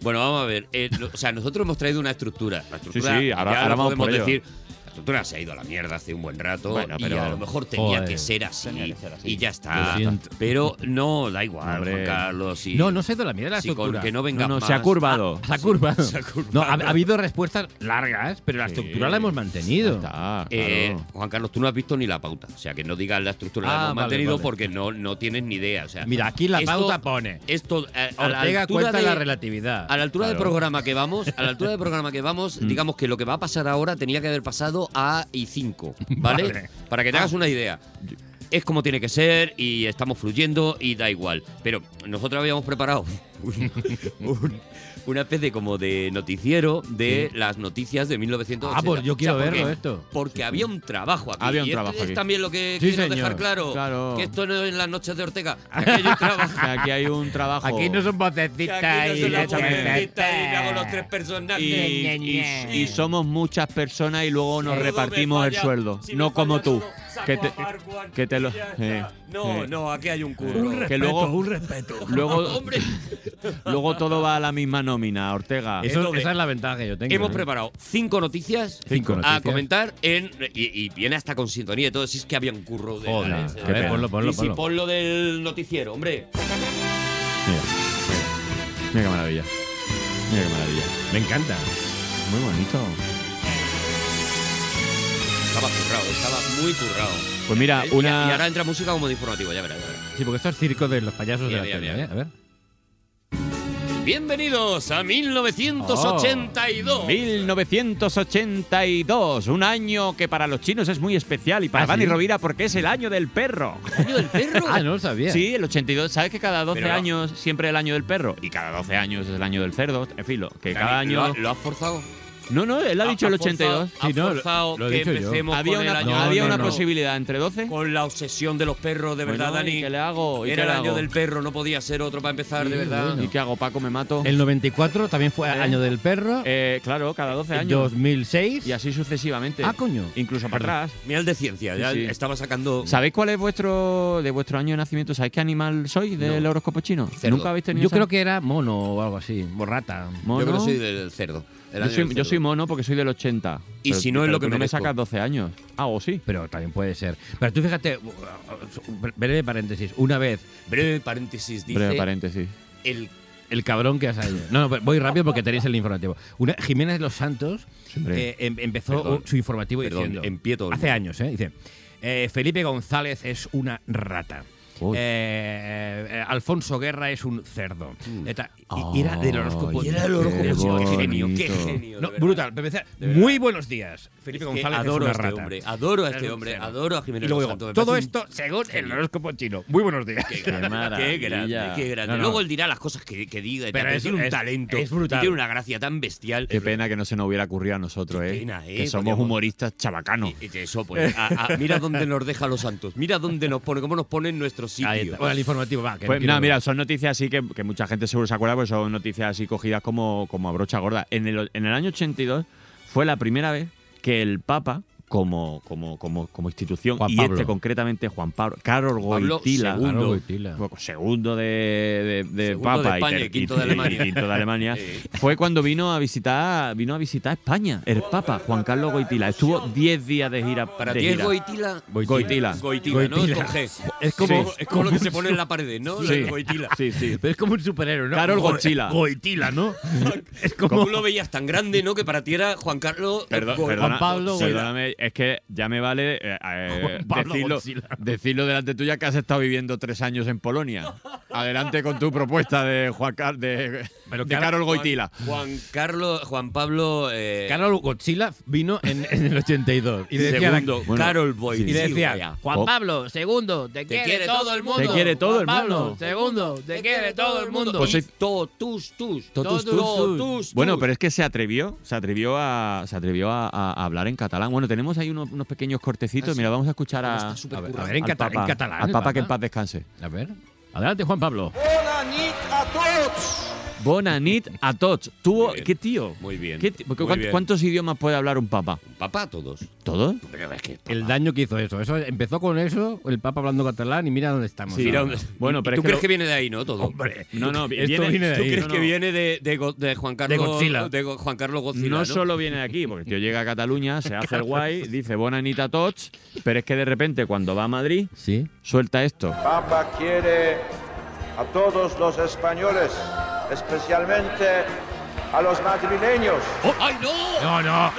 [SPEAKER 4] Bueno, vamos a ver. eh, lo- o sea, nosotros hemos traído una estructura. La estructura
[SPEAKER 5] sí,
[SPEAKER 4] ya
[SPEAKER 5] ahora-
[SPEAKER 4] lo
[SPEAKER 5] ahora vamos
[SPEAKER 4] podemos
[SPEAKER 5] por ello.
[SPEAKER 4] decir. La estructura se ha ido a la mierda hace un buen rato
[SPEAKER 5] Bueno,
[SPEAKER 4] y
[SPEAKER 5] pero-
[SPEAKER 4] a lo mejor tenía
[SPEAKER 2] Joder.
[SPEAKER 4] que ser así y ya
[SPEAKER 2] Lo
[SPEAKER 4] está.
[SPEAKER 2] siento.
[SPEAKER 4] Pero no, da igual,
[SPEAKER 5] Hombre.
[SPEAKER 4] Juan Carlos. si-
[SPEAKER 2] No, no se ha ido a la mierda la
[SPEAKER 4] si con
[SPEAKER 2] estructura.
[SPEAKER 4] que no venga
[SPEAKER 5] No, no,
[SPEAKER 4] más. Ah,
[SPEAKER 5] se ha curvado.
[SPEAKER 2] Se ha curvado.
[SPEAKER 4] se ha curvado.
[SPEAKER 2] No, ha, ha habido respuestas largas, pero la
[SPEAKER 5] Sí.
[SPEAKER 2] estructura la hemos
[SPEAKER 5] Ya
[SPEAKER 2] mantenido.
[SPEAKER 5] está,
[SPEAKER 4] Eh,
[SPEAKER 5] claro.
[SPEAKER 4] Juan Carlos, tú no has visto ni la pauta. O sea, que no digas la estructura la
[SPEAKER 2] Ah,
[SPEAKER 4] hemos
[SPEAKER 2] vale,
[SPEAKER 4] mantenido
[SPEAKER 2] vale.
[SPEAKER 4] porque no, no tienes ni idea. O sea,
[SPEAKER 2] Mira, aquí la
[SPEAKER 4] esto-
[SPEAKER 2] pauta pone.
[SPEAKER 4] Esto, eh, a, la
[SPEAKER 2] Ortega
[SPEAKER 4] altura
[SPEAKER 2] cuenta
[SPEAKER 4] de,
[SPEAKER 2] la relatividad.
[SPEAKER 4] A la altura del
[SPEAKER 2] Claro. Mm.
[SPEAKER 4] programa que vamos, a la altura del programa que vamos, digamos que lo que va a pasar ahora tenía que haber pasado 5 a I5, ¿vale?
[SPEAKER 2] Vale. Ah.
[SPEAKER 4] Para que te hagas una idea. Es como tiene que ser y estamos fluyendo y da igual. Pero nosotros habíamos preparado un- un- una especie como de noticiero de las noticias de 1980.
[SPEAKER 2] Ah, pues yo
[SPEAKER 4] O sea,
[SPEAKER 2] quiero
[SPEAKER 4] porque-
[SPEAKER 2] verlo esto.
[SPEAKER 4] Porque había un trabajo aquí.
[SPEAKER 5] Había un
[SPEAKER 4] y esto
[SPEAKER 5] trabajo
[SPEAKER 4] es
[SPEAKER 5] aquí.
[SPEAKER 4] también lo que
[SPEAKER 2] Sí,
[SPEAKER 4] quiero
[SPEAKER 2] señor.
[SPEAKER 4] dejar claro,
[SPEAKER 5] Claro.
[SPEAKER 4] Que esto no es en las noches de Ortega. que aquí hay un trabajo.
[SPEAKER 5] Que Aquí hay un trabajo.
[SPEAKER 2] Aquí no son
[SPEAKER 4] Que
[SPEAKER 2] vocecitas.
[SPEAKER 4] aquí no
[SPEAKER 2] y-
[SPEAKER 4] se la
[SPEAKER 5] échame.
[SPEAKER 4] publicita y me hago los tres personajes.
[SPEAKER 5] y, y- y somos muchas personas y luego nos repartimos el sueldo. no como tú. Que te, que te lo. eh,
[SPEAKER 4] No,
[SPEAKER 5] eh.
[SPEAKER 4] no, aquí hay un curro.
[SPEAKER 2] Un respeto,
[SPEAKER 5] luego-
[SPEAKER 2] un respeto.
[SPEAKER 5] Luego,
[SPEAKER 4] Hombre,
[SPEAKER 5] luego todo va a la misma nómina, Ortega.
[SPEAKER 2] Eso-
[SPEAKER 4] Entonces,
[SPEAKER 2] esa es la ventaja que yo tengo.
[SPEAKER 4] hemos
[SPEAKER 2] ¿eh?
[SPEAKER 4] preparado cinco noticias
[SPEAKER 2] Cinco
[SPEAKER 4] a
[SPEAKER 2] noticias.
[SPEAKER 4] comentar en y, y viene hasta con sintonía y todo. Si es que había un curro de
[SPEAKER 2] Joder,
[SPEAKER 4] la leche.
[SPEAKER 2] qué
[SPEAKER 4] A ver,
[SPEAKER 2] pena. Ponlo, ponlo,
[SPEAKER 4] y si
[SPEAKER 2] ponlo.
[SPEAKER 4] ponlo del noticiero, hombre.
[SPEAKER 5] Mira, mira. Mira qué maravilla. Mira qué maravilla.
[SPEAKER 2] Me encanta.
[SPEAKER 5] Muy bonito.
[SPEAKER 4] Estaba currado, estaba muy currado.
[SPEAKER 5] Pues mira,
[SPEAKER 4] ¿Eh? Y- Y, ahora
[SPEAKER 5] una.
[SPEAKER 4] entra música como de informativo, ya verás, ya verás.
[SPEAKER 2] Sí, porque esto es circo de los payasos
[SPEAKER 4] Mira,
[SPEAKER 2] de la
[SPEAKER 4] mira,
[SPEAKER 2] tele,
[SPEAKER 4] mira.
[SPEAKER 2] ¿eh? A ver.
[SPEAKER 4] Bienvenidos
[SPEAKER 5] Oh.
[SPEAKER 4] a 1982.
[SPEAKER 5] 1982, un año que para los chinos es muy especial y para
[SPEAKER 2] ¿Ah,
[SPEAKER 5] Dani
[SPEAKER 2] sí?
[SPEAKER 5] Rovira porque es el año del perro.
[SPEAKER 4] Año del perro.
[SPEAKER 2] Ah, no lo sabía.
[SPEAKER 5] Sí, el 82. ¿Sabes que cada 12
[SPEAKER 4] Pero-
[SPEAKER 5] años siempre el año del perro? Y cada 12 años es el año del cerdo. En fin, lo- que cada
[SPEAKER 4] Lo,
[SPEAKER 5] año.
[SPEAKER 4] ha- lo has forzado.
[SPEAKER 5] No, no, él ha dicho el 82.
[SPEAKER 4] Ha
[SPEAKER 2] Sí, no, lo-
[SPEAKER 4] forzado
[SPEAKER 2] lo he
[SPEAKER 4] que
[SPEAKER 2] dicho yo.
[SPEAKER 4] empecemos
[SPEAKER 5] Había
[SPEAKER 4] con el
[SPEAKER 5] una,
[SPEAKER 4] año
[SPEAKER 2] No,
[SPEAKER 5] había
[SPEAKER 2] no,
[SPEAKER 5] una
[SPEAKER 2] no.
[SPEAKER 5] posibilidad entre 12.
[SPEAKER 4] Con la obsesión de los perros, de verdad,
[SPEAKER 5] Bueno, ¿y
[SPEAKER 4] Dani.
[SPEAKER 5] qué le hago? ¿Y
[SPEAKER 4] Era
[SPEAKER 5] qué
[SPEAKER 4] el
[SPEAKER 5] le
[SPEAKER 4] año
[SPEAKER 5] hago?
[SPEAKER 4] del perro, no podía ser otro para empezar, de
[SPEAKER 2] Sí,
[SPEAKER 4] verdad.
[SPEAKER 2] bueno.
[SPEAKER 5] ¿Y qué hago, Paco? ¿Me mato?
[SPEAKER 2] El 94 también fue año del perro.
[SPEAKER 5] Eh, claro, cada 12
[SPEAKER 2] El
[SPEAKER 5] años.
[SPEAKER 2] 2006.
[SPEAKER 5] Y así sucesivamente.
[SPEAKER 2] Ah, coño.
[SPEAKER 5] Incluso para atrás.
[SPEAKER 4] Mira el de ciencia, ya
[SPEAKER 5] Sí, sí.
[SPEAKER 4] estaba sacando.
[SPEAKER 5] ¿Sabéis cuál es vuestro de vuestro año de nacimiento? ¿Sabéis qué animal soy del horóscopo chino?
[SPEAKER 4] Cerdo.
[SPEAKER 5] ¿Nunca habéis tenido
[SPEAKER 2] Yo
[SPEAKER 5] esa-
[SPEAKER 2] creo que era mono o algo así, borrata.
[SPEAKER 5] mono?
[SPEAKER 4] Yo creo que soy del cerdo. el
[SPEAKER 5] Yo
[SPEAKER 4] año
[SPEAKER 5] soy-
[SPEAKER 4] del
[SPEAKER 5] yo soy
[SPEAKER 4] cerdo.
[SPEAKER 5] mono porque soy del 80.
[SPEAKER 4] Y si no es lo que
[SPEAKER 5] tú no me
[SPEAKER 4] merezco.
[SPEAKER 5] sacas 12 años. Ah, o sí.
[SPEAKER 2] Pero también puede ser. Pero tú fíjate, uh, breve paréntesis, una vez
[SPEAKER 4] Breve paréntesis, dice.
[SPEAKER 5] Breve paréntesis.
[SPEAKER 4] el,
[SPEAKER 2] El cabrón que has salido. No, no, pero voy rápido porque tenéis el informativo. Una, Jiménez de los Santos
[SPEAKER 5] Hombre.
[SPEAKER 2] eh, em- empezó
[SPEAKER 4] Perdón.
[SPEAKER 2] un- su informativo
[SPEAKER 4] Perdón,
[SPEAKER 2] diciendo.
[SPEAKER 4] en pie todo el
[SPEAKER 2] Hace
[SPEAKER 4] mundo.
[SPEAKER 2] años, ¿eh? Dice. eh, Felipe González es una rata.
[SPEAKER 5] Uy.
[SPEAKER 2] Eh, eh, Alfonso Guerra es un cerdo.
[SPEAKER 4] Mm.
[SPEAKER 2] Eh, ta- y-
[SPEAKER 5] Ay,
[SPEAKER 2] y era del horóscopo.
[SPEAKER 5] y era del horóscopo,
[SPEAKER 2] Qué
[SPEAKER 5] sí, qué
[SPEAKER 2] bonito.
[SPEAKER 5] genio, qué
[SPEAKER 4] genio, de
[SPEAKER 2] No,
[SPEAKER 4] verdad.
[SPEAKER 2] brutal. Para empezar,
[SPEAKER 4] verdad.
[SPEAKER 2] muy buenos días.
[SPEAKER 4] es
[SPEAKER 2] Felipe
[SPEAKER 4] que
[SPEAKER 2] González es
[SPEAKER 4] adoro
[SPEAKER 2] una
[SPEAKER 4] a este
[SPEAKER 2] rata.
[SPEAKER 4] hombre, adoro a este
[SPEAKER 2] Era un
[SPEAKER 4] hombre,
[SPEAKER 2] cerdo.
[SPEAKER 4] adoro a Jiménez
[SPEAKER 2] Y luego
[SPEAKER 4] Los
[SPEAKER 2] digo,
[SPEAKER 4] Santos, me
[SPEAKER 2] todo
[SPEAKER 4] parece un
[SPEAKER 2] esto según el horóscopo chino. Muy buenos días.
[SPEAKER 5] Qué
[SPEAKER 4] Qué grande,
[SPEAKER 5] maravilla.
[SPEAKER 4] qué grande.
[SPEAKER 2] No, no.
[SPEAKER 4] Luego él dirá las cosas que, que diga, y
[SPEAKER 2] Pero
[SPEAKER 4] tal, pero
[SPEAKER 2] es-
[SPEAKER 4] tiene un
[SPEAKER 2] es-
[SPEAKER 4] talento.
[SPEAKER 2] es brutal.
[SPEAKER 4] y tiene una gracia tan bestial.
[SPEAKER 5] Qué pena que no se nos hubiera ocurrido a nosotros,
[SPEAKER 4] Qué
[SPEAKER 5] ¿eh?
[SPEAKER 4] pena, ¿eh?
[SPEAKER 5] Que somos
[SPEAKER 4] Podríamos-
[SPEAKER 5] humoristas chabacanos.
[SPEAKER 4] Y- y Eso, pues, a- a- mira dónde nos deja los santos. Mira dónde nos pone, cómo nos pone en nuestro
[SPEAKER 2] Ahí está.
[SPEAKER 4] sitio.
[SPEAKER 2] Bueno, el informativo va. que
[SPEAKER 5] Pues
[SPEAKER 2] no
[SPEAKER 5] nada,
[SPEAKER 2] quiero-
[SPEAKER 5] mira, son noticias así que, que mucha gente seguro se acuerda, porque son noticias así cogidas como, como a brocha gorda. En el, en el año 82 fue la primera vez que el Papa, como, como, como, como institución,
[SPEAKER 2] Juan
[SPEAKER 5] y
[SPEAKER 2] Pablo.
[SPEAKER 5] este concretamente, Juan Pablo, Carol
[SPEAKER 4] Pablo
[SPEAKER 5] Goitila,
[SPEAKER 4] II.
[SPEAKER 2] Claro, Goitila.
[SPEAKER 5] Bueno, segundo de, de- de
[SPEAKER 4] Segundo
[SPEAKER 5] Papa
[SPEAKER 4] de España
[SPEAKER 5] ter-
[SPEAKER 4] y quinto de
[SPEAKER 5] y-
[SPEAKER 4] Alemania.
[SPEAKER 5] y quinto de Alemania,
[SPEAKER 4] Sí.
[SPEAKER 5] fue cuando vino a visitar vino a visitar España el Papa Juan Carlos Goitila estuvo 10 días de gira
[SPEAKER 4] Para
[SPEAKER 5] de
[SPEAKER 4] ti es
[SPEAKER 5] gira.
[SPEAKER 4] Goitila.
[SPEAKER 5] Goitila.
[SPEAKER 4] Goitila, ¿no?
[SPEAKER 2] Goitila.
[SPEAKER 4] Con G.
[SPEAKER 2] Es como-
[SPEAKER 4] es como lo que se pone en la pared, ¿no?
[SPEAKER 5] Sí.
[SPEAKER 4] Lo de Goitila.
[SPEAKER 5] sí sí
[SPEAKER 2] Pero es como un superhéroe, ¿no?
[SPEAKER 5] Carol
[SPEAKER 2] Go-
[SPEAKER 5] Godzilla.
[SPEAKER 2] Goitila, ¿no? es como.
[SPEAKER 4] Tú lo veías tan grande, ¿no? Que para ti era Juan Carlos. eh,
[SPEAKER 5] Perdón,
[SPEAKER 4] Go-
[SPEAKER 5] perdona,
[SPEAKER 2] Pablo Godzilla.
[SPEAKER 5] perdóname, es que ya me vale eh, eh,
[SPEAKER 2] Juan Pablo
[SPEAKER 5] decirlo,
[SPEAKER 2] Godzilla.
[SPEAKER 5] decirlo delante tuya que has estado viviendo tres años en Polonia. Adelante con tu propuesta de Juan Car- de,
[SPEAKER 2] Pero
[SPEAKER 5] de
[SPEAKER 2] Car-
[SPEAKER 5] Carol Goitila.
[SPEAKER 4] Juan Carlos, Juan Pablo. eh,
[SPEAKER 2] Carol Godzilla vino en, en el 82. Y le decía,
[SPEAKER 4] segundo,
[SPEAKER 5] bueno,
[SPEAKER 4] Carol Boy.
[SPEAKER 2] y le decía, Juan
[SPEAKER 5] Oh.
[SPEAKER 2] Pablo, segundo, te, quiere,
[SPEAKER 4] quiere
[SPEAKER 2] todo el mundo.
[SPEAKER 5] Te quiere todo el
[SPEAKER 2] Juan Pablo,
[SPEAKER 5] mundo.
[SPEAKER 2] segundo, te, quiere todo el mundo.
[SPEAKER 5] Pues sí.
[SPEAKER 4] Totus, tus.
[SPEAKER 2] Totus, tus.
[SPEAKER 4] Oh, Totus,
[SPEAKER 5] Bueno,
[SPEAKER 4] tus.
[SPEAKER 5] pero es que se atrevió, se atrevió a, se atrevió a, a- a hablar en catalán. Bueno, tenemos ahí unos, unos pequeños cortecitos.
[SPEAKER 4] Ah, sí.
[SPEAKER 5] Mira, vamos a escuchar
[SPEAKER 4] Pero
[SPEAKER 5] a,
[SPEAKER 4] está súper
[SPEAKER 2] a ver,
[SPEAKER 4] currado.
[SPEAKER 2] a ver, en,
[SPEAKER 5] al
[SPEAKER 2] cata- en
[SPEAKER 5] Papa,
[SPEAKER 2] catalán.
[SPEAKER 5] al Papa
[SPEAKER 2] ¿verdad?
[SPEAKER 5] que en paz descanse.
[SPEAKER 2] A ver. Adelante, Juan Pablo.
[SPEAKER 5] Bona nit a tots. Tuvo,
[SPEAKER 4] Muy bien.
[SPEAKER 5] qué tío.
[SPEAKER 4] Muy bien.
[SPEAKER 5] ¿Qué ti-
[SPEAKER 4] Muy
[SPEAKER 5] ¿cuántos,
[SPEAKER 4] bien.
[SPEAKER 5] cuántos idiomas puede hablar un papa?
[SPEAKER 4] Papá, todos.
[SPEAKER 5] ¿Todos?
[SPEAKER 4] Pero es que.
[SPEAKER 2] El daño que hizo eso. eso. Empezó con eso, el Papa hablando catalán, y mira dónde estamos.
[SPEAKER 5] Sí,
[SPEAKER 2] ahora.
[SPEAKER 5] mira dónde- Bueno,
[SPEAKER 4] ¿Y
[SPEAKER 5] pero
[SPEAKER 4] ¿Tú
[SPEAKER 5] es que
[SPEAKER 4] crees
[SPEAKER 5] lo-
[SPEAKER 4] que viene de ahí, no? Todo.
[SPEAKER 2] Hombre,
[SPEAKER 5] No, no,
[SPEAKER 2] esto
[SPEAKER 5] viene-
[SPEAKER 2] viene de
[SPEAKER 4] ¿Tú
[SPEAKER 2] ahí.
[SPEAKER 4] crees
[SPEAKER 5] no,
[SPEAKER 4] que
[SPEAKER 5] no.
[SPEAKER 4] viene de, de Go- de Juan Carlos
[SPEAKER 2] De Godzilla.
[SPEAKER 4] de Go- Juan Carlos Godzilla?
[SPEAKER 5] no
[SPEAKER 4] ¿no?
[SPEAKER 5] solo viene de aquí, porque el tío llega a Cataluña, se hace el guay, dice buena nit a tots, pero es que de repente cuando va a Madrid,
[SPEAKER 2] Sí.
[SPEAKER 5] suelta esto.
[SPEAKER 6] Papa quiere a todos los españoles, especialmente a los madrileños.
[SPEAKER 4] ¡Ay, no!
[SPEAKER 2] No, no.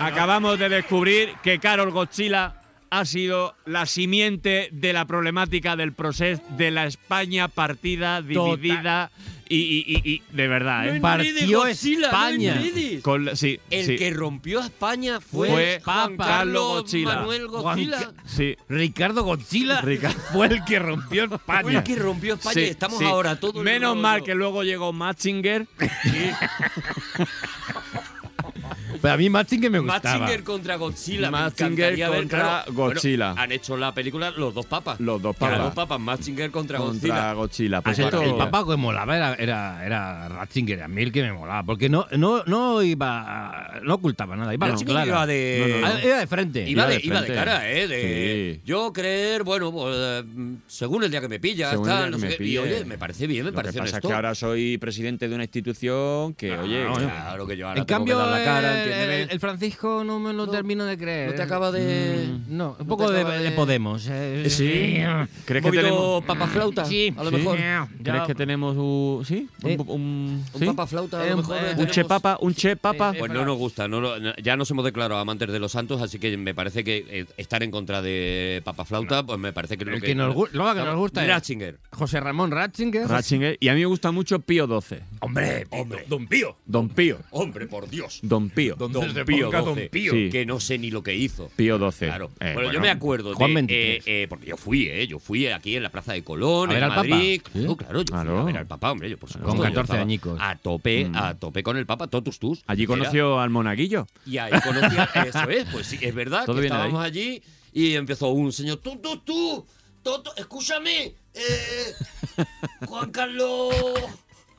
[SPEAKER 5] Acabamos de descubrir que Carol Godzilla ha sido la simiente de la problemática del proceso de la España partida, dividida y, y- y- y- de verdad, ¿eh?
[SPEAKER 2] Partió España.
[SPEAKER 5] Con la- sí,
[SPEAKER 4] El
[SPEAKER 5] sí.
[SPEAKER 4] que rompió a España fue,
[SPEAKER 5] Fue
[SPEAKER 4] Juan
[SPEAKER 5] Papa
[SPEAKER 4] Carlos
[SPEAKER 5] Godzilla.
[SPEAKER 4] Manuel
[SPEAKER 2] Juan
[SPEAKER 4] Godzilla.
[SPEAKER 2] Ca-
[SPEAKER 5] Sí.
[SPEAKER 2] Ricardo Godzilla
[SPEAKER 5] Ricardo.
[SPEAKER 2] fue el que rompió España.
[SPEAKER 4] Fue el que rompió España. y
[SPEAKER 5] Sí,
[SPEAKER 4] Estamos
[SPEAKER 5] sí.
[SPEAKER 4] ahora todos.
[SPEAKER 5] Menos
[SPEAKER 4] los-
[SPEAKER 5] mal que luego llegó Matzinger.
[SPEAKER 2] Pero a mí Matzinger me gustaba.
[SPEAKER 4] Mazinger contra Godzilla. me
[SPEAKER 5] Mazinger
[SPEAKER 4] encantaría ver,
[SPEAKER 5] contra
[SPEAKER 4] claro. Bueno,
[SPEAKER 5] Godzilla.
[SPEAKER 4] han hecho la película Los dos papas.
[SPEAKER 5] Los dos
[SPEAKER 4] Que eran
[SPEAKER 5] papas.
[SPEAKER 4] Los papas. Mazinger contra,
[SPEAKER 5] Contra
[SPEAKER 4] Godzilla. Ah,
[SPEAKER 5] Godzilla.
[SPEAKER 2] Por
[SPEAKER 5] Pues
[SPEAKER 2] cierto,
[SPEAKER 5] esto-
[SPEAKER 2] el papá que molaba era, era, era Ratzinger, a mí el que me molaba, porque no, no, no iba, no ocultaba nada, iba a
[SPEAKER 4] Ratzinger
[SPEAKER 2] clara.
[SPEAKER 4] iba de- Ah,
[SPEAKER 2] No, no, no. Iba de frente.
[SPEAKER 4] Iba de,
[SPEAKER 5] de
[SPEAKER 4] iba de
[SPEAKER 5] frente.
[SPEAKER 4] cara, ¿eh? De,
[SPEAKER 5] Sí.
[SPEAKER 4] Yo creer, bueno, pues, eh, mm, según el día que me pilla,
[SPEAKER 5] Según el
[SPEAKER 4] tal,
[SPEAKER 5] día
[SPEAKER 4] no
[SPEAKER 5] que
[SPEAKER 4] sé
[SPEAKER 5] me
[SPEAKER 4] qué. Y
[SPEAKER 5] pille.
[SPEAKER 4] oye, me parece bien, me
[SPEAKER 5] Lo
[SPEAKER 4] parece
[SPEAKER 5] que pasa es
[SPEAKER 4] honesto.
[SPEAKER 5] que ahora soy presidente de una institución que,
[SPEAKER 4] Ah,
[SPEAKER 5] oye,
[SPEAKER 2] no,
[SPEAKER 5] que-
[SPEAKER 4] Claro que yo ahora
[SPEAKER 2] en
[SPEAKER 4] tengo
[SPEAKER 2] cambio,
[SPEAKER 4] que dar la cara,
[SPEAKER 2] el,
[SPEAKER 4] ¿entiendes?
[SPEAKER 2] el Francisco no me lo termino de creer.
[SPEAKER 4] no te acaba de-
[SPEAKER 2] Mm, No, un
[SPEAKER 4] te
[SPEAKER 2] poco de,
[SPEAKER 4] acaba
[SPEAKER 2] de
[SPEAKER 4] de-
[SPEAKER 2] Podemos. eh,
[SPEAKER 5] Sí. ¿Crees que tenemos,
[SPEAKER 4] papaflauta?
[SPEAKER 2] Sí,
[SPEAKER 4] a lo
[SPEAKER 2] sí.
[SPEAKER 4] mejor.
[SPEAKER 5] ¿crees que tenemos un, sí?
[SPEAKER 2] Sí.
[SPEAKER 5] Un, un-
[SPEAKER 4] Un
[SPEAKER 5] sí?
[SPEAKER 4] papaflauta, a
[SPEAKER 2] Eh,
[SPEAKER 4] lo mejor.
[SPEAKER 2] eh,
[SPEAKER 4] eh,
[SPEAKER 2] un
[SPEAKER 5] un
[SPEAKER 4] tenemos-
[SPEAKER 5] che papa, un che papa.
[SPEAKER 2] Eh, eh,
[SPEAKER 4] Pues no nos gusta, no lo- no- ya nos hemos declarado amantes de los santos, así que me parece que eh, estar en contra de papaflauta, pues me parece que lo
[SPEAKER 2] El que nos, gu- lo que nos gusta es
[SPEAKER 4] Ratzinger.
[SPEAKER 2] José Ramón Ratzinger.
[SPEAKER 5] Ratzinger. Y a mí me gusta mucho Pío XII.
[SPEAKER 2] Hombre, Don Pío.
[SPEAKER 5] Don Pío.
[SPEAKER 4] Hombre, por Dios.
[SPEAKER 5] Don Pío.
[SPEAKER 4] Don
[SPEAKER 2] se
[SPEAKER 4] Pío,
[SPEAKER 2] ponga Don
[SPEAKER 4] 12,
[SPEAKER 2] Pío.
[SPEAKER 5] Sí.
[SPEAKER 4] que no sé ni lo que hizo.
[SPEAKER 5] Pío XII.
[SPEAKER 4] Claro.
[SPEAKER 5] Eh,
[SPEAKER 4] bueno, yo me acuerdo
[SPEAKER 2] Juan
[SPEAKER 4] de,
[SPEAKER 2] 23.
[SPEAKER 4] eh, eh, porque yo fui, eh, yo fui aquí en la Plaza de Colón,
[SPEAKER 2] A ver
[SPEAKER 4] en
[SPEAKER 2] al Papa.
[SPEAKER 4] Madrid.
[SPEAKER 2] ¿Sí?
[SPEAKER 4] Claro, claro, yo fui
[SPEAKER 5] Claro.
[SPEAKER 4] a ver al Papa, hombre, yo por supuesto.
[SPEAKER 2] Con
[SPEAKER 4] yo
[SPEAKER 2] 14
[SPEAKER 4] estaba
[SPEAKER 2] añicos.
[SPEAKER 4] A tope, a tope con el Papa, totus tus.
[SPEAKER 5] Allí
[SPEAKER 4] Era-
[SPEAKER 5] conoció al monaguillo.
[SPEAKER 4] Y ahí conocí a- Eso es, pues sí, es verdad
[SPEAKER 5] Todo
[SPEAKER 4] que
[SPEAKER 5] viene de ahí.
[SPEAKER 4] estábamos allí y empezó un señor. ¡Tú, tú, tú! tú, tú, escúchame! eh, ¡Juan Carlos!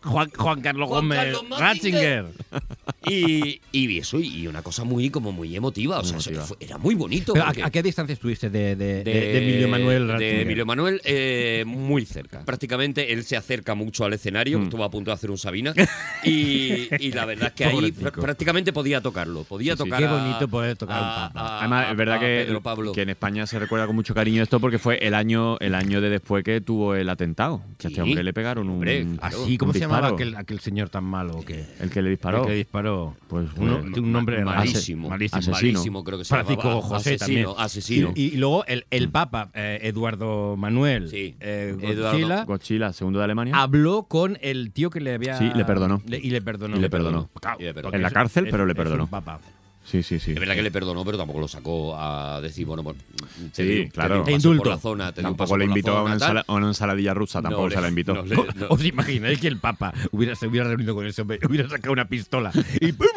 [SPEAKER 2] Juan, Juan Carlos
[SPEAKER 4] Juan
[SPEAKER 2] Gómez.
[SPEAKER 4] Carlos Ratzinger.
[SPEAKER 2] Ratzinger.
[SPEAKER 4] Y, y eso, y una cosa muy, como muy emotiva. O sea, eso
[SPEAKER 5] emotiva.
[SPEAKER 4] fue- era muy bonito.
[SPEAKER 2] Pero, ¿a,
[SPEAKER 4] porque-
[SPEAKER 2] a qué distancia estuviste de, de- de- de Emilio Manuel Ratzinger?
[SPEAKER 4] De Emilio Manuel, eh, muy cerca. Prácticamente él se acerca mucho al escenario, estuvo a punto de hacer un Sabina. Y, y la verdad es que ahí
[SPEAKER 2] Pobre
[SPEAKER 4] pr- prácticamente podía tocarlo. Podía
[SPEAKER 5] Sí, sí.
[SPEAKER 4] tocar.
[SPEAKER 2] Qué
[SPEAKER 4] a-
[SPEAKER 2] bonito poder tocar un
[SPEAKER 4] a-
[SPEAKER 2] papa.
[SPEAKER 4] a-
[SPEAKER 5] Además, es verdad
[SPEAKER 4] a
[SPEAKER 5] que,
[SPEAKER 4] Pedro Pablo.
[SPEAKER 5] que en España se recuerda con mucho cariño esto porque fue el año el año de después que tuvo el atentado. Que a
[SPEAKER 4] Sí.
[SPEAKER 5] este hombre le pegaron un.
[SPEAKER 4] Hombre,
[SPEAKER 5] un
[SPEAKER 4] claro.
[SPEAKER 2] Así, ¿cómo se llamaba
[SPEAKER 5] disparo.
[SPEAKER 2] aquel, aquel señor tan malo que,
[SPEAKER 5] El que le
[SPEAKER 2] el
[SPEAKER 5] disparó.
[SPEAKER 2] que disparó?
[SPEAKER 5] Pues,
[SPEAKER 2] Uno-
[SPEAKER 5] bueno,
[SPEAKER 2] de un nombre raro.
[SPEAKER 4] malísimo, malísimo,
[SPEAKER 5] asesino.
[SPEAKER 4] creo que se
[SPEAKER 2] Francisco
[SPEAKER 4] llamaba.
[SPEAKER 2] José
[SPEAKER 4] asesino,
[SPEAKER 2] también.
[SPEAKER 4] asesino. Mm.
[SPEAKER 2] Y, y luego el, el Papa, eh, Eduardo Manuel
[SPEAKER 4] Sí,
[SPEAKER 2] eh,
[SPEAKER 4] Eduardo
[SPEAKER 2] Godzilla,
[SPEAKER 5] Godzilla, segundo de Alemania.
[SPEAKER 4] Ah.
[SPEAKER 2] habló con el tío que le había.
[SPEAKER 5] Sí, le perdonó.
[SPEAKER 2] y le perdonó.
[SPEAKER 5] Y le perdonó.
[SPEAKER 2] Claro,
[SPEAKER 4] Y le perdonó.
[SPEAKER 2] porque
[SPEAKER 5] En la
[SPEAKER 2] es-
[SPEAKER 5] cárcel,
[SPEAKER 2] es-
[SPEAKER 5] pero le
[SPEAKER 2] es
[SPEAKER 5] perdonó.
[SPEAKER 2] un papa.
[SPEAKER 5] sí, sí, sí.
[SPEAKER 4] Es verdad que le perdonó, pero tampoco lo sacó a decir, bueno, pues, te
[SPEAKER 5] Sí,
[SPEAKER 4] di- te di un
[SPEAKER 5] claro.
[SPEAKER 4] paso
[SPEAKER 2] Te indulto.
[SPEAKER 4] por la zona, te di un paso
[SPEAKER 5] Tampoco
[SPEAKER 4] por
[SPEAKER 5] le
[SPEAKER 4] la
[SPEAKER 5] invitó a
[SPEAKER 4] zona,
[SPEAKER 5] una,
[SPEAKER 4] tal.
[SPEAKER 5] ensala- a una ensaladilla rusa,
[SPEAKER 4] No
[SPEAKER 5] tampoco
[SPEAKER 4] le-
[SPEAKER 5] se la invitó.
[SPEAKER 4] no le- no-
[SPEAKER 2] ¿Os imagináis que el Papa hubiera, se hubiera reunido con ese hombre, hubiera sacado una pistola y ¡pum!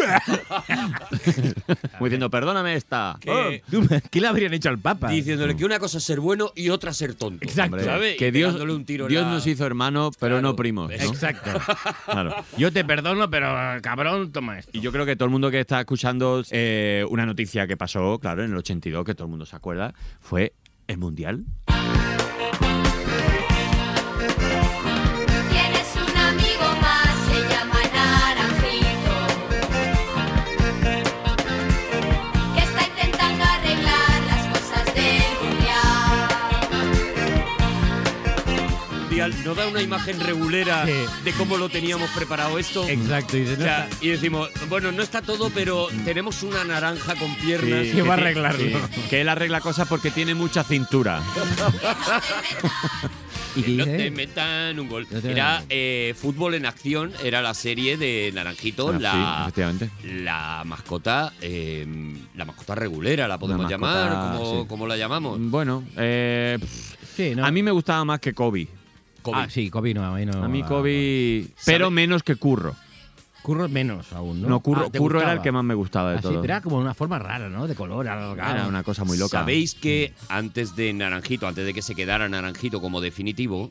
[SPEAKER 5] Como diciendo, perdóname esta. Oh,
[SPEAKER 4] que-
[SPEAKER 2] Oh, ¿Qué le habrían hecho al Papa?
[SPEAKER 4] diciéndole que una cosa es ser bueno y otra es ser tonto.
[SPEAKER 2] Exacto.
[SPEAKER 5] Hombre,
[SPEAKER 4] ¿Sabe? Y
[SPEAKER 5] Que Dios,
[SPEAKER 4] pegándole un tiro en
[SPEAKER 5] Dios
[SPEAKER 4] la-
[SPEAKER 5] nos hizo hermanos, pero
[SPEAKER 4] Claro.
[SPEAKER 5] no primos. ¿no?
[SPEAKER 2] Exacto.
[SPEAKER 5] Claro.
[SPEAKER 2] Yo te perdono, pero cabrón, toma esto.
[SPEAKER 5] Y yo creo que todo el mundo que está escuchando eh, una noticia que pasó, claro, en el 82, que todo el mundo se acuerda, fue el Mundial.
[SPEAKER 7] Tienes un amigo más, se llama Naranjito, que está intentando arreglar las cosas del mundial.
[SPEAKER 4] Mundial nos da una imagen regulera
[SPEAKER 2] Sí.
[SPEAKER 4] de cómo lo teníamos preparado esto.
[SPEAKER 2] Exacto. Y dice,
[SPEAKER 4] O
[SPEAKER 2] no,
[SPEAKER 4] sea, y decimos, bueno, no está todo, pero tenemos una naranja con piernas.
[SPEAKER 2] ¿Quién va a
[SPEAKER 5] ti-
[SPEAKER 2] arreglarlo?
[SPEAKER 5] sí, que él arregla cosas porque tiene mucha cintura.
[SPEAKER 2] ¿Y
[SPEAKER 4] Que
[SPEAKER 2] qué
[SPEAKER 4] no
[SPEAKER 2] dice?
[SPEAKER 4] te metan un gol.
[SPEAKER 2] No te
[SPEAKER 4] Era
[SPEAKER 2] metan.
[SPEAKER 4] eh, Fútbol en Acción, era la serie de Naranjito,
[SPEAKER 5] Ah, sí,
[SPEAKER 4] la,
[SPEAKER 5] efectivamente.
[SPEAKER 4] la mascota, eh, la mascota regulera, la podemos
[SPEAKER 5] La mascota,
[SPEAKER 4] llamar, ¿cómo,
[SPEAKER 5] sí. Mm,
[SPEAKER 4] cómo la llamamos?
[SPEAKER 5] Bueno, eh, pff,
[SPEAKER 2] Sí, no.
[SPEAKER 5] a mí me gustaba más que Kobe.
[SPEAKER 4] Kobe.
[SPEAKER 2] Ah, sí, Kobe no, a mí no.
[SPEAKER 5] A mí
[SPEAKER 2] ah,
[SPEAKER 5] Kobe, pero
[SPEAKER 4] ¿Sabe?
[SPEAKER 5] menos que Curro.
[SPEAKER 2] Curro menos aún, ¿no?
[SPEAKER 5] No, Curro,
[SPEAKER 2] Ah, ¿te
[SPEAKER 5] Curro era el
[SPEAKER 2] gustaba?
[SPEAKER 5] que más me gustaba de
[SPEAKER 2] Así,
[SPEAKER 5] todo.
[SPEAKER 2] pero era Ah, como una forma rara, ¿no? De color, alargado.
[SPEAKER 5] Era una cosa muy loca. Mm.
[SPEAKER 4] Sabéis que antes de Naranjito, antes de que se quedara Naranjito como definitivo,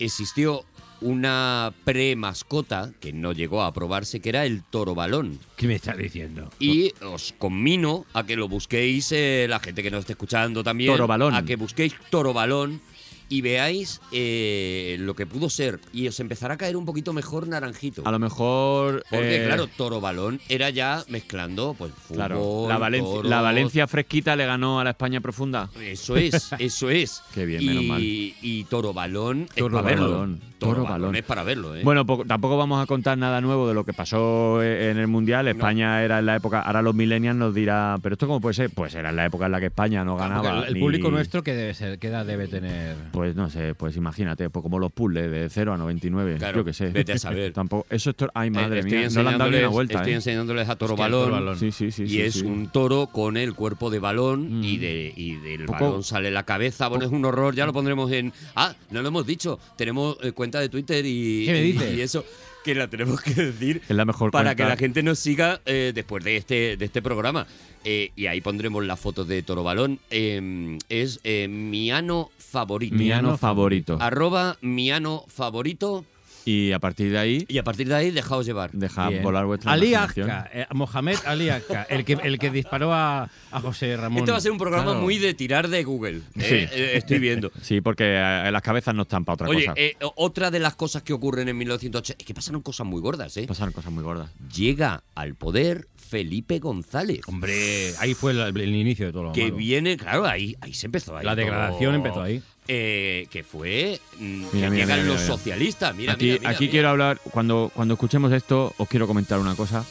[SPEAKER 4] existió una pre-mascota que no llegó a aprobarse, que era el toro balón.
[SPEAKER 2] ¿Qué me estás diciendo?
[SPEAKER 4] Y
[SPEAKER 5] Oh.
[SPEAKER 4] os conmino a que lo busquéis, eh, la gente que nos esté escuchando también.
[SPEAKER 5] Toro Balón.
[SPEAKER 4] A que busquéis Toro Balón y veáis eh, lo que pudo ser. Y os empezará a caer un poquito mejor naranjito.
[SPEAKER 5] A lo mejor.
[SPEAKER 4] Porque,
[SPEAKER 5] eh,
[SPEAKER 4] claro, toro balón era ya mezclando, pues, fútbol,
[SPEAKER 5] claro, la, Valen-
[SPEAKER 4] toros.
[SPEAKER 5] la Valencia fresquita le ganó a la España profunda.
[SPEAKER 4] Eso es, eso es.
[SPEAKER 5] Qué bien,
[SPEAKER 4] y,
[SPEAKER 5] menos mal.
[SPEAKER 4] Y toro balón es
[SPEAKER 5] Toro
[SPEAKER 4] para verlo.
[SPEAKER 5] Balón,
[SPEAKER 4] Toro,
[SPEAKER 5] Toro
[SPEAKER 4] balón.
[SPEAKER 5] Balón.
[SPEAKER 4] es para verlo, ¿eh?
[SPEAKER 5] Bueno, po- tampoco vamos a contar nada nuevo de lo que pasó eh, en el Mundial. España era en la época, ahora los millennials nos dirá, pero esto cómo puede ser? Pues era en la época en la que España no
[SPEAKER 8] Porque
[SPEAKER 5] ganaba.
[SPEAKER 8] el, el
[SPEAKER 5] ni-
[SPEAKER 8] público nuestro que debe ser, qué edad debe tener.
[SPEAKER 5] Pues no sé, pues imagínate, pues como los puzzles de 0 a 99,
[SPEAKER 4] Claro,
[SPEAKER 5] yo qué sé.
[SPEAKER 4] vete a saber.
[SPEAKER 5] Tampoco, eso es tor- ay
[SPEAKER 4] Eh,
[SPEAKER 5] madre
[SPEAKER 4] estoy
[SPEAKER 5] mía, no le han dado ni una
[SPEAKER 4] enseñándoles-
[SPEAKER 5] vuelta.
[SPEAKER 4] Estoy
[SPEAKER 5] eh.
[SPEAKER 4] enseñándoles a toro
[SPEAKER 8] Hostia,
[SPEAKER 4] balón.
[SPEAKER 8] Toro Balón.
[SPEAKER 5] Sí, sí, sí.
[SPEAKER 4] y
[SPEAKER 5] sí,
[SPEAKER 4] es
[SPEAKER 5] sí.
[SPEAKER 4] un toro con el cuerpo de balón
[SPEAKER 5] Mm.
[SPEAKER 4] y, de, y del
[SPEAKER 5] Poco- Mm.
[SPEAKER 4] balón sale la cabeza. Bueno, es un horror, ya lo pondremos en. Ah, no lo hemos dicho. Tenemos eh, cuenta de Twitter y,
[SPEAKER 8] ¿Qué me
[SPEAKER 4] y-
[SPEAKER 8] dices?
[SPEAKER 4] y eso que la tenemos que decir
[SPEAKER 5] Es la mejor
[SPEAKER 4] para
[SPEAKER 5] cuenta.
[SPEAKER 4] que la gente nos siga eh, después de este, de este programa. Eh, y ahí pondremos las fotos de Toro Balón. Eh, es eh, Miano Favorito. Ah.
[SPEAKER 5] Miano favorito.
[SPEAKER 4] Arroba Miano Favorito.
[SPEAKER 5] Y a partir de ahí,
[SPEAKER 4] Y a partir de ahí, dejaos llevar.
[SPEAKER 5] deja
[SPEAKER 8] Bien.
[SPEAKER 5] volar vuestra
[SPEAKER 8] Ali
[SPEAKER 5] imaginación.
[SPEAKER 8] Azca, eh, Mohamed Ali Azca, el que, el que disparó a, a José Ramón.
[SPEAKER 4] Este va a ser un programa
[SPEAKER 8] Claro.
[SPEAKER 4] muy de tirar de Google.
[SPEAKER 5] Sí.
[SPEAKER 4] eh, eh, estoy viendo.
[SPEAKER 5] Sí, porque eh, las cabezas no están para otra
[SPEAKER 4] Oye,
[SPEAKER 5] cosa.
[SPEAKER 4] eh, otra de las cosas que ocurren en 1908 es que pasaron cosas muy gordas, ¿eh?
[SPEAKER 5] Pasaron cosas muy gordas.
[SPEAKER 4] Llega al poder Felipe González.
[SPEAKER 8] Hombre, ahí fue el, el inicio de todo lo
[SPEAKER 4] Que
[SPEAKER 8] malo.
[SPEAKER 4] viene, claro, ahí, ahí se empezó. Ahí
[SPEAKER 8] La
[SPEAKER 4] todo.
[SPEAKER 8] degradación empezó ahí.
[SPEAKER 4] Eh, que fue. mm, que
[SPEAKER 5] mira,
[SPEAKER 4] llegan
[SPEAKER 5] mira,
[SPEAKER 4] los
[SPEAKER 5] mira.
[SPEAKER 4] socialistas. Mira,
[SPEAKER 5] aquí
[SPEAKER 4] mira, mira,
[SPEAKER 5] aquí
[SPEAKER 4] mira.
[SPEAKER 5] quiero hablar, cuando, cuando escuchemos esto, os quiero comentar una cosa.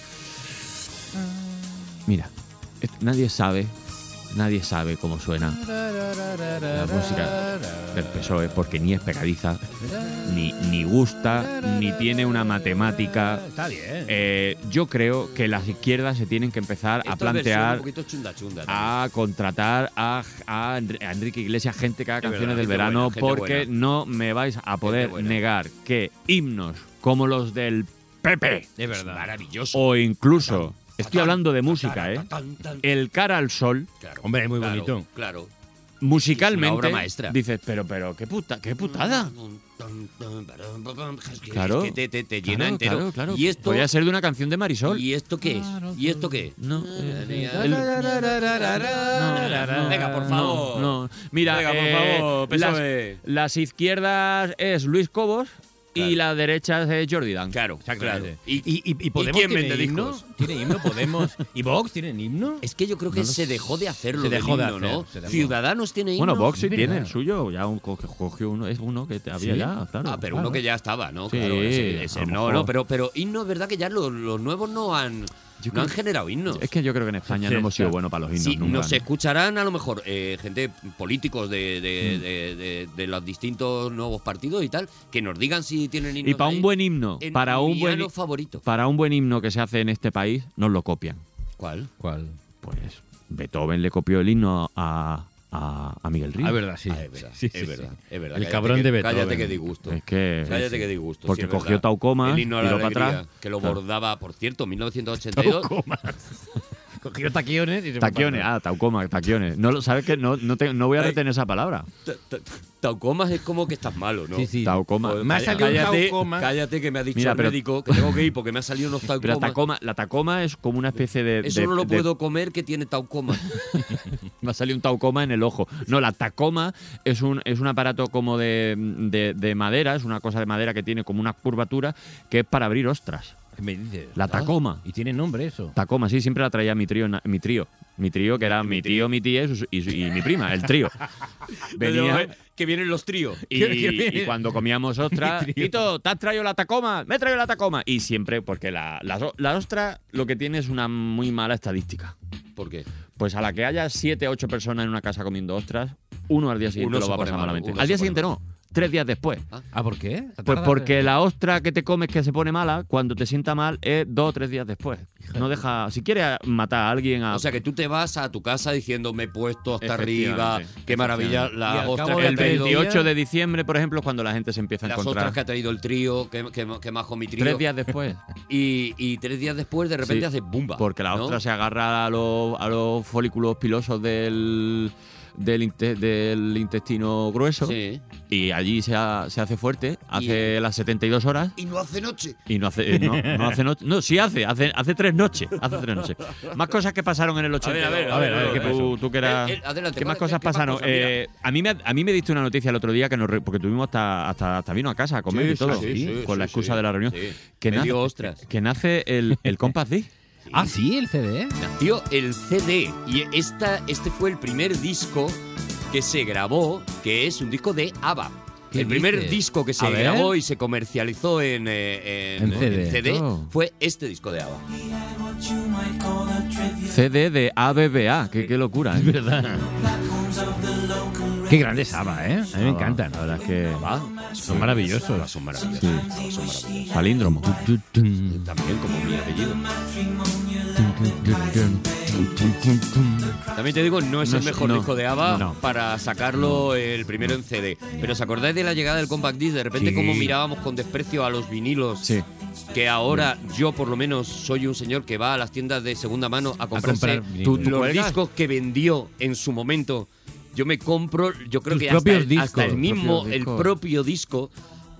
[SPEAKER 5] Mira, es- nadie sabe, nadie sabe cómo suena la música del PSOE, E, porque ni es pegadiza, ni, ni gusta, ni tiene una matemática.
[SPEAKER 8] Está bien.
[SPEAKER 5] Eh, yo creo que las izquierdas se tienen que empezar
[SPEAKER 4] Esto
[SPEAKER 5] a
[SPEAKER 4] es versión
[SPEAKER 5] plantear
[SPEAKER 4] Un poquito chunda, chunda.
[SPEAKER 5] a contratar a, a Enri- a Enrique Iglesias, gente que haga
[SPEAKER 4] Es verdad,
[SPEAKER 5] canciones del
[SPEAKER 4] gente
[SPEAKER 5] verano,
[SPEAKER 4] buena, gente
[SPEAKER 5] porque
[SPEAKER 4] buena.
[SPEAKER 5] no me vais a poder
[SPEAKER 4] buena.
[SPEAKER 5] negar que himnos como los del Pepe
[SPEAKER 8] es verdad.
[SPEAKER 4] Maravilloso.
[SPEAKER 5] o incluso, estoy hablando de música, ¿eh?
[SPEAKER 4] Tan, tan,
[SPEAKER 5] El cara al sol,
[SPEAKER 4] claro,
[SPEAKER 8] Hombre, es muy
[SPEAKER 4] claro,
[SPEAKER 8] bonito.
[SPEAKER 4] Claro.
[SPEAKER 5] musicalmente,
[SPEAKER 4] Es una obra maestra.
[SPEAKER 5] dices, pero, pero, qué puta, qué putada.
[SPEAKER 4] Es que-
[SPEAKER 5] Claro.
[SPEAKER 4] es que te, te- te
[SPEAKER 5] Claro,
[SPEAKER 4] llena entero.
[SPEAKER 5] claro, claro.
[SPEAKER 4] Y esto,
[SPEAKER 5] Podría ser de una canción de Marisol.
[SPEAKER 4] ¿Y esto qué es? ¿Y esto qué es?
[SPEAKER 5] No, eh, el-
[SPEAKER 4] Venga, por favor.
[SPEAKER 5] Ah, No, no. Mira,
[SPEAKER 4] Venga, por
[SPEAKER 5] eh,
[SPEAKER 4] favor,
[SPEAKER 5] las,
[SPEAKER 4] PSOE.
[SPEAKER 5] las izquierdas es Luis Cobos y las derechas es eh, Jordi Dan.
[SPEAKER 4] Claro, claro.
[SPEAKER 8] Exactamente.
[SPEAKER 4] Y,
[SPEAKER 8] ¿Y, y, y Podemos
[SPEAKER 4] quién
[SPEAKER 8] tiene
[SPEAKER 4] vende
[SPEAKER 8] himno?
[SPEAKER 4] discos?
[SPEAKER 8] ¿Tiene himno Podemos? ¿Y Vox tienen himno?
[SPEAKER 4] es que yo creo que se dejó de hacerlo.
[SPEAKER 8] Se
[SPEAKER 4] del
[SPEAKER 8] dejó de
[SPEAKER 4] himno,
[SPEAKER 8] hacer,
[SPEAKER 4] ¿no?
[SPEAKER 8] se dejó.
[SPEAKER 4] Ciudadanos tiene himno.
[SPEAKER 5] Bueno, Vox sí
[SPEAKER 8] Sí,
[SPEAKER 5] tiene el
[SPEAKER 8] claro.
[SPEAKER 5] suyo, ya un, co- que cogió uno, es uno que te- había
[SPEAKER 8] ¿Sí?
[SPEAKER 5] ya, claro.
[SPEAKER 4] Ah, pero
[SPEAKER 5] claro.
[SPEAKER 4] uno que ya estaba, ¿no?
[SPEAKER 5] Sí,
[SPEAKER 4] claro, ese- ese-
[SPEAKER 5] a lo
[SPEAKER 4] no,
[SPEAKER 5] mejor.
[SPEAKER 4] no, pero, pero himno es verdad que ya los, los nuevos no han, no han generado himnos.
[SPEAKER 5] Es que yo creo que en España
[SPEAKER 8] Sí,
[SPEAKER 5] no hemos sido
[SPEAKER 8] claro.
[SPEAKER 5] buenos para los himnos
[SPEAKER 4] Sí,
[SPEAKER 5] nunca.
[SPEAKER 4] nos
[SPEAKER 5] ¿no?
[SPEAKER 4] escucharán a lo mejor eh, gente, políticos de,
[SPEAKER 5] Hmm.
[SPEAKER 4] de- de- de- de los distintos nuevos partidos y tal, que nos digan si tienen himnos.
[SPEAKER 5] Y para un buen himno, para un buen hi-
[SPEAKER 4] favorito.
[SPEAKER 5] para un buen himno que se hace en este país, nos lo copian.
[SPEAKER 4] ¿Cuál?
[SPEAKER 8] ¿Cuál?
[SPEAKER 5] Pues Beethoven le copió el himno a, a, a Miguel Ríos.
[SPEAKER 8] Ah, es verdad, sí.
[SPEAKER 4] Ah, es verdad,
[SPEAKER 8] Sí, sí,
[SPEAKER 4] es
[SPEAKER 8] sí.
[SPEAKER 4] verdad, es verdad.
[SPEAKER 8] El
[SPEAKER 4] Cállate
[SPEAKER 8] cabrón
[SPEAKER 4] que-
[SPEAKER 8] de Beethoven.
[SPEAKER 4] Cállate que disgusto.
[SPEAKER 5] ¿eh? Es que-
[SPEAKER 4] Cállate
[SPEAKER 5] sí,
[SPEAKER 4] que
[SPEAKER 5] sí.
[SPEAKER 4] disgusto.
[SPEAKER 5] Porque
[SPEAKER 4] sí, es
[SPEAKER 5] cogió
[SPEAKER 4] verdad.
[SPEAKER 5] Taucoma,
[SPEAKER 4] El himno a la
[SPEAKER 5] tiró para
[SPEAKER 4] alegría,
[SPEAKER 5] atrás.
[SPEAKER 4] Que lo
[SPEAKER 5] Claro.
[SPEAKER 4] bordaba, por cierto, 1982.
[SPEAKER 8] Taucoma. Cogió taquiones y se fue
[SPEAKER 5] Taquiones,
[SPEAKER 8] para atrás.
[SPEAKER 5] ah, Taucoma, taquiones. No, lo- ¿Sabes que No, no, te- no voy a
[SPEAKER 4] Ay.
[SPEAKER 5] retener esa palabra.
[SPEAKER 4] Ta- ta- Taucomas es como que estás malo, ¿no?
[SPEAKER 8] Sí, sí.
[SPEAKER 5] Taucoma.
[SPEAKER 4] Joder,
[SPEAKER 8] Me ha
[SPEAKER 4] calla-
[SPEAKER 8] salido un
[SPEAKER 4] cállate,
[SPEAKER 8] taucoma.
[SPEAKER 4] Cállate que me ha dicho
[SPEAKER 5] Mira,
[SPEAKER 4] el
[SPEAKER 5] pero-
[SPEAKER 4] médico que tengo que ir porque me ha salido unos
[SPEAKER 5] Pero la
[SPEAKER 4] taucomas.
[SPEAKER 5] tacoma, la tacoma es como una especie de.
[SPEAKER 4] Eso
[SPEAKER 5] de-
[SPEAKER 4] no lo
[SPEAKER 5] de-
[SPEAKER 4] puedo comer que tiene taucoma.
[SPEAKER 5] me ha salido un taucoma en el ojo. No, la tacoma es un, es un aparato como de, de- de madera, es una cosa de madera que tiene como una curvatura que es para abrir ostras.
[SPEAKER 8] ¿Qué me dices?
[SPEAKER 5] La tacoma.
[SPEAKER 8] ¿Y tiene nombre eso?
[SPEAKER 5] Tacoma, sí, siempre la traía mi trío, na- mi trío. Mi trío, que era mi tío, mi tía y, su- y su- y mi prima, el trío. Venía
[SPEAKER 4] que vienen los tríos.
[SPEAKER 5] y, y cuando comíamos ostras, Tito, ¿te has traído la tacoma? Me he traído la tacoma. Y siempre, porque la, la, la ostra lo que tiene es una muy mala estadística.
[SPEAKER 4] ¿Por qué?
[SPEAKER 5] Pues a la que haya siete, ocho personas en una casa comiendo ostras, uno al día siguiente
[SPEAKER 4] Uno
[SPEAKER 5] lo
[SPEAKER 4] se
[SPEAKER 5] va a
[SPEAKER 4] pone
[SPEAKER 5] pasar
[SPEAKER 4] malo,
[SPEAKER 5] malamente.
[SPEAKER 4] uno
[SPEAKER 5] Al
[SPEAKER 4] se
[SPEAKER 5] día
[SPEAKER 4] pone
[SPEAKER 5] siguiente
[SPEAKER 4] malo.
[SPEAKER 5] no, tres días después.
[SPEAKER 8] ¿Ah, por qué?
[SPEAKER 5] Pues porque la ostra que te comes que se pone mala, cuando te sienta mal, es dos o tres días después. No deja. Si quieres matar a alguien a.
[SPEAKER 4] O sea que tú te vas a tu casa diciendo me he puesto hasta arriba,
[SPEAKER 5] Efectivamente,
[SPEAKER 4] qué maravilla
[SPEAKER 8] Y
[SPEAKER 4] la
[SPEAKER 8] al
[SPEAKER 4] ostra
[SPEAKER 8] cabo
[SPEAKER 4] que
[SPEAKER 8] de
[SPEAKER 4] ha
[SPEAKER 5] el
[SPEAKER 4] traído,
[SPEAKER 5] 28 de diciembre, por ejemplo, es cuando la gente se empieza a
[SPEAKER 4] las
[SPEAKER 5] encontrar.
[SPEAKER 4] ostras que ha traído el trío, que, que, que majo mi trío.
[SPEAKER 5] Tres días después.
[SPEAKER 4] y, y tres días después de repente
[SPEAKER 5] Sí,
[SPEAKER 4] hace bumba.
[SPEAKER 5] Porque la
[SPEAKER 4] ¿no?
[SPEAKER 5] ostra se agarra a los, a los folículos pilosos del, del, inte- del intestino grueso
[SPEAKER 4] Sí.
[SPEAKER 5] y allí se, ha- se hace fuerte, hace las 72 horas
[SPEAKER 9] Y no hace noche.
[SPEAKER 5] y no hace, eh, no, no hace noche. No, sí hace, hace, hace tres noches. Hace tres noches. Más cosas que pasaron en el 80.
[SPEAKER 4] A ver, a ver, a ver,
[SPEAKER 5] que
[SPEAKER 4] a ver,
[SPEAKER 5] tú, tú que eras-
[SPEAKER 4] Eh, eh, adelante,
[SPEAKER 5] ¿Qué más
[SPEAKER 4] ¿qué-
[SPEAKER 5] cosas
[SPEAKER 4] qué más
[SPEAKER 5] pasaron?
[SPEAKER 4] cosas? Mira.
[SPEAKER 5] Eh, a, mí me, a mí me diste una noticia el otro día que nos, re- porque tuvimos hasta, hasta, hasta vino a casa a comer
[SPEAKER 4] Sí,
[SPEAKER 5] y todo,
[SPEAKER 4] sí, sí,
[SPEAKER 5] con
[SPEAKER 4] sí,
[SPEAKER 5] la excusa
[SPEAKER 4] sí.
[SPEAKER 5] de la reunión.
[SPEAKER 4] Sí.
[SPEAKER 5] Que,
[SPEAKER 4] Me
[SPEAKER 5] nace,
[SPEAKER 4] dio ostras.
[SPEAKER 5] que nace el, el Compass Disc.
[SPEAKER 8] Ah, sí, el CD.
[SPEAKER 4] Nació el CD y esta, este fue el primer disco que se grabó, que es un disco de ABBA.
[SPEAKER 8] ¿Qué
[SPEAKER 4] El primer
[SPEAKER 8] dices?
[SPEAKER 4] disco que se
[SPEAKER 8] A ver.
[SPEAKER 4] grabó y se comercializó en, eh, en-
[SPEAKER 8] En
[SPEAKER 4] en
[SPEAKER 8] CD.
[SPEAKER 4] CD
[SPEAKER 5] Oh.
[SPEAKER 4] fue este disco de ABBA.
[SPEAKER 5] CD de ABBA. Qué, qué locura. ¿eh?
[SPEAKER 8] ¿Verdad? Qué grande es ABBA, ¿eh? A mí me encantan.
[SPEAKER 5] La verdad es que.
[SPEAKER 8] Ah,
[SPEAKER 4] ABBA.
[SPEAKER 8] Son maravillosos.
[SPEAKER 4] Son maravillosos.
[SPEAKER 5] Sí.
[SPEAKER 4] Son maravillosos.
[SPEAKER 5] Palíndromo.
[SPEAKER 4] También como mi apellido. También te digo, no es
[SPEAKER 5] No
[SPEAKER 4] el
[SPEAKER 5] es-
[SPEAKER 4] mejor
[SPEAKER 5] no,
[SPEAKER 4] disco de ABBA
[SPEAKER 5] no.
[SPEAKER 4] para sacarlo el primero en CD. Pero ¿os acordáis de la llegada del Compact Disc? De repente
[SPEAKER 8] Sí.
[SPEAKER 4] como mirábamos con desprecio a los vinilos.
[SPEAKER 5] Sí.
[SPEAKER 4] Que ahora yo por lo menos soy un señor que va a las tiendas de segunda mano a comprarse
[SPEAKER 8] comprar vinilos.
[SPEAKER 4] tú-
[SPEAKER 8] ¿Tú
[SPEAKER 4] los
[SPEAKER 5] cuelgas?
[SPEAKER 4] discos que vendió en su momento. Yo me compro, yo creo
[SPEAKER 8] Tus
[SPEAKER 4] que hasta
[SPEAKER 8] propios
[SPEAKER 4] el, hasta
[SPEAKER 8] discos,
[SPEAKER 4] el mismo,
[SPEAKER 5] propios
[SPEAKER 4] el
[SPEAKER 5] discos.
[SPEAKER 4] propio disco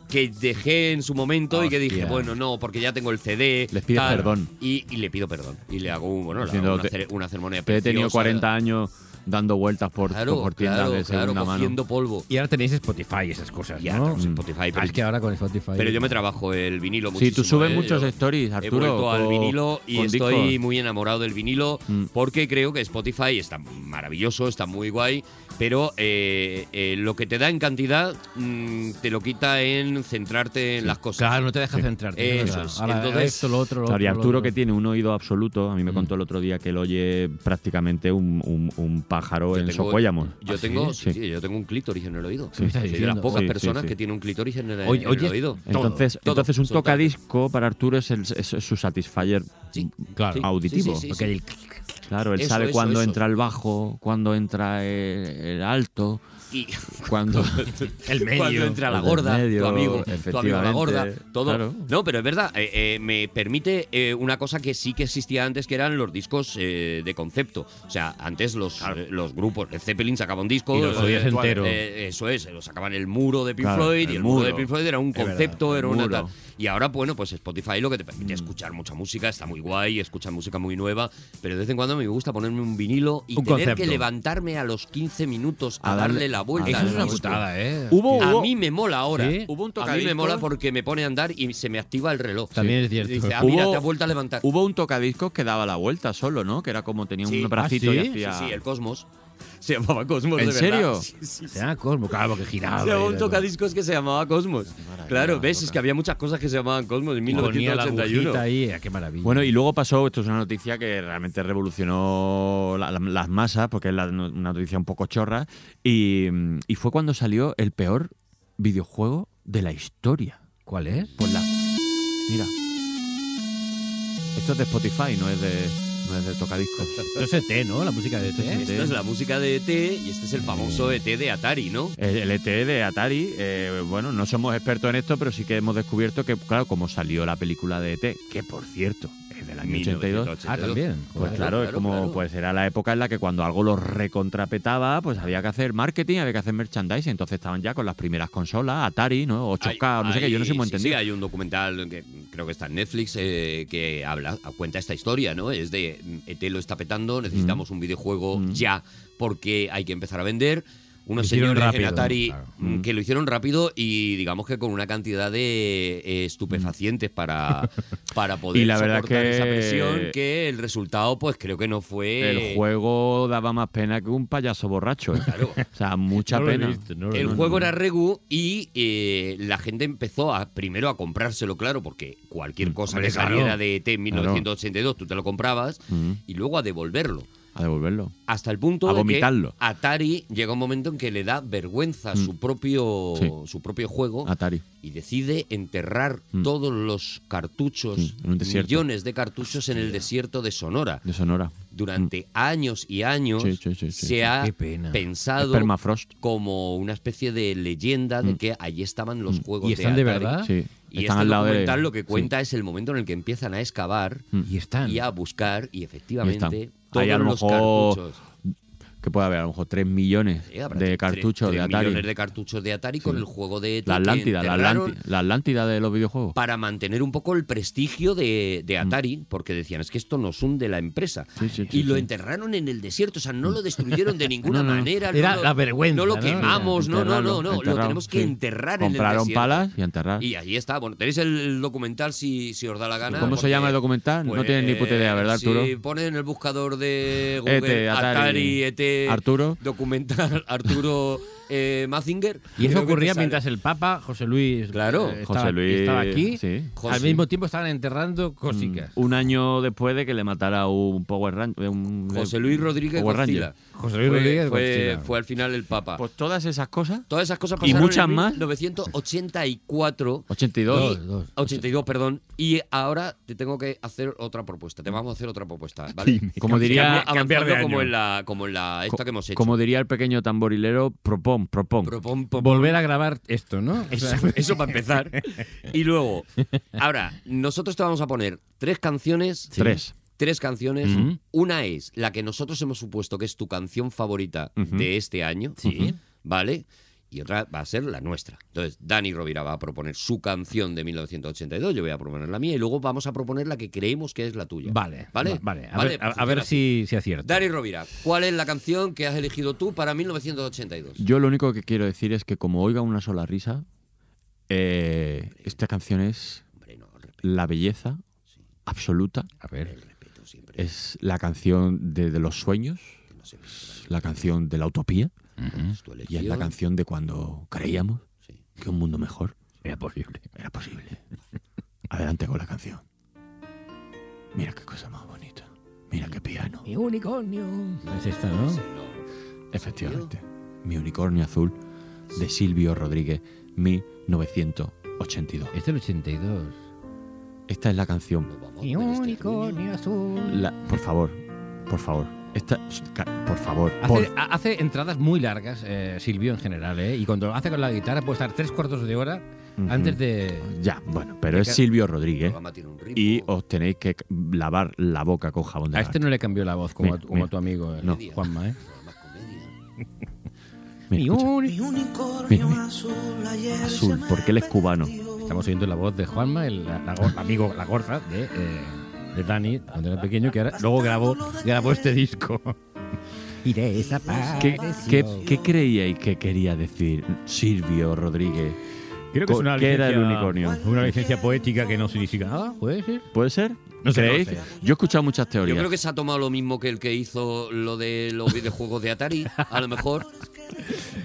[SPEAKER 4] que dejé en su momento y que dije,
[SPEAKER 8] Hostia.
[SPEAKER 4] bueno, no, porque ya tengo el CD.
[SPEAKER 5] Les pides
[SPEAKER 4] tal,
[SPEAKER 5] perdón.
[SPEAKER 4] Y, y le pido perdón. Y le hago un, bueno, le
[SPEAKER 5] Diciendo,
[SPEAKER 4] hago una,
[SPEAKER 5] te-
[SPEAKER 4] cere- una ceremonia
[SPEAKER 5] Te he tenido
[SPEAKER 4] preciosa.
[SPEAKER 5] 40 años dando vueltas por,
[SPEAKER 4] Claro,
[SPEAKER 5] por tiendas
[SPEAKER 4] claro,
[SPEAKER 5] de segunda
[SPEAKER 4] claro,
[SPEAKER 5] mano.
[SPEAKER 4] cogiendo polvo.
[SPEAKER 8] Y ahora tenéis Spotify y esas cosas,
[SPEAKER 4] Ya,
[SPEAKER 8] ¿no?
[SPEAKER 4] tenemos Spotify, pero,
[SPEAKER 8] Ah, es que ahora con Spotify.
[SPEAKER 4] pero yo me trabajo el vinilo
[SPEAKER 5] Sí,
[SPEAKER 4] muchísimo.
[SPEAKER 5] tú subes
[SPEAKER 4] ¿eh?
[SPEAKER 5] muchos
[SPEAKER 4] Yo
[SPEAKER 5] stories,
[SPEAKER 4] He
[SPEAKER 5] Arturo.
[SPEAKER 4] vuelto al
[SPEAKER 5] con-
[SPEAKER 4] vinilo y
[SPEAKER 5] con
[SPEAKER 4] estoy
[SPEAKER 5] discos.
[SPEAKER 4] muy enamorado del vinilo
[SPEAKER 5] Mm.
[SPEAKER 4] porque creo que Spotify está maravilloso, está muy guay, pero eh, eh, lo que te da en cantidad mm, te lo quita en centrarte en las cosas.
[SPEAKER 8] Claro, no te dejas centrarte.
[SPEAKER 4] Eso
[SPEAKER 8] ¿verdad?
[SPEAKER 4] es.
[SPEAKER 8] Ahora,
[SPEAKER 4] Entonces-
[SPEAKER 8] esto, lo otro, lo
[SPEAKER 5] Claro, y
[SPEAKER 8] otro, lo
[SPEAKER 5] Arturo
[SPEAKER 8] otro.
[SPEAKER 5] que tiene un oído absoluto, a mí me
[SPEAKER 8] Mm.
[SPEAKER 5] contó el otro día que él oye prácticamente un, un- un pájaro
[SPEAKER 4] Yo
[SPEAKER 5] en
[SPEAKER 4] tengo-
[SPEAKER 5] Socuéllamos.
[SPEAKER 4] Yo
[SPEAKER 5] ¿Ah,
[SPEAKER 4] tengo,
[SPEAKER 5] sí?
[SPEAKER 4] sí,
[SPEAKER 5] Sí.
[SPEAKER 4] sí, yo tengo un clítoris en el oído.
[SPEAKER 5] ¿Qué me estás
[SPEAKER 4] Soy de las
[SPEAKER 8] diciendo?
[SPEAKER 4] pocas
[SPEAKER 5] Sí, sí,
[SPEAKER 4] personas
[SPEAKER 5] sí. eh,
[SPEAKER 4] que tiene un clítoris en el,
[SPEAKER 8] Oye,
[SPEAKER 4] en el
[SPEAKER 8] oye,
[SPEAKER 4] oído.
[SPEAKER 5] Entonces,
[SPEAKER 4] todo,
[SPEAKER 5] entonces un
[SPEAKER 4] absolutamente.
[SPEAKER 5] tocadisco para Arturo es, el- es- es su satisfier
[SPEAKER 4] Sí,
[SPEAKER 5] mm.
[SPEAKER 8] Claro.
[SPEAKER 4] sí,
[SPEAKER 5] auditivo.
[SPEAKER 4] sí, sí, sí.
[SPEAKER 8] Porque el-
[SPEAKER 5] Claro, él
[SPEAKER 4] Eso,
[SPEAKER 5] sabe
[SPEAKER 4] eso,
[SPEAKER 5] cuándo
[SPEAKER 4] eso.
[SPEAKER 5] entra el bajo, cuándo entra el, el alto,
[SPEAKER 4] Y-
[SPEAKER 5] cuándo...
[SPEAKER 8] el medio.
[SPEAKER 4] Cuando entra la
[SPEAKER 5] El del
[SPEAKER 4] gorda, tu
[SPEAKER 5] medio,
[SPEAKER 4] amigo, tu amigo la
[SPEAKER 5] efectivamente,
[SPEAKER 4] gorda, todo.
[SPEAKER 5] claro.
[SPEAKER 4] No, pero es verdad, eh, eh, me permite eh, una cosa que sí que existía antes, que eran los discos eh, de concepto. O sea, antes los, eh, los grupos, el Zeppelin sacaba un disco.
[SPEAKER 8] Y los oías entero.
[SPEAKER 4] eh, eso es, lo sacaban el muro de Pink
[SPEAKER 5] Claro,
[SPEAKER 4] Floyd y
[SPEAKER 5] el
[SPEAKER 4] el muro. de
[SPEAKER 5] muro.
[SPEAKER 4] Pink Floyd era un
[SPEAKER 5] Es verdad,
[SPEAKER 4] concepto,
[SPEAKER 5] el
[SPEAKER 4] era una
[SPEAKER 5] muro. Mm.
[SPEAKER 4] tal. Y ahora, bueno, pues Spotify lo que te permite escuchar mucha música, está muy guay, escuchar música muy nueva, pero de vez en cuando me gusta ponerme un vinilo y
[SPEAKER 8] Un
[SPEAKER 4] tener que
[SPEAKER 8] concepto.
[SPEAKER 4] levantarme a los 15 minutos a,
[SPEAKER 5] A darle-
[SPEAKER 4] darle, la vuelta.
[SPEAKER 5] Eso
[SPEAKER 8] Eso
[SPEAKER 4] al
[SPEAKER 8] es una
[SPEAKER 4] disco.
[SPEAKER 8] putada, ¿eh?
[SPEAKER 5] Hubo-
[SPEAKER 4] A mí me mola ahora.
[SPEAKER 8] ¿Sí?
[SPEAKER 5] Hubo un
[SPEAKER 4] a mí me
[SPEAKER 5] tocadiscos.
[SPEAKER 4] mola porque me pone a andar y se me activa el reloj.
[SPEAKER 8] También es cierto.
[SPEAKER 4] Y Dice, ah, mira,
[SPEAKER 5] Hubo-
[SPEAKER 4] te has vuelto a levantar.
[SPEAKER 5] Hubo un tocadiscos que daba la vuelta solo, ¿no? Que era como tenía
[SPEAKER 4] Sí.
[SPEAKER 5] un bracito
[SPEAKER 8] ¿Ah,
[SPEAKER 5] y
[SPEAKER 8] sí?
[SPEAKER 4] sí,
[SPEAKER 5] hacía...
[SPEAKER 4] sí, el Cosmos. Se llamaba Cosmos,
[SPEAKER 5] ¿En
[SPEAKER 4] de verdad.
[SPEAKER 5] serio?
[SPEAKER 4] Sí, sí, sí.
[SPEAKER 8] Se llama Cosmo, claro, porque giraba. eh,
[SPEAKER 4] Se llamaba
[SPEAKER 8] y-
[SPEAKER 4] un tocadiscos que se llamaba Cosmos.
[SPEAKER 5] maravilla,
[SPEAKER 4] Claro, ves, es
[SPEAKER 5] loca.
[SPEAKER 4] que había muchas cosas que se llamaban Cosmos en
[SPEAKER 8] y Ponía la
[SPEAKER 4] 1981.
[SPEAKER 8] agujita ahí, ah, qué maravilla.
[SPEAKER 5] Bueno, y luego pasó, esto es una noticia que realmente revolucionó la- la- las masas, porque es la- una noticia un poco chorra, y, mm, y fue cuando salió el peor videojuego de la historia.
[SPEAKER 8] ¿Cuál es?
[SPEAKER 5] Pues la... Mira. Esto es de Spotify, no es de, no es de tocadiscos.
[SPEAKER 8] Esto
[SPEAKER 2] E
[SPEAKER 8] es ET, ¿no? La música de ET.
[SPEAKER 2] ¿Eh?
[SPEAKER 4] Esta es la música de ET y este es el famoso ET de Atari, ¿no?
[SPEAKER 5] El, el ET de Atari, eh, bueno, no somos expertos en esto, pero sí que hemos descubierto que, claro, como salió la película de ET, que por cierto, es del año 82,
[SPEAKER 4] 1982.
[SPEAKER 8] Ah, también.
[SPEAKER 5] Pues
[SPEAKER 8] Joder.
[SPEAKER 5] claro, es
[SPEAKER 4] claro,
[SPEAKER 5] como
[SPEAKER 4] claro.
[SPEAKER 5] pues era la época en la que cuando algo los recontrapetaba, pues había que hacer marketing, había que hacer merchandising, entonces estaban ya con las primeras consolas, Atari, ¿no? 8K,
[SPEAKER 4] Hay-
[SPEAKER 5] no sé qué, yo no sé
[SPEAKER 4] hay-
[SPEAKER 5] muy
[SPEAKER 4] sí,
[SPEAKER 5] entendido.
[SPEAKER 4] sí, hay un documental que creo que está en Netflix eh, que habla, cuenta esta historia, ¿no? Es de mm, ET lo está petando, necesitamos un videojuego ya porque hay que empezar a vender. Unos
[SPEAKER 8] Lo hicieron
[SPEAKER 4] señores en
[SPEAKER 8] rápido,
[SPEAKER 4] Atari
[SPEAKER 8] claro.
[SPEAKER 4] mm, que lo hicieron rápido y digamos que con una cantidad de eh, estupefacientes para, para poder
[SPEAKER 5] Y la verdad
[SPEAKER 4] soportar
[SPEAKER 5] que-
[SPEAKER 4] esa presión que el resultado pues creo que no fue
[SPEAKER 5] El juego daba más pena que un payaso borracho. ¿eh?
[SPEAKER 4] Claro.
[SPEAKER 5] O sea, mucha
[SPEAKER 8] No lo he
[SPEAKER 5] pena.
[SPEAKER 8] visto, no lo he
[SPEAKER 4] El
[SPEAKER 8] visto.
[SPEAKER 4] juego era Regu y eh, la gente empezó a primero a comprárselo, claro, porque
[SPEAKER 5] Mm,
[SPEAKER 4] cualquier cosa
[SPEAKER 8] hombre,
[SPEAKER 4] que
[SPEAKER 8] claro.
[SPEAKER 4] saliera de ET en 1982 tú te lo comprabas
[SPEAKER 5] Mm.
[SPEAKER 4] y luego a devolverlo.
[SPEAKER 5] A devolverlo.
[SPEAKER 4] Hasta el punto
[SPEAKER 5] A
[SPEAKER 4] de
[SPEAKER 5] vomitarlo. Mm.
[SPEAKER 4] que Atari llega un momento en que le da vergüenza su propio
[SPEAKER 5] Sí.
[SPEAKER 4] su propio
[SPEAKER 8] Oh.
[SPEAKER 4] juego
[SPEAKER 5] Atari.
[SPEAKER 4] y decide enterrar todos los cartuchos,
[SPEAKER 5] Sí, en un desierto.
[SPEAKER 4] millones de cartuchos en el desierto de Sonora.
[SPEAKER 5] De Sonora.
[SPEAKER 4] Durante años y años
[SPEAKER 5] Sí, sí, sí, sí, sí.
[SPEAKER 4] se ha
[SPEAKER 8] Qué pena.
[SPEAKER 4] pensado
[SPEAKER 5] Permafrost.
[SPEAKER 4] como una especie de leyenda de que allí estaban los juegos
[SPEAKER 8] Mm. ¿Y están de
[SPEAKER 4] de Atari.
[SPEAKER 8] verdad?
[SPEAKER 5] Sí.
[SPEAKER 4] Y
[SPEAKER 5] Están
[SPEAKER 4] este
[SPEAKER 5] al lado
[SPEAKER 4] documental
[SPEAKER 5] de.
[SPEAKER 4] lo que cuenta es el momento en el que empiezan a excavar
[SPEAKER 8] Y están.
[SPEAKER 4] y a buscar y
[SPEAKER 5] Y están.
[SPEAKER 4] efectivamente
[SPEAKER 5] Ahí
[SPEAKER 4] todos
[SPEAKER 5] a lo
[SPEAKER 4] los
[SPEAKER 5] mejor
[SPEAKER 4] cartuchos.
[SPEAKER 5] sí. que puede haber a lo mejor 3 millones
[SPEAKER 4] Eh, habrá
[SPEAKER 5] de
[SPEAKER 4] tres-
[SPEAKER 5] cartuchos
[SPEAKER 4] tres
[SPEAKER 5] de Atari.
[SPEAKER 4] millones de cartuchos de Atari con el juego de
[SPEAKER 5] La
[SPEAKER 4] que
[SPEAKER 5] Atlántida, la,
[SPEAKER 4] enterraron
[SPEAKER 5] Atlanti- la Atlántida de los videojuegos.
[SPEAKER 4] para mantener un poco el prestigio de, de Atari, porque decían, es que esto nos hunde la empresa.
[SPEAKER 5] Mm. Sí, sí, sí,
[SPEAKER 4] y lo
[SPEAKER 5] sí. Mm.
[SPEAKER 4] enterraron en el desierto, o sea, no lo destruyeron de ninguna
[SPEAKER 5] No, no.
[SPEAKER 4] manera. no
[SPEAKER 2] Era
[SPEAKER 4] lo-
[SPEAKER 2] la vergüenza,
[SPEAKER 4] No lo
[SPEAKER 2] ¿no?
[SPEAKER 4] quemamos, no, no, no,
[SPEAKER 5] Enterrarlo,
[SPEAKER 4] no, lo
[SPEAKER 5] enterrarlo,
[SPEAKER 4] tenemos que
[SPEAKER 5] sí.
[SPEAKER 4] enterrar en el
[SPEAKER 5] Compraron
[SPEAKER 4] desierto.
[SPEAKER 5] palas y enterrar.
[SPEAKER 4] Y ahí está, bueno, tenéis el documental si, si os da la gana.
[SPEAKER 5] ¿Cómo se
[SPEAKER 4] porque,
[SPEAKER 5] llama el documental? no
[SPEAKER 4] pues,
[SPEAKER 5] tienes ni puta idea, ¿verdad, Arturo?
[SPEAKER 4] Si ponen en el buscador de Google
[SPEAKER 5] ET,
[SPEAKER 4] Atari,
[SPEAKER 5] Atari,
[SPEAKER 4] ET,
[SPEAKER 5] Arturo.
[SPEAKER 4] documental Arturo eh, Mazinger.
[SPEAKER 2] Y eso
[SPEAKER 4] creo que te
[SPEAKER 2] ocurría
[SPEAKER 4] sale.
[SPEAKER 2] mientras el Papa, José Luis,
[SPEAKER 4] Claro.
[SPEAKER 2] eh, estaba,
[SPEAKER 5] José Luis.
[SPEAKER 2] estaba aquí.
[SPEAKER 5] sí.
[SPEAKER 4] José.
[SPEAKER 2] Al mismo tiempo estaban enterrando cositas.
[SPEAKER 5] Un año después de que le matara un Power Ranger. Un,
[SPEAKER 4] José Luis Rodríguez
[SPEAKER 5] Power Ranger.
[SPEAKER 4] Godzilla.
[SPEAKER 2] José Luis
[SPEAKER 4] Fue-
[SPEAKER 2] Rodríguez
[SPEAKER 4] fue,
[SPEAKER 2] Godzilla.
[SPEAKER 4] fue al final el Papa.
[SPEAKER 5] Pues todas esas cosas.
[SPEAKER 4] Todas esas cosas
[SPEAKER 5] y
[SPEAKER 4] pasaron
[SPEAKER 5] muchas
[SPEAKER 4] en
[SPEAKER 5] más.
[SPEAKER 4] 1984.
[SPEAKER 5] 82.
[SPEAKER 4] Y- 82, perdón. Y ahora te tengo que hacer otra propuesta. Te vamos a hacer otra propuesta, ¿vale?
[SPEAKER 5] Como diría,
[SPEAKER 4] Estamos
[SPEAKER 2] cambiar de
[SPEAKER 4] avanzando como
[SPEAKER 2] año.
[SPEAKER 4] en la como en la esta que hemos hecho.
[SPEAKER 5] como diría el pequeño tamborilero, propón, propón.
[SPEAKER 4] Propon- propon-
[SPEAKER 2] Volver a grabar esto, ¿no? O
[SPEAKER 4] Eso,
[SPEAKER 2] sea,
[SPEAKER 4] eso para empezar. Y luego, ahora, nosotros te vamos a poner tres canciones.
[SPEAKER 5] Tres.
[SPEAKER 4] Tres canciones.
[SPEAKER 5] Ujú.
[SPEAKER 4] Una es la que nosotros hemos supuesto que es tu canción favorita
[SPEAKER 5] Ujú.
[SPEAKER 4] de este año.
[SPEAKER 5] Sí.
[SPEAKER 4] ¿Vale? Y otra va a ser la nuestra. Entonces, Dani Rovira va a proponer su canción de 1982, yo voy a proponer la mía y luego vamos a proponer la que creemos que es la tuya.
[SPEAKER 2] Vale,
[SPEAKER 4] ¿Vale?
[SPEAKER 2] va- vale. A
[SPEAKER 4] Vale,
[SPEAKER 2] ver, a-
[SPEAKER 4] pues
[SPEAKER 2] a ver
[SPEAKER 4] funciona
[SPEAKER 2] si, si acierto.
[SPEAKER 4] Dani Rovira, ¿cuál es la canción que has elegido tú para 1982?
[SPEAKER 5] Yo lo único que quiero decir es que como oiga una sola risa, eh, esta canción es
[SPEAKER 4] Hombre, no, respeto,
[SPEAKER 5] la belleza absoluta.
[SPEAKER 2] A ver.
[SPEAKER 4] respeto siempre.
[SPEAKER 5] Es la canción de, de los sueños,
[SPEAKER 4] No sé,
[SPEAKER 5] es la canción de la utopía
[SPEAKER 4] es tu
[SPEAKER 5] y es
[SPEAKER 4] elección.
[SPEAKER 5] la canción de cuando creíamos
[SPEAKER 4] Sí.
[SPEAKER 5] que un mundo mejor
[SPEAKER 2] Era posible.
[SPEAKER 5] era posible. Adelante con la canción. Mira qué cosa más bonita. Mira qué piano.
[SPEAKER 2] Mi unicornio. Es esta, ¿no?
[SPEAKER 5] Efectivamente. Mi unicornio azul de Silvio Rodríguez, 1982.
[SPEAKER 2] Es del 82.
[SPEAKER 5] Esta es la canción.
[SPEAKER 4] Nos vamos a ver este niño.
[SPEAKER 2] azul.
[SPEAKER 5] La- por favor, por favor. Esta, ca- por favor.
[SPEAKER 2] Hace,
[SPEAKER 5] por-
[SPEAKER 2] ha- hace entradas muy largas, eh, Silvio en general, ¿eh? Y cuando lo hace con la guitarra puede estar tres cuartos de hora
[SPEAKER 5] Ujú.
[SPEAKER 2] antes de.
[SPEAKER 5] Ya, bueno, pero es Silvio
[SPEAKER 4] El
[SPEAKER 5] Rodríguez
[SPEAKER 4] programa tiene un ritmo.
[SPEAKER 5] y os tenéis que c- lavar la boca con jabón de
[SPEAKER 2] A este
[SPEAKER 5] vaca.
[SPEAKER 2] no le cambió la voz como,
[SPEAKER 5] Mira,
[SPEAKER 2] a, como a
[SPEAKER 5] mira.
[SPEAKER 2] tu amigo, eh,
[SPEAKER 5] No.
[SPEAKER 2] Juanma, ¿eh?
[SPEAKER 4] El programa es comedia.
[SPEAKER 5] Mira, escucha.
[SPEAKER 2] uni-
[SPEAKER 5] Mira, mira. Azul, porque él es cubano.
[SPEAKER 2] Estamos oyendo la voz de Juanma, el la- la gor- amigo, la gorda de, eh, de Dani, cuando era pequeño, que ahora, luego grabó, grabó este disco. Y de esa Ah,
[SPEAKER 5] ¿Qué, qué, qué creíais que quería decir Silvio Rodríguez?
[SPEAKER 2] Creo que es
[SPEAKER 5] Co-
[SPEAKER 2] una
[SPEAKER 5] ¿Qué
[SPEAKER 2] licencia,
[SPEAKER 5] era el unicornio?
[SPEAKER 2] Una licencia poética que no significa nada, puede ser.
[SPEAKER 5] ¿Puede ser?
[SPEAKER 2] No sé,
[SPEAKER 5] ¿Creéis?
[SPEAKER 2] no sé.
[SPEAKER 5] Yo he escuchado muchas teorías.
[SPEAKER 4] Yo creo que se ha tomado lo mismo que el que hizo lo de los videojuegos de Atari, a lo mejor.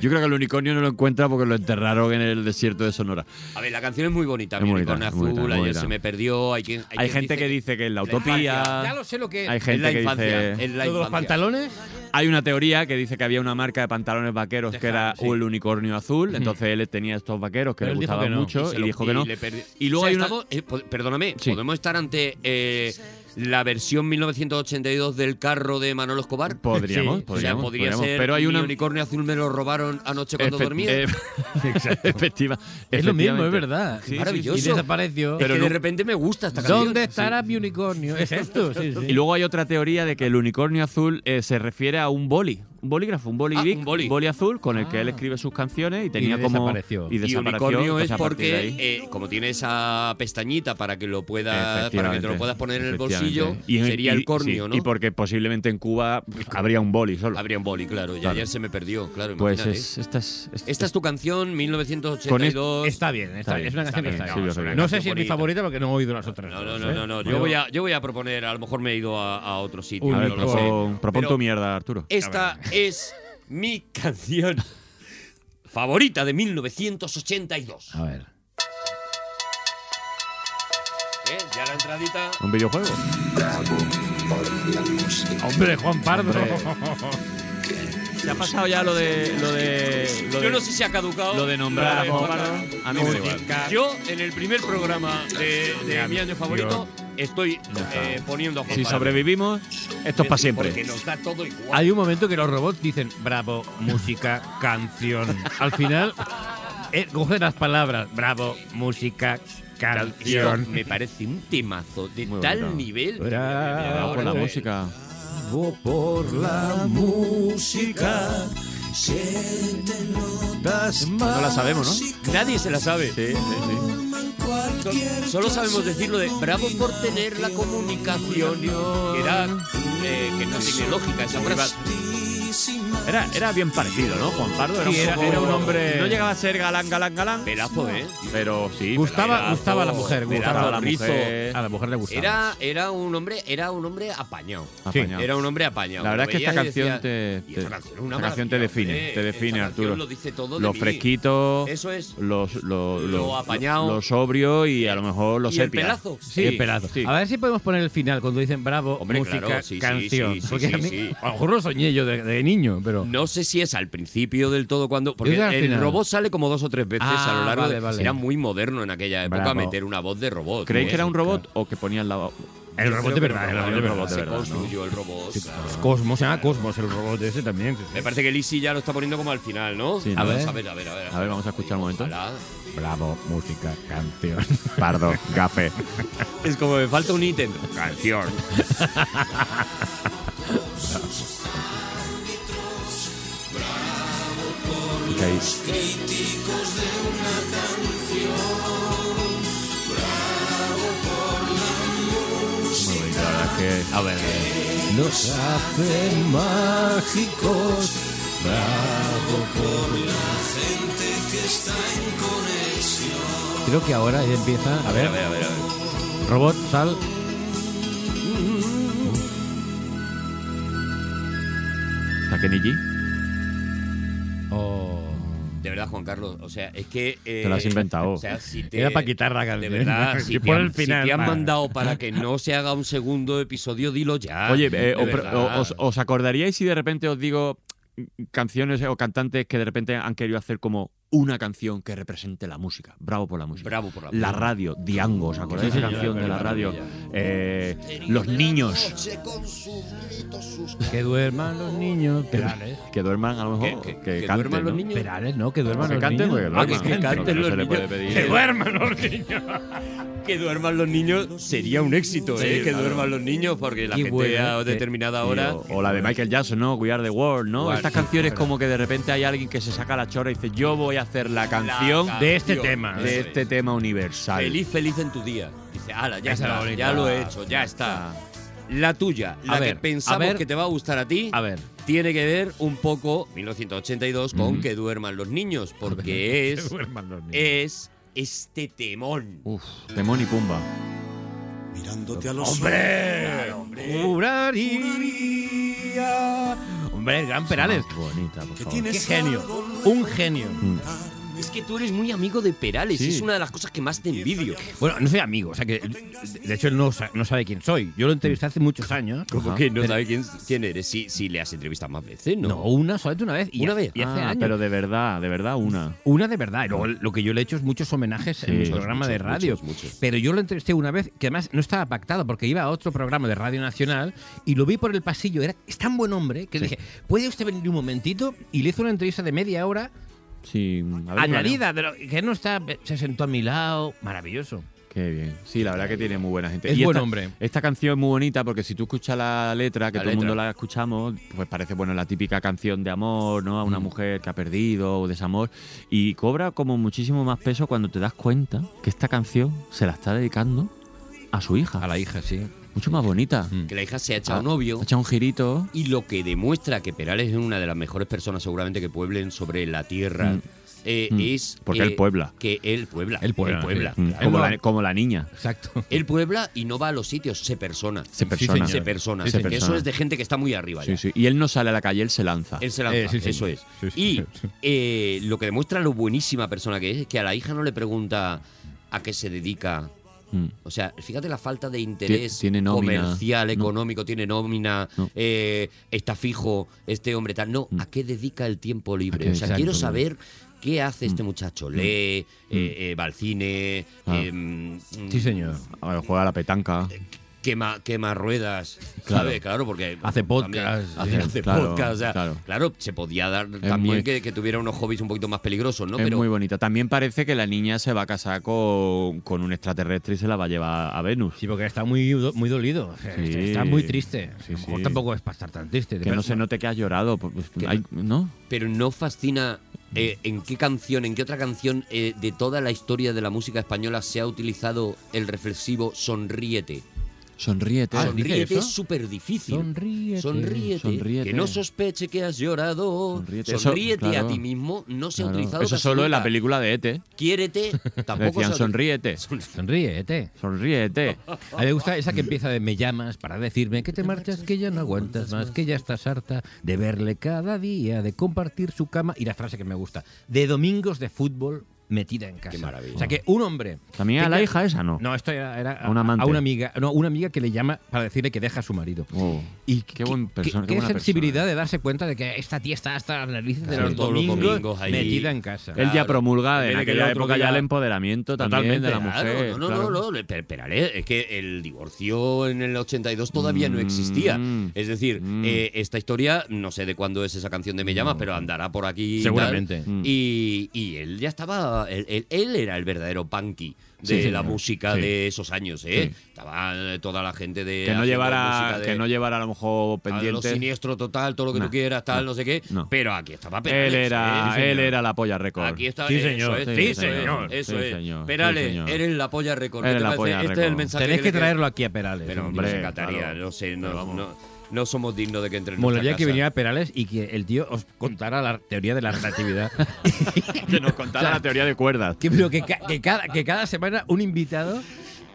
[SPEAKER 5] Yo creo que el unicornio no lo encuentra porque lo enterraron en el desierto de Sonora.
[SPEAKER 4] A ver, la canción es muy bonita.
[SPEAKER 5] Es
[SPEAKER 4] Mi
[SPEAKER 5] bonita,
[SPEAKER 4] unicornio
[SPEAKER 5] es bonita,
[SPEAKER 4] azul,
[SPEAKER 5] es
[SPEAKER 4] ayer
[SPEAKER 5] bonita.
[SPEAKER 4] se me perdió. Hay, quien,
[SPEAKER 5] Hay,
[SPEAKER 4] quien
[SPEAKER 5] gente que dice que es la
[SPEAKER 2] Ya
[SPEAKER 5] utopía.
[SPEAKER 2] lo sé lo que
[SPEAKER 5] Hay
[SPEAKER 2] es.
[SPEAKER 4] en la
[SPEAKER 5] gente que
[SPEAKER 4] infancia.
[SPEAKER 5] dice.
[SPEAKER 4] en la
[SPEAKER 2] Lo de los
[SPEAKER 4] infancia.
[SPEAKER 2] pantalones.
[SPEAKER 5] Hay una teoría que dice que había una marca de pantalones vaqueros que era
[SPEAKER 2] sí.
[SPEAKER 5] el unicornio azul. Entonces él tenía estos vaqueros que
[SPEAKER 2] Pero
[SPEAKER 5] le
[SPEAKER 2] él dijo
[SPEAKER 5] gustaban
[SPEAKER 2] que no.
[SPEAKER 5] mucho
[SPEAKER 4] se
[SPEAKER 5] y
[SPEAKER 4] lo-
[SPEAKER 5] dijo que no.
[SPEAKER 4] le perdi-
[SPEAKER 5] Y luego
[SPEAKER 4] O sea,
[SPEAKER 5] hay una-
[SPEAKER 4] estamos- eh, po- perdóname,
[SPEAKER 5] Sí.
[SPEAKER 4] podemos estar ante eh, la versión 1982 del carro de Manolo Escobar.
[SPEAKER 5] Podríamos,
[SPEAKER 2] Sí, o sea,
[SPEAKER 4] o sea,
[SPEAKER 5] podríamos,
[SPEAKER 4] podría
[SPEAKER 5] podríamos.
[SPEAKER 4] ser.
[SPEAKER 5] Pero hay
[SPEAKER 4] "Mi
[SPEAKER 5] una.
[SPEAKER 4] unicornio azul me lo robaron anoche cuando
[SPEAKER 5] Efe-
[SPEAKER 4] dormía.
[SPEAKER 5] eh, efectiva,
[SPEAKER 2] Es lo mismo, es
[SPEAKER 5] efectivamente.
[SPEAKER 2] verdad.
[SPEAKER 5] Sí, sí,
[SPEAKER 4] Maravilloso.
[SPEAKER 2] Y desapareció.
[SPEAKER 4] Pero
[SPEAKER 5] Pero
[SPEAKER 4] de
[SPEAKER 5] no-
[SPEAKER 4] repente me gusta esta canción.
[SPEAKER 2] ¿Dónde estará mi unicornio? Es esto. Sí, sí.
[SPEAKER 5] Y luego hay otra teoría de que el unicornio azul eh, se refiere a un boli, un bolígrafo, un boli,
[SPEAKER 4] Ah,
[SPEAKER 5] Bic,
[SPEAKER 4] un boli. Ah.
[SPEAKER 5] azul con el que él escribe sus canciones y tenía como
[SPEAKER 2] desapareció.
[SPEAKER 5] y
[SPEAKER 4] Y
[SPEAKER 5] desapareció.
[SPEAKER 4] unicornio es
[SPEAKER 5] entonces, a partir de
[SPEAKER 4] porque,
[SPEAKER 5] ahí-
[SPEAKER 4] eh, como tiene esa pestañita para que lo puedas, para que te lo
[SPEAKER 5] Efectivamente,
[SPEAKER 4] puedas poner en el
[SPEAKER 5] efectivamente.
[SPEAKER 4] bolsillo,
[SPEAKER 5] Y en-
[SPEAKER 4] sería
[SPEAKER 5] y-
[SPEAKER 4] el cornio,
[SPEAKER 5] sí,
[SPEAKER 4] ¿no?
[SPEAKER 5] Y porque posiblemente en Cuba habría un boli solo.
[SPEAKER 4] Habría un boli, claro. Y
[SPEAKER 5] Claro.
[SPEAKER 4] ayer se me perdió, claro,
[SPEAKER 5] pues
[SPEAKER 4] imagínate.
[SPEAKER 5] es, esta es, es-
[SPEAKER 4] Esta es tu canción, 1982.
[SPEAKER 2] Está bien, está,
[SPEAKER 5] Está
[SPEAKER 2] bien.
[SPEAKER 5] bien,
[SPEAKER 2] Es una
[SPEAKER 5] está
[SPEAKER 2] canción que
[SPEAKER 5] bien,
[SPEAKER 2] está
[SPEAKER 5] sí,
[SPEAKER 2] bien.
[SPEAKER 5] yo creo que
[SPEAKER 2] No
[SPEAKER 4] es
[SPEAKER 2] sé si es mi
[SPEAKER 4] bonita.
[SPEAKER 2] favorita porque no he oído las otras.
[SPEAKER 4] No, no,
[SPEAKER 2] dos,
[SPEAKER 4] no,
[SPEAKER 2] ¿eh?
[SPEAKER 4] no, no. Yo, voy a, yo voy a proponer, a lo mejor me he ido a, a otro sitio.
[SPEAKER 5] a ver,
[SPEAKER 4] no lo sé.
[SPEAKER 5] propon, propon
[SPEAKER 4] Pero-
[SPEAKER 5] tu mierda, Arturo.
[SPEAKER 4] Esta es mi canción favorita de 1982.
[SPEAKER 2] A ver.
[SPEAKER 4] ¿Eh? Ya la entradita.
[SPEAKER 5] ¿Un videojuego?
[SPEAKER 2] Hombre, Juan Pardo.
[SPEAKER 5] ¿Te ha pasado ya lo de lo de
[SPEAKER 4] Yo no sé si ha caducado.
[SPEAKER 5] lo de nombrar
[SPEAKER 4] Lo de
[SPEAKER 5] a Juan Pardo? A mí me da igual.
[SPEAKER 4] Yo, en el primer programa de, de mi año favorito, estoy eh, poniendo a Juan
[SPEAKER 5] Si
[SPEAKER 4] Pardo.
[SPEAKER 5] sobrevivimos, esto es para
[SPEAKER 4] Porque
[SPEAKER 5] siempre.
[SPEAKER 4] nos da todo igual.
[SPEAKER 2] Hay un momento que los robots dicen bravo, música, canción. Al final, eh, coge las palabras bravo, música,
[SPEAKER 4] Esto
[SPEAKER 2] canción.
[SPEAKER 4] me parece un temazo de
[SPEAKER 5] Muy
[SPEAKER 4] tal
[SPEAKER 5] bonito.
[SPEAKER 4] nivel.
[SPEAKER 2] Bravo
[SPEAKER 5] Ah,
[SPEAKER 4] Ahora
[SPEAKER 5] por la
[SPEAKER 4] lo-
[SPEAKER 5] música.
[SPEAKER 10] clavo por la música. Siete notas más.
[SPEAKER 5] No la sabemos, ¿no?
[SPEAKER 4] Nadie se la sabe.
[SPEAKER 5] Sí, sí, sí.
[SPEAKER 4] Sol- Solo sabemos decirlo de bravo por tener la comunicación. Que era eh, que no tiene lógica esa frase.
[SPEAKER 5] Era, era bien parecido, ¿no? Juan Pardo era,
[SPEAKER 2] Sí,
[SPEAKER 5] un
[SPEAKER 2] era-
[SPEAKER 5] poco-
[SPEAKER 2] era un hombre-
[SPEAKER 5] No llegaba a ser galán, galán, galán.
[SPEAKER 4] Pelazo, ¿eh?
[SPEAKER 5] Pero sí.
[SPEAKER 2] Gustaba,
[SPEAKER 5] pelazo,
[SPEAKER 2] gustaba a la mujer,
[SPEAKER 5] pelazo
[SPEAKER 2] gustaba
[SPEAKER 5] a la
[SPEAKER 4] rizo.
[SPEAKER 5] mujer. Ah,
[SPEAKER 2] A la mujer le gustaba.
[SPEAKER 4] Era, era un hombre, era un hombre apañado.
[SPEAKER 5] Apañado.
[SPEAKER 4] Era un hombre apañado.
[SPEAKER 5] La verdad
[SPEAKER 4] Lo
[SPEAKER 5] es que esta
[SPEAKER 4] veías y
[SPEAKER 5] canción
[SPEAKER 4] decías,
[SPEAKER 5] te-
[SPEAKER 4] "Y
[SPEAKER 5] te-
[SPEAKER 4] esta canción es una
[SPEAKER 5] esta canción te
[SPEAKER 4] maravilla,
[SPEAKER 5] define,
[SPEAKER 4] hombre,
[SPEAKER 5] te define,
[SPEAKER 4] esta canción
[SPEAKER 5] Arturo.
[SPEAKER 4] Lo dice todo de
[SPEAKER 5] Lo
[SPEAKER 4] mí".
[SPEAKER 5] fresquito.
[SPEAKER 4] Eso es.
[SPEAKER 5] Los, lo,
[SPEAKER 4] Lo
[SPEAKER 5] lo-
[SPEAKER 4] apañado.
[SPEAKER 5] Lo sobrio y a lo mejor lo
[SPEAKER 4] Y el
[SPEAKER 5] sepia.
[SPEAKER 4] pelazo.
[SPEAKER 2] Sí, el pelazo.
[SPEAKER 5] sí.
[SPEAKER 2] A ver si podemos poner el final cuando dicen bravo,
[SPEAKER 4] Hombre,
[SPEAKER 2] música,
[SPEAKER 4] claro, sí, sí,
[SPEAKER 2] canción.
[SPEAKER 4] sí, sí,
[SPEAKER 2] Porque
[SPEAKER 4] sí,
[SPEAKER 2] a mí,
[SPEAKER 4] sí.
[SPEAKER 2] a lo mejor lo soñé yo de, de niño, pero.
[SPEAKER 4] No sé si es al principio del todo cuando. Porque
[SPEAKER 2] Yo creo que al
[SPEAKER 4] el
[SPEAKER 2] final.
[SPEAKER 4] robot sale como dos o tres veces
[SPEAKER 2] Ah,
[SPEAKER 4] a lo largo
[SPEAKER 2] vale,
[SPEAKER 4] de.
[SPEAKER 2] vale.
[SPEAKER 4] Era muy moderno en aquella época
[SPEAKER 2] Bravo.
[SPEAKER 4] meter una voz de robot.
[SPEAKER 5] ¿Creéis
[SPEAKER 4] ¿no?
[SPEAKER 5] que era un robot o que ponían la.
[SPEAKER 2] el robot de verdad,
[SPEAKER 4] Pero
[SPEAKER 2] el
[SPEAKER 4] no,
[SPEAKER 2] robot de
[SPEAKER 4] no,
[SPEAKER 2] verdad.
[SPEAKER 4] se
[SPEAKER 5] de verdad, ¿no?
[SPEAKER 4] construyó el robot.
[SPEAKER 2] pues, Cosmos, se llama Cosmos, el robot ese también. sí, sí.
[SPEAKER 4] Me parece que Lisi ya lo está poniendo como al final, ¿no?
[SPEAKER 5] Sí,
[SPEAKER 4] a,
[SPEAKER 5] ¿no?
[SPEAKER 4] ver, a ver, a ver, a ver.
[SPEAKER 5] A ver, vamos a escuchar un momento.
[SPEAKER 4] Ojalá.
[SPEAKER 2] Bravo, música, canción.
[SPEAKER 5] Pardo, gafe.
[SPEAKER 4] Es como me falta un ítem. Canción. A ver.
[SPEAKER 10] Nos hace mágicos.
[SPEAKER 2] Creo que ahora ya empieza. A ver,
[SPEAKER 4] A ver, a ver, a ver.
[SPEAKER 2] robot, sal.
[SPEAKER 5] ¿Está Kenny G?
[SPEAKER 2] o-
[SPEAKER 4] De verdad, Juan Carlos, o sea, es que... eh,
[SPEAKER 5] Te lo has inventado.
[SPEAKER 4] o sea, si te-
[SPEAKER 2] Era pa' quitar la
[SPEAKER 4] De
[SPEAKER 2] canción.
[SPEAKER 4] verdad,
[SPEAKER 2] Que
[SPEAKER 4] si te,
[SPEAKER 2] pone
[SPEAKER 4] han,
[SPEAKER 2] el final,
[SPEAKER 4] si te han
[SPEAKER 2] para.
[SPEAKER 4] mandado para que no se haga un segundo episodio, dilo ya.
[SPEAKER 5] Oye,
[SPEAKER 4] Ah, de
[SPEAKER 5] eh, o-
[SPEAKER 4] verdad.
[SPEAKER 5] o- os, os acordaríais si de repente os digo canciones eh, o cantantes que de repente han querido hacer como una canción que represente la música? Bravo por la música.
[SPEAKER 4] Bravo por la
[SPEAKER 5] La
[SPEAKER 4] radio.
[SPEAKER 5] radio, Diango, ¿os acordáis de esa canción de la radio? Eh, los niños
[SPEAKER 2] Que duerman los niños. Perales.
[SPEAKER 5] que duerman a lo mejor,
[SPEAKER 4] Que- que-
[SPEAKER 5] que,
[SPEAKER 4] que
[SPEAKER 5] canten,
[SPEAKER 4] duerman los
[SPEAKER 5] ¿no?
[SPEAKER 4] niños.
[SPEAKER 2] Perales, no, que duerman
[SPEAKER 5] Que
[SPEAKER 2] los
[SPEAKER 5] canten,
[SPEAKER 2] niños.
[SPEAKER 5] porque
[SPEAKER 4] Ah, que-
[SPEAKER 5] duerman.
[SPEAKER 4] que
[SPEAKER 5] Creo
[SPEAKER 4] canten
[SPEAKER 5] no
[SPEAKER 4] los
[SPEAKER 5] se le puede
[SPEAKER 4] niños.
[SPEAKER 5] pedir.
[SPEAKER 2] Que duerman los niños.
[SPEAKER 4] Que duerman los niños sería un éxito, ¿eh? que duerman los niños, porque la
[SPEAKER 2] Qué
[SPEAKER 4] gente
[SPEAKER 2] bueno,
[SPEAKER 4] a
[SPEAKER 2] eh.
[SPEAKER 4] determinada
[SPEAKER 5] Sí,
[SPEAKER 4] hora...
[SPEAKER 5] o, o la de Michael Jackson, ¿no? We Are the World, ¿no?
[SPEAKER 4] Guau,
[SPEAKER 5] Estas
[SPEAKER 4] sí,
[SPEAKER 5] canciones como que de repente hay alguien que se saca la chora y dice, yo voy a hacer la canción
[SPEAKER 4] canción
[SPEAKER 2] De este tema.
[SPEAKER 5] de este tema universal.
[SPEAKER 4] Feliz, feliz en tu día. Dice, ala, ya
[SPEAKER 2] Esa era
[SPEAKER 4] está,
[SPEAKER 2] bonita.
[SPEAKER 4] ya lo he hecho, ya está. La tuya, la
[SPEAKER 2] A
[SPEAKER 4] que
[SPEAKER 2] ver,
[SPEAKER 4] pensamos
[SPEAKER 2] a ver.
[SPEAKER 4] que te va a gustar a ti,
[SPEAKER 2] A ver.
[SPEAKER 4] tiene que ver un poco 1982 con que duerman los niños, porque es
[SPEAKER 2] Duerman los niños.
[SPEAKER 4] es este temón.
[SPEAKER 5] Uf, Temón y Pumba.
[SPEAKER 10] Mirándote a los
[SPEAKER 2] Jurar y- Hombre, el gran Perales.
[SPEAKER 5] Más bonita, por
[SPEAKER 10] que
[SPEAKER 5] favor.
[SPEAKER 10] tienes
[SPEAKER 2] Qué genio. Mm. Un genio.
[SPEAKER 4] Es que tú eres muy amigo de Perales,
[SPEAKER 5] Sí.
[SPEAKER 4] es una de las cosas que más te envidio.
[SPEAKER 2] Bueno, no soy amigo, o sea que. De hecho, él no, sa- no sabe quién soy. Yo lo entrevisté hace muchos años.
[SPEAKER 4] Como que no sabes quién, quién eres, si, si le has entrevistado más veces, ¿no?
[SPEAKER 2] No, una, solamente una vez. Y
[SPEAKER 4] Una
[SPEAKER 2] hace-
[SPEAKER 4] vez.
[SPEAKER 2] Y hace
[SPEAKER 5] Ah,
[SPEAKER 2] años.
[SPEAKER 5] pero de verdad, de verdad, una.
[SPEAKER 2] Una de verdad. Y luego lo que yo le he hecho es muchos homenajes en mi
[SPEAKER 5] muchos,
[SPEAKER 2] programa de
[SPEAKER 4] muchos,
[SPEAKER 2] radio.
[SPEAKER 4] muchos, muchos.
[SPEAKER 2] Pero yo lo entrevisté una vez, que además no estaba pactado, porque iba a otro programa de Radio Nacional y lo vi por el pasillo. Era, es tan buen hombre que le dije, ¿puede usted venir un momentito? Y le hice una entrevista de media hora,
[SPEAKER 5] Sí, a ver,
[SPEAKER 2] añadida, de lo- que no está. eh, Se sentó a mi lado. Maravilloso.
[SPEAKER 5] Qué bien. Sí, la verdad que tiene muy buena gente.
[SPEAKER 2] Es
[SPEAKER 5] Y
[SPEAKER 2] buen
[SPEAKER 5] esta,
[SPEAKER 2] hombre.
[SPEAKER 5] Esta canción es muy bonita porque si tú escuchas la letra, que
[SPEAKER 4] La
[SPEAKER 5] todo el mundo
[SPEAKER 4] letra.
[SPEAKER 5] la escuchamos, pues parece bueno la típica canción de amor, ¿no? A una mujer que ha perdido o desamor. Y cobra como muchísimo más peso cuando te das cuenta que esta canción se la está dedicando a su hija.
[SPEAKER 2] la hija, sí.
[SPEAKER 5] Mucho más bonita.
[SPEAKER 4] Que la hija Ah. se ha
[SPEAKER 5] A
[SPEAKER 4] echado novio.
[SPEAKER 5] Echa un girito.
[SPEAKER 4] Y lo que demuestra que Perales es una de las mejores personas seguramente que pueblen sobre la tierra
[SPEAKER 5] Mm.
[SPEAKER 4] eh,
[SPEAKER 5] Mm.
[SPEAKER 4] es...
[SPEAKER 5] Porque él
[SPEAKER 4] eh,
[SPEAKER 5] puebla.
[SPEAKER 4] Que él puebla.
[SPEAKER 2] Él puebla,
[SPEAKER 4] Él puebla.
[SPEAKER 5] Mm,
[SPEAKER 4] Claro.
[SPEAKER 5] Como la, como la niña.
[SPEAKER 2] Exacto.
[SPEAKER 4] Él puebla y no va a los sitios, se persona.
[SPEAKER 5] Se persona.
[SPEAKER 4] Se persona.
[SPEAKER 5] Se
[SPEAKER 4] ¿eh? que Eso
[SPEAKER 5] persona.
[SPEAKER 4] es de gente que está muy arriba. ya.
[SPEAKER 5] Sí, sí. Y él no sale a la calle, él se lanza.
[SPEAKER 4] Él se lanza,
[SPEAKER 2] Eh, sí, sí.
[SPEAKER 4] eso es.
[SPEAKER 2] Sí, sí,
[SPEAKER 4] y
[SPEAKER 2] sí, sí.
[SPEAKER 4] eh, lo que demuestra lo buenísima persona que es es que a la hija no le pregunta a qué se dedica.
[SPEAKER 5] Mm.
[SPEAKER 4] O sea, fíjate la falta de interés
[SPEAKER 5] tiene nómina.
[SPEAKER 4] comercial,
[SPEAKER 5] No.
[SPEAKER 4] económico, tiene nómina,
[SPEAKER 5] No. Mm.
[SPEAKER 4] eh, está fijo este hombre tal. No, ¿a qué dedica el tiempo libre?
[SPEAKER 5] qué?
[SPEAKER 4] O sea,
[SPEAKER 5] Exacto,
[SPEAKER 4] quiero
[SPEAKER 5] ¿no?
[SPEAKER 4] saber qué hace este muchacho. Lee, eh, eh, va al cine,
[SPEAKER 5] Mm. Ah.
[SPEAKER 4] eh, mm,
[SPEAKER 2] Sí, señor.
[SPEAKER 5] A ver, juega a la petanca.
[SPEAKER 4] ¿Qué- quema, quema ruedas,
[SPEAKER 5] Claro.
[SPEAKER 4] ¿sabes? Claro, porque...
[SPEAKER 2] Hace
[SPEAKER 4] también
[SPEAKER 2] podcast,
[SPEAKER 4] hace
[SPEAKER 2] sí.
[SPEAKER 4] hace
[SPEAKER 5] Claro,
[SPEAKER 4] podcast, o sea, claro.
[SPEAKER 5] claro.
[SPEAKER 4] se podía dar también
[SPEAKER 5] muy-
[SPEAKER 4] que, que tuviera unos hobbies un poquito más peligrosos, ¿no?
[SPEAKER 5] es
[SPEAKER 4] Pero
[SPEAKER 5] muy bonita. También parece que la niña se va a casar con, con un extraterrestre y se la va a llevar a Venus.
[SPEAKER 2] Sí, porque está muy, do- muy dolido. O sea,
[SPEAKER 5] Sí.
[SPEAKER 2] Está muy triste.
[SPEAKER 5] Sí,
[SPEAKER 2] a lo mejor
[SPEAKER 5] sí.
[SPEAKER 2] tampoco es para estar tan triste.
[SPEAKER 5] que no se
[SPEAKER 2] Pero-
[SPEAKER 5] note que has llorado. pues,
[SPEAKER 4] Que
[SPEAKER 5] hay- ¿No?
[SPEAKER 4] pero no fascina eh, en qué canción, en qué otra canción eh, de toda la historia de la música española se ha utilizado el reflexivo sonríete.
[SPEAKER 5] Sonríete.
[SPEAKER 2] Ah, ¿dice
[SPEAKER 4] sonríete
[SPEAKER 2] eso?
[SPEAKER 4] es súper difícil.
[SPEAKER 2] Sonríete.
[SPEAKER 4] Sonríete,
[SPEAKER 5] sonríete.
[SPEAKER 4] que no sospeche que has llorado. Sonríete,
[SPEAKER 5] Sonríete. Eso,
[SPEAKER 4] a
[SPEAKER 5] claro.
[SPEAKER 4] ti mismo. No se ha
[SPEAKER 5] Claro.
[SPEAKER 4] utilizado.
[SPEAKER 5] Eso
[SPEAKER 4] casi
[SPEAKER 5] solo en la
[SPEAKER 4] nunca.
[SPEAKER 5] película de E Ete.
[SPEAKER 4] Quiérete, tampoco
[SPEAKER 5] Decían
[SPEAKER 4] se ha-
[SPEAKER 5] sonríete.
[SPEAKER 2] Sonríete.
[SPEAKER 5] Sonríete.
[SPEAKER 2] A mí me gusta esa que empieza de me llamas para decirme que te marchas, que ya no aguantas más, que ya estás harta de verle cada día, de compartir su cama. Y la frase que me gusta, de domingos de fútbol metida en casa.
[SPEAKER 4] Qué maravilla.
[SPEAKER 2] O sea que un hombre...
[SPEAKER 5] También a la
[SPEAKER 2] tenga-
[SPEAKER 5] hija esa, ¿no?
[SPEAKER 2] No, esto era, era a,
[SPEAKER 5] Un amante.
[SPEAKER 2] a una amiga, no, una amiga que le llama para decirle que deja a su marido.
[SPEAKER 5] Oh,
[SPEAKER 2] Y
[SPEAKER 5] qué buen persona, qué
[SPEAKER 2] qué
[SPEAKER 5] buena
[SPEAKER 2] sensibilidad
[SPEAKER 5] persona. ¿eh?
[SPEAKER 2] de darse cuenta de que esta tía está hasta las narices de
[SPEAKER 4] Claro,
[SPEAKER 2] los
[SPEAKER 4] todos los
[SPEAKER 2] domingos,
[SPEAKER 4] domingos ahí.
[SPEAKER 2] metida en casa.
[SPEAKER 5] Él ya
[SPEAKER 4] Claro.
[SPEAKER 5] promulga
[SPEAKER 4] En
[SPEAKER 5] en
[SPEAKER 4] vez de que
[SPEAKER 5] aquella
[SPEAKER 4] el otro
[SPEAKER 5] época ya el
[SPEAKER 4] diga-
[SPEAKER 5] empoderamiento también de la mujer.
[SPEAKER 4] Claro, no, no,
[SPEAKER 5] claro.
[SPEAKER 4] no, no, pero espérale, es que el divorcio en el 82 todavía no existía.
[SPEAKER 5] Mm.
[SPEAKER 4] Es decir,
[SPEAKER 5] Mm.
[SPEAKER 4] eh, esta historia, no sé de cuándo es esa canción de Me Llamas, pero andará por aquí. y
[SPEAKER 2] Seguramente.
[SPEAKER 5] Mm.
[SPEAKER 4] tal. Y, y él ya estaba, él, él- él era el verdadero punky de
[SPEAKER 5] Sí,
[SPEAKER 4] la
[SPEAKER 5] señor.
[SPEAKER 4] música
[SPEAKER 5] Sí.
[SPEAKER 4] de esos años, ¿eh? Estaba eh, toda la gente de...
[SPEAKER 5] Que no
[SPEAKER 4] haciendo
[SPEAKER 5] llevara,
[SPEAKER 4] música de-
[SPEAKER 5] que no llevara a lo mejor
[SPEAKER 4] a lo
[SPEAKER 5] pendiente.
[SPEAKER 4] siniestro total, todo lo que
[SPEAKER 5] No,
[SPEAKER 4] tú quieras, tal, no,
[SPEAKER 5] no,
[SPEAKER 4] sé qué.
[SPEAKER 5] no.
[SPEAKER 4] Pero aquí estaba Perales.
[SPEAKER 5] Él era,
[SPEAKER 4] ¿eh?
[SPEAKER 5] él era la polla récord.
[SPEAKER 4] Aquí está.
[SPEAKER 2] Sí,
[SPEAKER 4] eso
[SPEAKER 2] señor.
[SPEAKER 4] es,
[SPEAKER 2] Sí,
[SPEAKER 4] eso es,
[SPEAKER 5] señor.
[SPEAKER 4] Eso
[SPEAKER 5] Sí,
[SPEAKER 4] es.
[SPEAKER 5] señor.
[SPEAKER 4] Perales,
[SPEAKER 5] Sí, señor.
[SPEAKER 4] eres la polla récord. ¿Qué
[SPEAKER 5] Eres
[SPEAKER 4] te
[SPEAKER 5] la
[SPEAKER 4] parece?
[SPEAKER 5] polla
[SPEAKER 4] este
[SPEAKER 5] récord.
[SPEAKER 4] es el mensaje.
[SPEAKER 2] Tenés
[SPEAKER 4] le
[SPEAKER 2] que traerlo aquí a Perales.
[SPEAKER 4] Pero
[SPEAKER 2] un
[SPEAKER 4] hombre,
[SPEAKER 2] día.
[SPEAKER 4] me
[SPEAKER 5] Hombre,
[SPEAKER 4] encantaría.
[SPEAKER 5] claro.
[SPEAKER 4] No sé,
[SPEAKER 5] Pero
[SPEAKER 4] no,
[SPEAKER 5] vamos.
[SPEAKER 4] no, no somos dignos de que entren en
[SPEAKER 2] Molaría
[SPEAKER 4] nuestra
[SPEAKER 2] que
[SPEAKER 4] casa.
[SPEAKER 2] viniera Perales y que el tío os contara la teoría de la relatividad.
[SPEAKER 5] Que nos contara la teoría de cuerdas.
[SPEAKER 2] que, pero que, ca- que cada, que cada semana un invitado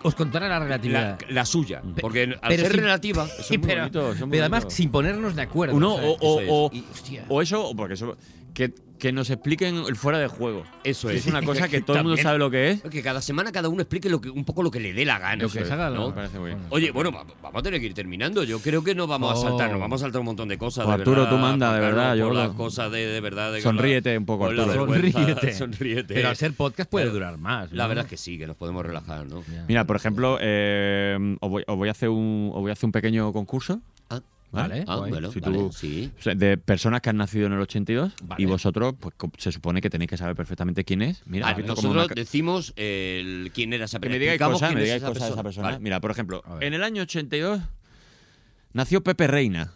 [SPEAKER 2] os contara la
[SPEAKER 4] La,
[SPEAKER 2] relatividad.
[SPEAKER 4] la suya. Porque al
[SPEAKER 2] pero
[SPEAKER 4] ser
[SPEAKER 2] sin-
[SPEAKER 4] relativa. eso es
[SPEAKER 2] Sí,
[SPEAKER 4] muy
[SPEAKER 2] pero,
[SPEAKER 4] bonito.
[SPEAKER 5] bonito, son muy
[SPEAKER 2] pero además
[SPEAKER 5] bonito.
[SPEAKER 2] sin ponernos de acuerdo.
[SPEAKER 5] Uno,
[SPEAKER 2] ¿sabes?
[SPEAKER 5] o, o,
[SPEAKER 4] Eso
[SPEAKER 5] o,
[SPEAKER 2] es. Y, hostia.
[SPEAKER 5] o eso, o porque eso. Que, que nos expliquen el fuera de juego.
[SPEAKER 4] Eso
[SPEAKER 5] Que
[SPEAKER 4] es.
[SPEAKER 5] Es una cosa que todo el mundo
[SPEAKER 4] También.
[SPEAKER 5] sabe lo que es.
[SPEAKER 4] Que cada semana cada uno explique lo que, un poco lo que le dé la gana.
[SPEAKER 2] Lo que
[SPEAKER 4] Eso es,
[SPEAKER 2] se haga,
[SPEAKER 4] ¿no?
[SPEAKER 2] lo-
[SPEAKER 5] parece muy bien.
[SPEAKER 4] Oye, bueno, va- vamos a tener que ir terminando. Yo creo que no vamos a
[SPEAKER 2] Oh.
[SPEAKER 4] saltar, nos vamos a saltar un montón de cosas.
[SPEAKER 5] Pues
[SPEAKER 4] de
[SPEAKER 5] Arturo,
[SPEAKER 4] verdad,
[SPEAKER 5] tú manda, de
[SPEAKER 4] Juan Carlos,
[SPEAKER 5] verdad, yo
[SPEAKER 4] por
[SPEAKER 5] lo-
[SPEAKER 4] las cosas de, de verdad. de-
[SPEAKER 5] Sonríete un poco,
[SPEAKER 4] con la
[SPEAKER 5] Arturo.
[SPEAKER 4] vergüenza.
[SPEAKER 2] Sonríete.
[SPEAKER 4] Sonríete.
[SPEAKER 2] Pero al ser podcast puede durar más.
[SPEAKER 4] La
[SPEAKER 2] ¿no?
[SPEAKER 4] verdad es que sí, que nos podemos relajar, ¿no?
[SPEAKER 5] Mira, por ejemplo, eh, os, voy, os voy a hacer un, os voy a hacer un pequeño concurso.
[SPEAKER 4] Ah,
[SPEAKER 2] Vale,
[SPEAKER 4] ah,
[SPEAKER 2] guay.
[SPEAKER 4] bueno,
[SPEAKER 5] Si
[SPEAKER 4] vale,
[SPEAKER 5] tú-
[SPEAKER 4] sí.
[SPEAKER 5] O sea, De personas que han nacido en el 82
[SPEAKER 2] Vale.
[SPEAKER 5] y vosotros, pues co- se supone que tenéis que saber perfectamente quién es. Mira, has
[SPEAKER 4] Vale,
[SPEAKER 5] visto cómo
[SPEAKER 4] Ah, nosotros
[SPEAKER 5] una ca-
[SPEAKER 4] decimos eh, el- quién era esa
[SPEAKER 5] que
[SPEAKER 4] persona.
[SPEAKER 5] me digáis
[SPEAKER 4] Explicamos
[SPEAKER 5] cosas,
[SPEAKER 4] quién
[SPEAKER 5] me
[SPEAKER 4] es
[SPEAKER 5] digáis cosas de esa persona.
[SPEAKER 4] Vale.
[SPEAKER 5] Mira, por ejemplo,
[SPEAKER 2] A ver.
[SPEAKER 5] en el año 82 nació Pepe Reina.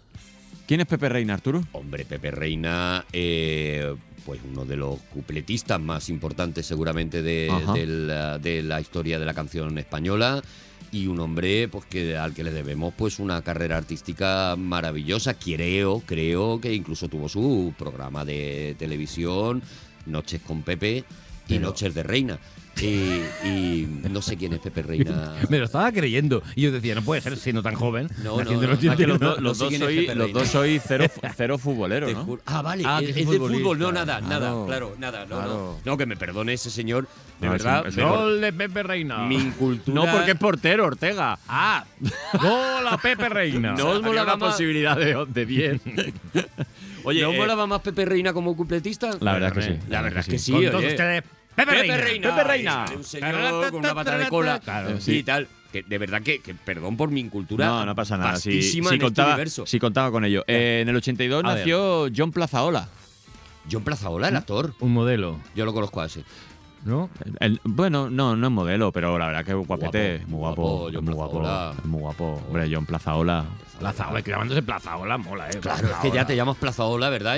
[SPEAKER 5] ¿Quién es Pepe Reina, Arturo?
[SPEAKER 4] Hombre, Pepe Reina, eh, pues uno de los cupletistas más importantes seguramente de,
[SPEAKER 5] Ajá.
[SPEAKER 4] de la, de la historia de la canción española y un hombre pues que al que le debemos pues una carrera artística maravillosa. Creo, creo que incluso tuvo su programa de televisión, Noches con Pepe y Noches de Reina. Y, y no sé quién es Pepe Reina.
[SPEAKER 2] Me lo estaba creyendo. Y yo decía, no puede ser siendo tan joven.
[SPEAKER 4] No, no,
[SPEAKER 2] naciendo en
[SPEAKER 4] no,
[SPEAKER 2] el
[SPEAKER 4] es que
[SPEAKER 5] Ah, que
[SPEAKER 2] 82.
[SPEAKER 5] los,
[SPEAKER 4] no-
[SPEAKER 5] do- los
[SPEAKER 4] no sé
[SPEAKER 5] dos
[SPEAKER 4] quién es
[SPEAKER 5] sois,
[SPEAKER 4] Pepe
[SPEAKER 5] los dos
[SPEAKER 4] Reina.
[SPEAKER 5] sois cero, cero futboleros,
[SPEAKER 4] Te
[SPEAKER 5] ¿no?
[SPEAKER 4] juro- Ah, vale,
[SPEAKER 2] Ah,
[SPEAKER 4] es,
[SPEAKER 2] que es
[SPEAKER 4] es de fútbol,
[SPEAKER 2] futbolista,
[SPEAKER 4] no, nada, nada,
[SPEAKER 5] claro.
[SPEAKER 4] claro, nada, no, no.
[SPEAKER 5] Claro.
[SPEAKER 4] No, que me perdone ese señor, de
[SPEAKER 5] No, es un-
[SPEAKER 4] verdad,
[SPEAKER 5] es un
[SPEAKER 4] me-
[SPEAKER 5] gol.
[SPEAKER 2] de Pepe Reina.
[SPEAKER 4] mi incultura.
[SPEAKER 5] No, porque es portero, Ortega.
[SPEAKER 2] Ah, gol a Pepe Reina.
[SPEAKER 4] No os
[SPEAKER 5] Había
[SPEAKER 4] molaba
[SPEAKER 5] una
[SPEAKER 4] más.
[SPEAKER 5] posibilidad de, de 10. Oye,
[SPEAKER 4] ¿No
[SPEAKER 5] eh,
[SPEAKER 4] molaba más Pepe Reina como cupletista?
[SPEAKER 5] la verdad es que sí.
[SPEAKER 4] La verdad es que sí.
[SPEAKER 2] Con
[SPEAKER 4] oye.
[SPEAKER 2] todos ustedes, Pepe,
[SPEAKER 4] Pepe
[SPEAKER 2] Reina.
[SPEAKER 4] Reina.
[SPEAKER 5] Pepe Reina.
[SPEAKER 4] Y sale Un señor con una pata de cola.
[SPEAKER 2] Claro.
[SPEAKER 4] Y tal. Que de verdad que, que perdón por mi incultura.
[SPEAKER 5] No, no pasa nada. Si,
[SPEAKER 4] vastísima
[SPEAKER 5] si
[SPEAKER 4] en este
[SPEAKER 5] contaba,
[SPEAKER 4] universo.
[SPEAKER 5] si contaba con ello. Eh, en el 82
[SPEAKER 4] A ver.
[SPEAKER 5] nació John Plazaola.
[SPEAKER 4] John Plazaola, el actor.
[SPEAKER 2] Un modelo,
[SPEAKER 4] Yo lo conozco a ese.
[SPEAKER 2] ¿no?
[SPEAKER 5] El- bueno, no, no es modelo, pero la verdad que guapete.
[SPEAKER 4] Guapo,
[SPEAKER 5] muy
[SPEAKER 4] guapo,
[SPEAKER 5] guapo.
[SPEAKER 4] John
[SPEAKER 5] es muy guapo.
[SPEAKER 4] Plazaola.
[SPEAKER 5] es Muy guapo. Hombre, John Plazaola.
[SPEAKER 2] Plazaola, que llamándose Plazaola mola, ¿eh?
[SPEAKER 4] Claro, es que ya te llamas Plazaola, ¿verdad?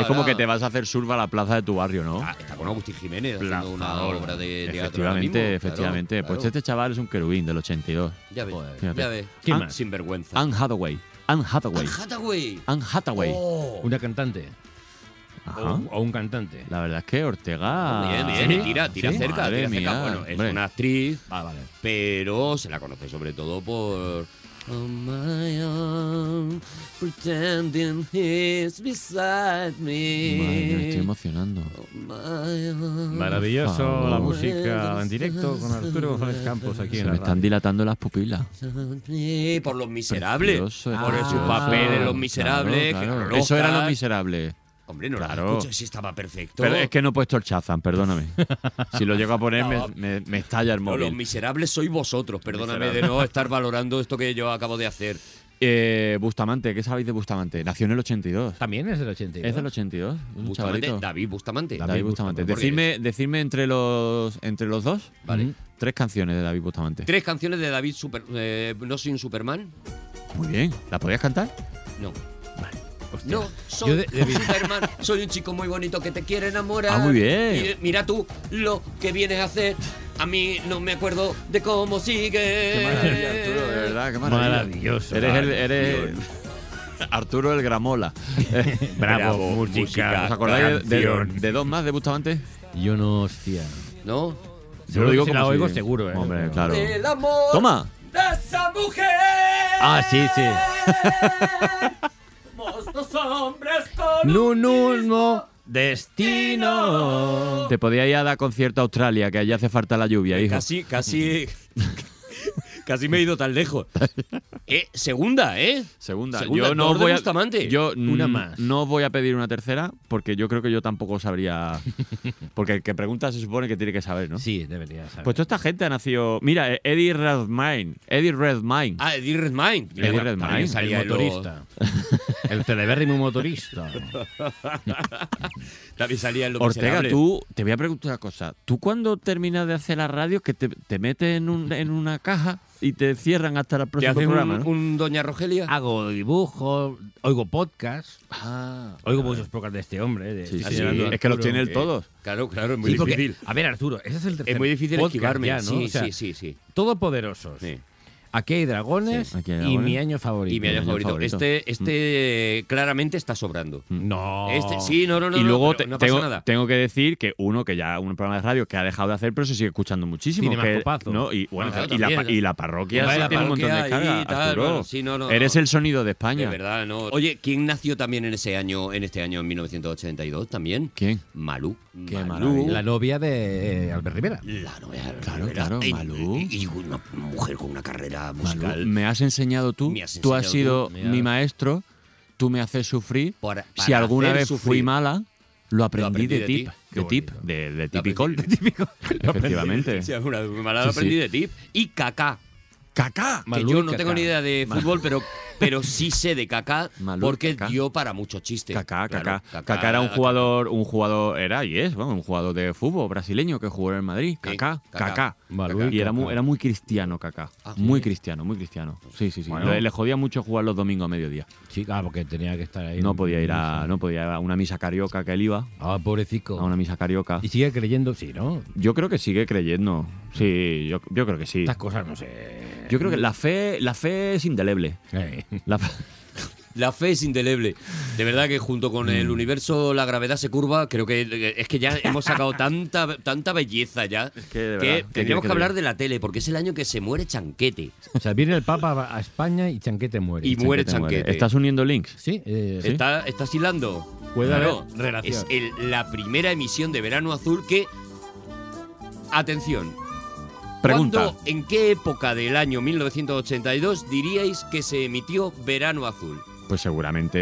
[SPEAKER 5] Es como que te vas a hacer surba a la plaza de tu barrio, ¿no?
[SPEAKER 4] Ah, está con Agustín Jiménez haciendo una
[SPEAKER 5] Plazaola.
[SPEAKER 4] obra de teatro. ahora
[SPEAKER 5] Efectivamente,
[SPEAKER 4] mismo, claro,
[SPEAKER 5] efectivamente.
[SPEAKER 4] claro.
[SPEAKER 5] pues este chaval es un querubín del 82.
[SPEAKER 4] Ya ves,
[SPEAKER 5] Joder,
[SPEAKER 4] ya
[SPEAKER 5] fíjate.
[SPEAKER 4] ves.
[SPEAKER 2] ¿Quién
[SPEAKER 4] Ah,
[SPEAKER 2] más?
[SPEAKER 4] Sinvergüenza. Pues
[SPEAKER 5] Anne Hathaway. Anne Hathaway.
[SPEAKER 4] Anne Hathaway.
[SPEAKER 5] Anne Hathaway.
[SPEAKER 4] Oh.
[SPEAKER 2] Una cantante.
[SPEAKER 5] Ajá.
[SPEAKER 2] O, un- o un cantante.
[SPEAKER 5] La verdad es que Ortega.
[SPEAKER 4] Oh, Bien, bien, tira, tira
[SPEAKER 5] Ah, Sí.
[SPEAKER 4] cerca,
[SPEAKER 5] Madre
[SPEAKER 4] tira cerca.
[SPEAKER 5] mía,
[SPEAKER 4] Bueno, es
[SPEAKER 5] hombre.
[SPEAKER 4] una actriz,
[SPEAKER 2] Ah, vale.
[SPEAKER 4] pero se la conoce sobre todo por. On my own, pretending he's beside me.
[SPEAKER 5] Madre mía, me estoy emocionando.
[SPEAKER 4] On my own.
[SPEAKER 2] Maravilloso
[SPEAKER 5] la
[SPEAKER 4] música en directo con Arturo
[SPEAKER 2] González Campos aquí
[SPEAKER 5] Se me están dilatando las pupilas. eh,
[SPEAKER 4] Sí, Por los miserables.
[SPEAKER 5] Precioso,
[SPEAKER 4] por
[SPEAKER 5] precioso.
[SPEAKER 4] sus papeles, los miserables.
[SPEAKER 5] Claro,
[SPEAKER 4] que
[SPEAKER 5] claro.
[SPEAKER 4] ganó el
[SPEAKER 5] Eso era
[SPEAKER 4] Oscar.
[SPEAKER 5] los miserables.
[SPEAKER 4] Hombre, no la
[SPEAKER 5] Claro.
[SPEAKER 4] escucho, si estaba perfecto.
[SPEAKER 5] Pero es que no he puesto el Chazam, perdóname. Si lo llego a poner, me, me- me estalla el
[SPEAKER 4] No, los
[SPEAKER 5] móvil.
[SPEAKER 4] miserables sois vosotros, perdóname
[SPEAKER 5] Miserable.
[SPEAKER 4] de no estar valorando esto que yo acabo de hacer.
[SPEAKER 5] Eh, Bustamante, ¿qué sabéis de Bustamante? Nació en el 82.
[SPEAKER 2] También es del 82.
[SPEAKER 5] ¿Es del 82? Un
[SPEAKER 4] Bustamante,
[SPEAKER 5] chavalito.
[SPEAKER 4] David Bustamante.
[SPEAKER 5] David Bustamante.
[SPEAKER 4] Porque
[SPEAKER 5] Decidme, decidme entre los entre los dos
[SPEAKER 4] Vale.
[SPEAKER 5] mm, tres canciones de David Bustamante.
[SPEAKER 4] Tres canciones de David Super, eh, No soy un Superman.
[SPEAKER 5] Muy bien. ¿La podías cantar?
[SPEAKER 4] No. No, soy
[SPEAKER 2] Yo de- de-
[SPEAKER 4] Superman, soy un chico muy bonito que te quiere enamorar.
[SPEAKER 5] Ah, muy bien.
[SPEAKER 4] Y, eh, mira tú lo que vienes a hacer. A mí no me acuerdo de cómo sigue.
[SPEAKER 5] Qué maravilla, Arturo, de verdad, qué maravilla.
[SPEAKER 2] Maravilloso. eh,
[SPEAKER 5] Eres el. Eres Arturo el Gramola.
[SPEAKER 2] Bravo,
[SPEAKER 4] Bravo, música,
[SPEAKER 2] música.
[SPEAKER 5] ¿Os acordáis de, de-
[SPEAKER 2] canción.
[SPEAKER 5] de dos más de Bustamante?
[SPEAKER 2] Yo no, hostia.
[SPEAKER 4] ¿No?
[SPEAKER 2] Yo lo digo
[SPEAKER 5] que
[SPEAKER 2] como si-
[SPEAKER 5] Hombre,
[SPEAKER 2] Hombre,
[SPEAKER 5] claro.
[SPEAKER 4] El amor
[SPEAKER 5] Toma.
[SPEAKER 4] de esa mujer.
[SPEAKER 2] Ah, sí, sí.
[SPEAKER 4] Los hombres con
[SPEAKER 2] Un último destino.
[SPEAKER 5] Te podía ir a dar concierto a Australia, que allí hace falta la lluvia, hijo.
[SPEAKER 4] Casi, casi. casi me he ido tan lejos. Eh, segunda, ¿eh?
[SPEAKER 5] Segunda.
[SPEAKER 4] Segunda,
[SPEAKER 5] yo no
[SPEAKER 4] dos de
[SPEAKER 5] voy a,
[SPEAKER 4] Bustamante.
[SPEAKER 5] Yo
[SPEAKER 2] Una
[SPEAKER 5] mm,
[SPEAKER 2] más.
[SPEAKER 5] No voy a pedir una tercera porque yo creo que yo tampoco sabría. Porque el que pregunta se supone que tiene que saber, ¿no?
[SPEAKER 2] Sí, debería saber.
[SPEAKER 5] Pues toda esta gente ha nacido. Mira, eh, Eddie Redmayne. Eddie Redmayne.
[SPEAKER 4] Ah, Eddie Redmayne.
[SPEAKER 5] Eddie
[SPEAKER 4] Bueno,
[SPEAKER 5] Redmayne,
[SPEAKER 4] también
[SPEAKER 2] el
[SPEAKER 4] salía en los-
[SPEAKER 2] motorista. El celebérrimo motorista.
[SPEAKER 4] también salía en los
[SPEAKER 5] Ortega,
[SPEAKER 4] Miserables.
[SPEAKER 5] tú, te voy a preguntar una cosa. ¿Tú cuando terminas de hacer la radio que te, te metes en, un- en una caja y te cierran hasta el
[SPEAKER 4] ¿Te
[SPEAKER 5] próximo
[SPEAKER 4] haces
[SPEAKER 5] programa?
[SPEAKER 4] un,
[SPEAKER 5] ¿no?
[SPEAKER 4] un Doña Rogelia?
[SPEAKER 2] Hago dibujos, oigo podcast,
[SPEAKER 5] Ah,
[SPEAKER 2] oigo muchos podcasts de este hombre. de-
[SPEAKER 5] sí, sí,
[SPEAKER 2] estoy
[SPEAKER 5] sí.
[SPEAKER 2] señalando a
[SPEAKER 5] Es que los
[SPEAKER 2] Arturo,
[SPEAKER 5] tiene él todos.
[SPEAKER 4] Claro, claro, es muy
[SPEAKER 2] Sí, porque-
[SPEAKER 4] difícil.
[SPEAKER 2] a ver, Arturo, ese es el tercer
[SPEAKER 4] Es muy difícil
[SPEAKER 2] podcast
[SPEAKER 4] esquivarme.
[SPEAKER 2] ya, ¿no?
[SPEAKER 4] sí,
[SPEAKER 2] O sea,
[SPEAKER 4] sí, sí, sí,
[SPEAKER 2] Todopoderosos.
[SPEAKER 4] Sí.
[SPEAKER 2] Aquí hay dragones
[SPEAKER 5] Sí, aquí hay
[SPEAKER 2] y
[SPEAKER 5] dragones.
[SPEAKER 2] mi año favorito.
[SPEAKER 4] Y mi año favorito.
[SPEAKER 5] favorito.
[SPEAKER 4] Este, este claramente está sobrando.
[SPEAKER 2] No.
[SPEAKER 4] Este, sí, no, no, no.
[SPEAKER 5] y
[SPEAKER 4] no,
[SPEAKER 5] luego
[SPEAKER 4] pero
[SPEAKER 5] te-
[SPEAKER 4] no pasa
[SPEAKER 5] tengo,
[SPEAKER 4] nada.
[SPEAKER 5] tengo que decir que uno que ya un programa de radio que ha dejado de hacer pero se sigue escuchando muchísimo que,
[SPEAKER 2] Cinemascopazo.
[SPEAKER 5] ¿no? y bueno
[SPEAKER 4] Claro,
[SPEAKER 5] y, la, pa-
[SPEAKER 4] también.
[SPEAKER 5] y la parroquia
[SPEAKER 4] Vale,
[SPEAKER 5] sí
[SPEAKER 4] la
[SPEAKER 5] tiene un montón de
[SPEAKER 4] parroquia ahí,
[SPEAKER 5] carga
[SPEAKER 4] tal,
[SPEAKER 5] Arturo.
[SPEAKER 4] bueno, sí, no, no,
[SPEAKER 5] eres
[SPEAKER 4] no.
[SPEAKER 5] el sonido de
[SPEAKER 4] De
[SPEAKER 5] España
[SPEAKER 4] verdad, no. Oye, ¿quién nació también en ese año, en este año, en 1982 también?
[SPEAKER 5] ¿Quién?
[SPEAKER 4] Malú.
[SPEAKER 5] Qué
[SPEAKER 4] Malú.
[SPEAKER 5] maravilla.
[SPEAKER 2] La novia de eh, Albert Rivera.
[SPEAKER 4] La novela.
[SPEAKER 5] Claro, claro,
[SPEAKER 4] Y-
[SPEAKER 5] Malú.
[SPEAKER 4] Y, y una mujer con una carrera
[SPEAKER 5] Malú,
[SPEAKER 4] musical.
[SPEAKER 5] me has enseñado tú
[SPEAKER 4] Me has
[SPEAKER 5] tú has
[SPEAKER 4] enseñado
[SPEAKER 5] sido
[SPEAKER 4] tú,
[SPEAKER 5] mi maestro tú me haces sufrir
[SPEAKER 4] Para-
[SPEAKER 5] si
[SPEAKER 4] para
[SPEAKER 5] alguna
[SPEAKER 4] hacer
[SPEAKER 5] vez fui
[SPEAKER 4] sufrir.
[SPEAKER 5] mala lo aprendí,
[SPEAKER 4] aprendí
[SPEAKER 5] de,
[SPEAKER 4] de
[SPEAKER 5] tip
[SPEAKER 4] ti.
[SPEAKER 5] de tip de, de tipicol efectivamente
[SPEAKER 4] Sí, alguna vez me la
[SPEAKER 5] Sí,
[SPEAKER 4] aprendí
[SPEAKER 5] sí.
[SPEAKER 4] de ti. Y Kaká.
[SPEAKER 5] caca
[SPEAKER 4] Que
[SPEAKER 2] Malú
[SPEAKER 4] yo
[SPEAKER 2] y
[SPEAKER 4] no
[SPEAKER 2] Kaká.
[SPEAKER 4] tengo ni idea de
[SPEAKER 5] Malú.
[SPEAKER 4] fútbol, pero, pero sí sé de Kaká
[SPEAKER 5] Malú y
[SPEAKER 4] porque
[SPEAKER 5] Kaká.
[SPEAKER 4] dio para muchos chistes.
[SPEAKER 5] Kaká,
[SPEAKER 4] Claro,
[SPEAKER 5] Kaká. Kaká era un
[SPEAKER 4] Kaká.
[SPEAKER 5] jugador, un jugador, era y es, vamos, un jugador de fútbol brasileño que jugó en el Madrid.
[SPEAKER 4] Sí,
[SPEAKER 5] Kaká,
[SPEAKER 4] Kaká.
[SPEAKER 5] Kaká.
[SPEAKER 2] Malú y
[SPEAKER 5] Y era muy,
[SPEAKER 2] Kaká.
[SPEAKER 5] era muy cristiano, Kaká.
[SPEAKER 4] Ah,
[SPEAKER 5] muy
[SPEAKER 4] sí.
[SPEAKER 5] cristiano, muy cristiano. Sí, sí, sí.
[SPEAKER 2] Bueno.
[SPEAKER 5] Le, le jodía mucho jugar los domingos a mediodía.
[SPEAKER 2] Sí, claro, porque tenía que estar ahí.
[SPEAKER 5] No podía ir a, no podía ir a una misa carioca que él iba,
[SPEAKER 2] Ah,
[SPEAKER 5] a
[SPEAKER 2] pobrecico.
[SPEAKER 5] una misa carioca.
[SPEAKER 2] Y sigue creyendo, sí, ¿no?
[SPEAKER 5] Yo creo que sigue creyendo. Sí, yo, yo creo que sí.
[SPEAKER 2] Estas cosas no sé.
[SPEAKER 5] Yo creo que la fe, la fe es indeleble.
[SPEAKER 2] Eh,
[SPEAKER 5] La fe-
[SPEAKER 4] La fe es indeleble. De verdad que junto con
[SPEAKER 5] Mm.
[SPEAKER 4] el universo la gravedad se curva. Creo que es que ya hemos sacado tanta, tanta belleza ya.
[SPEAKER 5] que de verdad, ¿qué quieres
[SPEAKER 4] tendríamos
[SPEAKER 5] que
[SPEAKER 4] que
[SPEAKER 5] te
[SPEAKER 4] hablar
[SPEAKER 5] diga?
[SPEAKER 4] de la tele, porque es el año que se muere Chanquete.
[SPEAKER 2] O sea, viene el Papa a España y Chanquete muere.
[SPEAKER 4] Y muere Chanquete.
[SPEAKER 5] ¿Estás uniendo links?
[SPEAKER 2] Sí, eh, sí.
[SPEAKER 4] Está, estás hilando.
[SPEAKER 2] Puede
[SPEAKER 4] Claro,
[SPEAKER 2] haber relación.
[SPEAKER 4] Es el- la primera emisión de Verano Azul que. Atención.
[SPEAKER 5] Pregunta.
[SPEAKER 4] ¿Cuándo, ¿En qué época del año 1982 diríais que se emitió Verano Azul?
[SPEAKER 5] Pues seguramente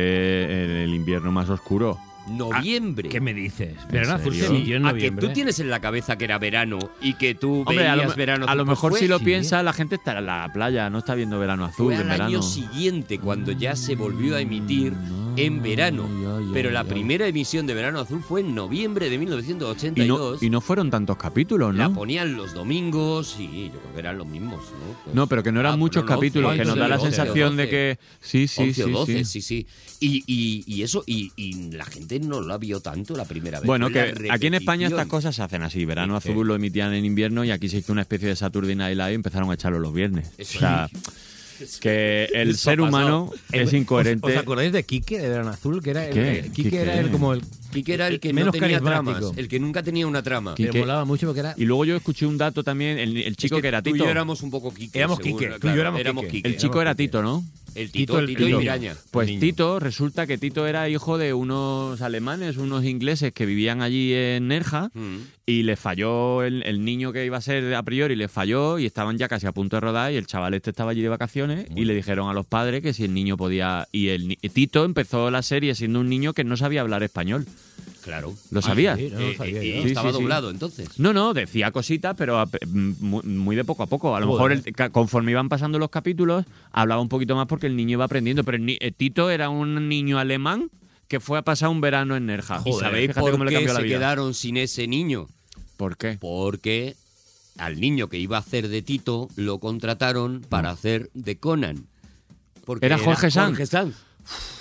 [SPEAKER 5] en el invierno más oscuro. Ah,
[SPEAKER 4] Noviembre.
[SPEAKER 2] ¿Qué me dices? Verano
[SPEAKER 5] ¿En
[SPEAKER 2] Azul se
[SPEAKER 5] serio?
[SPEAKER 2] emitió en
[SPEAKER 4] a que
[SPEAKER 2] noviembre.
[SPEAKER 4] tú tienes en la cabeza que era verano y que tú
[SPEAKER 5] Hombre, a
[SPEAKER 4] veías
[SPEAKER 5] lo, me-
[SPEAKER 4] verano
[SPEAKER 5] a
[SPEAKER 4] azul.
[SPEAKER 5] lo
[SPEAKER 4] Pues
[SPEAKER 5] mejor
[SPEAKER 4] fue-
[SPEAKER 5] si lo
[SPEAKER 2] sí.
[SPEAKER 5] piensa, la gente está en la playa, no está viendo verano azul
[SPEAKER 4] fue
[SPEAKER 5] en
[SPEAKER 4] al
[SPEAKER 5] verano.
[SPEAKER 4] año siguiente cuando ya se volvió a emitir en verano.
[SPEAKER 5] ya, ya,
[SPEAKER 4] Pero la
[SPEAKER 5] ya.
[SPEAKER 4] primera emisión de Verano Azul fue en noviembre de
[SPEAKER 5] y, no,
[SPEAKER 4] 1982.
[SPEAKER 5] y no fueron tantos capítulos,
[SPEAKER 4] La
[SPEAKER 5] ¿no?
[SPEAKER 4] ponían los domingos y yo creo que eran los mismos, ¿no? Pues-
[SPEAKER 5] No, pero que no eran
[SPEAKER 4] Ah,
[SPEAKER 5] muchos
[SPEAKER 4] fueron
[SPEAKER 5] capítulos,
[SPEAKER 4] 11,
[SPEAKER 5] que nos da la
[SPEAKER 4] 11,
[SPEAKER 5] sensación de
[SPEAKER 4] 12.
[SPEAKER 5] que. Sí, sí,
[SPEAKER 4] 11 o
[SPEAKER 5] sí.
[SPEAKER 4] 12, sí,
[SPEAKER 5] sí.
[SPEAKER 4] sí. Y, y- y eso, y, y la gente no la vio tanto la primera vez.
[SPEAKER 5] Bueno,
[SPEAKER 4] fue la
[SPEAKER 5] que aquí en España
[SPEAKER 4] repetición.
[SPEAKER 5] estas cosas se hacen así. Verano
[SPEAKER 4] Sí,
[SPEAKER 5] azul
[SPEAKER 4] sí.
[SPEAKER 5] lo emitían en invierno y aquí se hizo una especie de Saturday Night Live y empezaron a echarlo los viernes. O
[SPEAKER 4] Eso
[SPEAKER 5] sea, que el
[SPEAKER 4] Eso ha
[SPEAKER 5] ser humano
[SPEAKER 2] Eh,
[SPEAKER 5] es
[SPEAKER 2] ¿os- ¿Os,
[SPEAKER 5] incoherente.
[SPEAKER 2] acordáis de Quique de Verano Azul? Que era el,
[SPEAKER 5] Quique,
[SPEAKER 2] el- Quique, era
[SPEAKER 5] Quique.
[SPEAKER 2] el como el.
[SPEAKER 4] Quique era el que no
[SPEAKER 2] Eh, menos
[SPEAKER 4] tenía
[SPEAKER 2] carismático.
[SPEAKER 4] tramas, el que nunca tenía una trama.
[SPEAKER 5] Quique.
[SPEAKER 2] Me molaba mucho porque era.
[SPEAKER 5] Y luego yo escuché un dato también, el, el chico
[SPEAKER 4] Es
[SPEAKER 5] que, era
[SPEAKER 4] tú y
[SPEAKER 5] Tito.
[SPEAKER 4] yo éramos un poco Quique.
[SPEAKER 2] Éramos
[SPEAKER 4] seguro,
[SPEAKER 2] Quique, tú y yo
[SPEAKER 4] claro,
[SPEAKER 2] éramos Quique.
[SPEAKER 4] Quique.
[SPEAKER 5] El chico era Tito, ¿no?
[SPEAKER 4] El
[SPEAKER 2] Tito
[SPEAKER 4] Tito,
[SPEAKER 2] el
[SPEAKER 4] Tito, y
[SPEAKER 2] Piro.
[SPEAKER 4] Miraña.
[SPEAKER 5] Pues
[SPEAKER 2] Niño.
[SPEAKER 5] Tito, resulta que Tito era hijo de unos alemanes, unos ingleses que vivían allí en Nerja
[SPEAKER 4] Mm.
[SPEAKER 5] y le falló el, el niño que iba a ser a priori, le falló y estaban ya casi a punto de rodar y el chaval este estaba allí de vacaciones vacaciones y le dijeron a los padres que si el niño podía. Y el ni- Tito empezó la serie siendo un niño que no sabía hablar español.
[SPEAKER 4] Claro.
[SPEAKER 5] ¿Lo sabías?
[SPEAKER 8] sí, no lo
[SPEAKER 4] Eh,
[SPEAKER 8] sabía
[SPEAKER 4] eh,
[SPEAKER 8] yo.
[SPEAKER 4] eh,
[SPEAKER 5] Sí,
[SPEAKER 4] estaba
[SPEAKER 5] sí, sí.
[SPEAKER 4] doblado entonces.
[SPEAKER 5] No, no, decía cositas, pero a- muy, muy de poco a poco. A lo
[SPEAKER 8] Joder.
[SPEAKER 5] mejor el- ca- conforme iban pasando los capítulos, hablaba un poquito más porque el niño iba aprendiendo. Pero el ni- eh, Tito era un niño alemán que fue a pasar un verano en Nerja.
[SPEAKER 4] ¿Y sabéis
[SPEAKER 5] Fíjate
[SPEAKER 4] por
[SPEAKER 5] cómo le
[SPEAKER 4] qué
[SPEAKER 5] cambió la
[SPEAKER 4] se
[SPEAKER 5] vida.
[SPEAKER 4] quedaron sin ese niño?
[SPEAKER 5] ¿Por qué?
[SPEAKER 4] Porque al niño que iba a hacer de Tito lo contrataron para hacer de Conan. Porque
[SPEAKER 5] Era Jorge Sanz.
[SPEAKER 4] Sanz.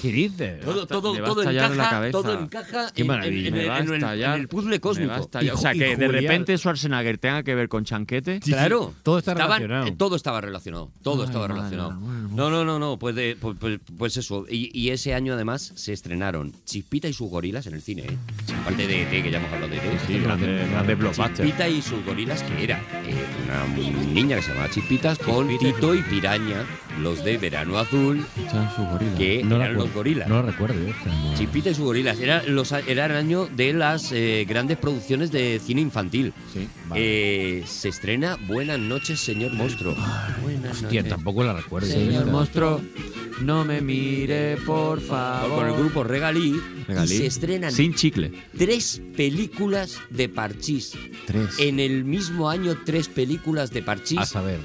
[SPEAKER 8] ¿Qué dices?
[SPEAKER 4] Todo,
[SPEAKER 5] Basta-
[SPEAKER 4] todo,
[SPEAKER 5] me va a
[SPEAKER 4] todo
[SPEAKER 5] estallar la
[SPEAKER 4] encaja,
[SPEAKER 5] cabeza.
[SPEAKER 4] todo encaja
[SPEAKER 8] Qué
[SPEAKER 4] en, en-
[SPEAKER 8] maravilla.
[SPEAKER 4] en-
[SPEAKER 5] Me
[SPEAKER 4] en-
[SPEAKER 5] va a
[SPEAKER 4] en el-
[SPEAKER 5] estallar.
[SPEAKER 4] en el puzzle
[SPEAKER 5] Me va a
[SPEAKER 4] cósmico.
[SPEAKER 5] estallar.
[SPEAKER 8] Y
[SPEAKER 5] o
[SPEAKER 8] ju-
[SPEAKER 5] sea,
[SPEAKER 8] y
[SPEAKER 5] que de
[SPEAKER 8] Julián-
[SPEAKER 5] repente Schwarzenegger tenga que ver con Chanquete.
[SPEAKER 4] Claro.
[SPEAKER 8] Todo está
[SPEAKER 4] Estaban-
[SPEAKER 8] relacionado.
[SPEAKER 4] eh, todo estaba relacionado. Todo
[SPEAKER 5] Ay,
[SPEAKER 4] estaba
[SPEAKER 5] madre,
[SPEAKER 4] relacionado.
[SPEAKER 5] bueno,
[SPEAKER 4] No, no, no, no. Pues, de- pues, pues- pues eso. Y, y ese año además se estrenaron Chispita y sus gorilas en el cine. ¿eh? Aparte de ET, que ya hemos hablado de ET.
[SPEAKER 5] Sí, grande, grande blockbuster.
[SPEAKER 4] Chispita y sus gorilas, que era eh, una niña que se llamaba Chispitas, con Tito y Piraña, los de Verano Azul, que
[SPEAKER 8] No la
[SPEAKER 4] eran los
[SPEAKER 8] acuerdo.
[SPEAKER 4] gorilas.
[SPEAKER 8] No lo recuerdo. esta, no.
[SPEAKER 4] Chispita y sus gorilas. Era, los, a- era el año de las eh, grandes producciones de cine infantil.
[SPEAKER 5] Sí,
[SPEAKER 4] Eh, se estrena Buenas noches, señor monstruo. Buenas
[SPEAKER 8] Hostia, tampoco la recuerdo.
[SPEAKER 5] Señor
[SPEAKER 8] esta.
[SPEAKER 5] monstruo, no me mire, por favor.
[SPEAKER 4] Con el grupo Regalí,
[SPEAKER 5] Regalí.
[SPEAKER 4] Y se estrenan
[SPEAKER 5] Sin chicle.
[SPEAKER 4] tres películas de Parchís.
[SPEAKER 5] Tres.
[SPEAKER 4] En el mismo año, tres películas de Parchís.
[SPEAKER 8] A saber.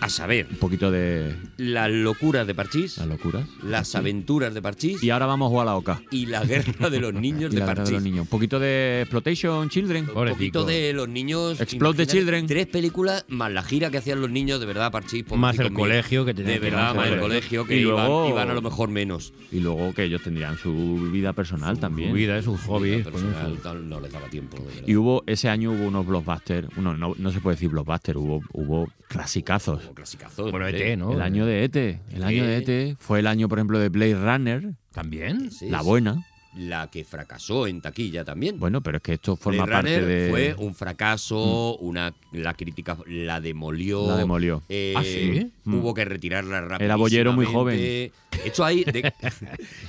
[SPEAKER 4] a saber,
[SPEAKER 5] Un poquito de
[SPEAKER 4] las locuras de Parchís,
[SPEAKER 5] la locura.
[SPEAKER 4] las aventuras de Parchís
[SPEAKER 5] Y
[SPEAKER 4] y,
[SPEAKER 5] ahora vamos a jugar a la oca.
[SPEAKER 4] la guerra de los niños
[SPEAKER 5] Y
[SPEAKER 4] de
[SPEAKER 5] la guerra de
[SPEAKER 4] Parchís.
[SPEAKER 5] los niños. Un poquito de Exploitation Children.
[SPEAKER 4] Un
[SPEAKER 8] Pobrecico.
[SPEAKER 4] poquito de los niños.
[SPEAKER 5] Explode the
[SPEAKER 4] imagínate,
[SPEAKER 5] Children.
[SPEAKER 4] Tres películas más la gira que hacían los niños, de verdad, Parchís. por
[SPEAKER 8] Más
[SPEAKER 4] decir
[SPEAKER 8] el
[SPEAKER 4] conmigo.
[SPEAKER 8] colegio que tenían
[SPEAKER 4] De
[SPEAKER 8] que ir
[SPEAKER 4] verdad,
[SPEAKER 8] al
[SPEAKER 4] más el
[SPEAKER 8] colegio.
[SPEAKER 4] colegio que
[SPEAKER 5] Y
[SPEAKER 4] iban,
[SPEAKER 5] luego-
[SPEAKER 4] iban a lo mejor menos.
[SPEAKER 5] Y luego que ellos tendrían su vida personal también.
[SPEAKER 8] Su vida, sus hobbies.
[SPEAKER 4] Vida
[SPEAKER 8] coño,
[SPEAKER 4] personal,
[SPEAKER 8] su-
[SPEAKER 4] tal, no les daba tiempo. de verdad.
[SPEAKER 5] Y hubo, ese año hubo unos blockbusters. No, no, no se puede decir blockbuster, hubo, hubo clasicazos.
[SPEAKER 4] Como clasicazos,
[SPEAKER 2] E
[SPEAKER 8] Bueno,
[SPEAKER 5] E
[SPEAKER 4] ¿eh?
[SPEAKER 8] ET, ¿no?
[SPEAKER 5] El año de ET. El año de ET fue el año, por ejemplo, de Blade Runner,
[SPEAKER 8] ¿También?
[SPEAKER 4] Sí,
[SPEAKER 5] la
[SPEAKER 4] sí.
[SPEAKER 5] buena.
[SPEAKER 4] La que fracasó en taquilla también.
[SPEAKER 5] Bueno, pero es que esto forma
[SPEAKER 4] Blade
[SPEAKER 5] parte
[SPEAKER 4] Runner
[SPEAKER 5] de. Mm.
[SPEAKER 4] fue un fracaso, una la crítica la demolió.
[SPEAKER 5] La demolió. Mm.
[SPEAKER 4] Eh,
[SPEAKER 8] ¿Ah, sí?
[SPEAKER 4] Hubo que retirarla rápido.
[SPEAKER 5] Era boyero muy joven.
[SPEAKER 4] De hecho, hay de-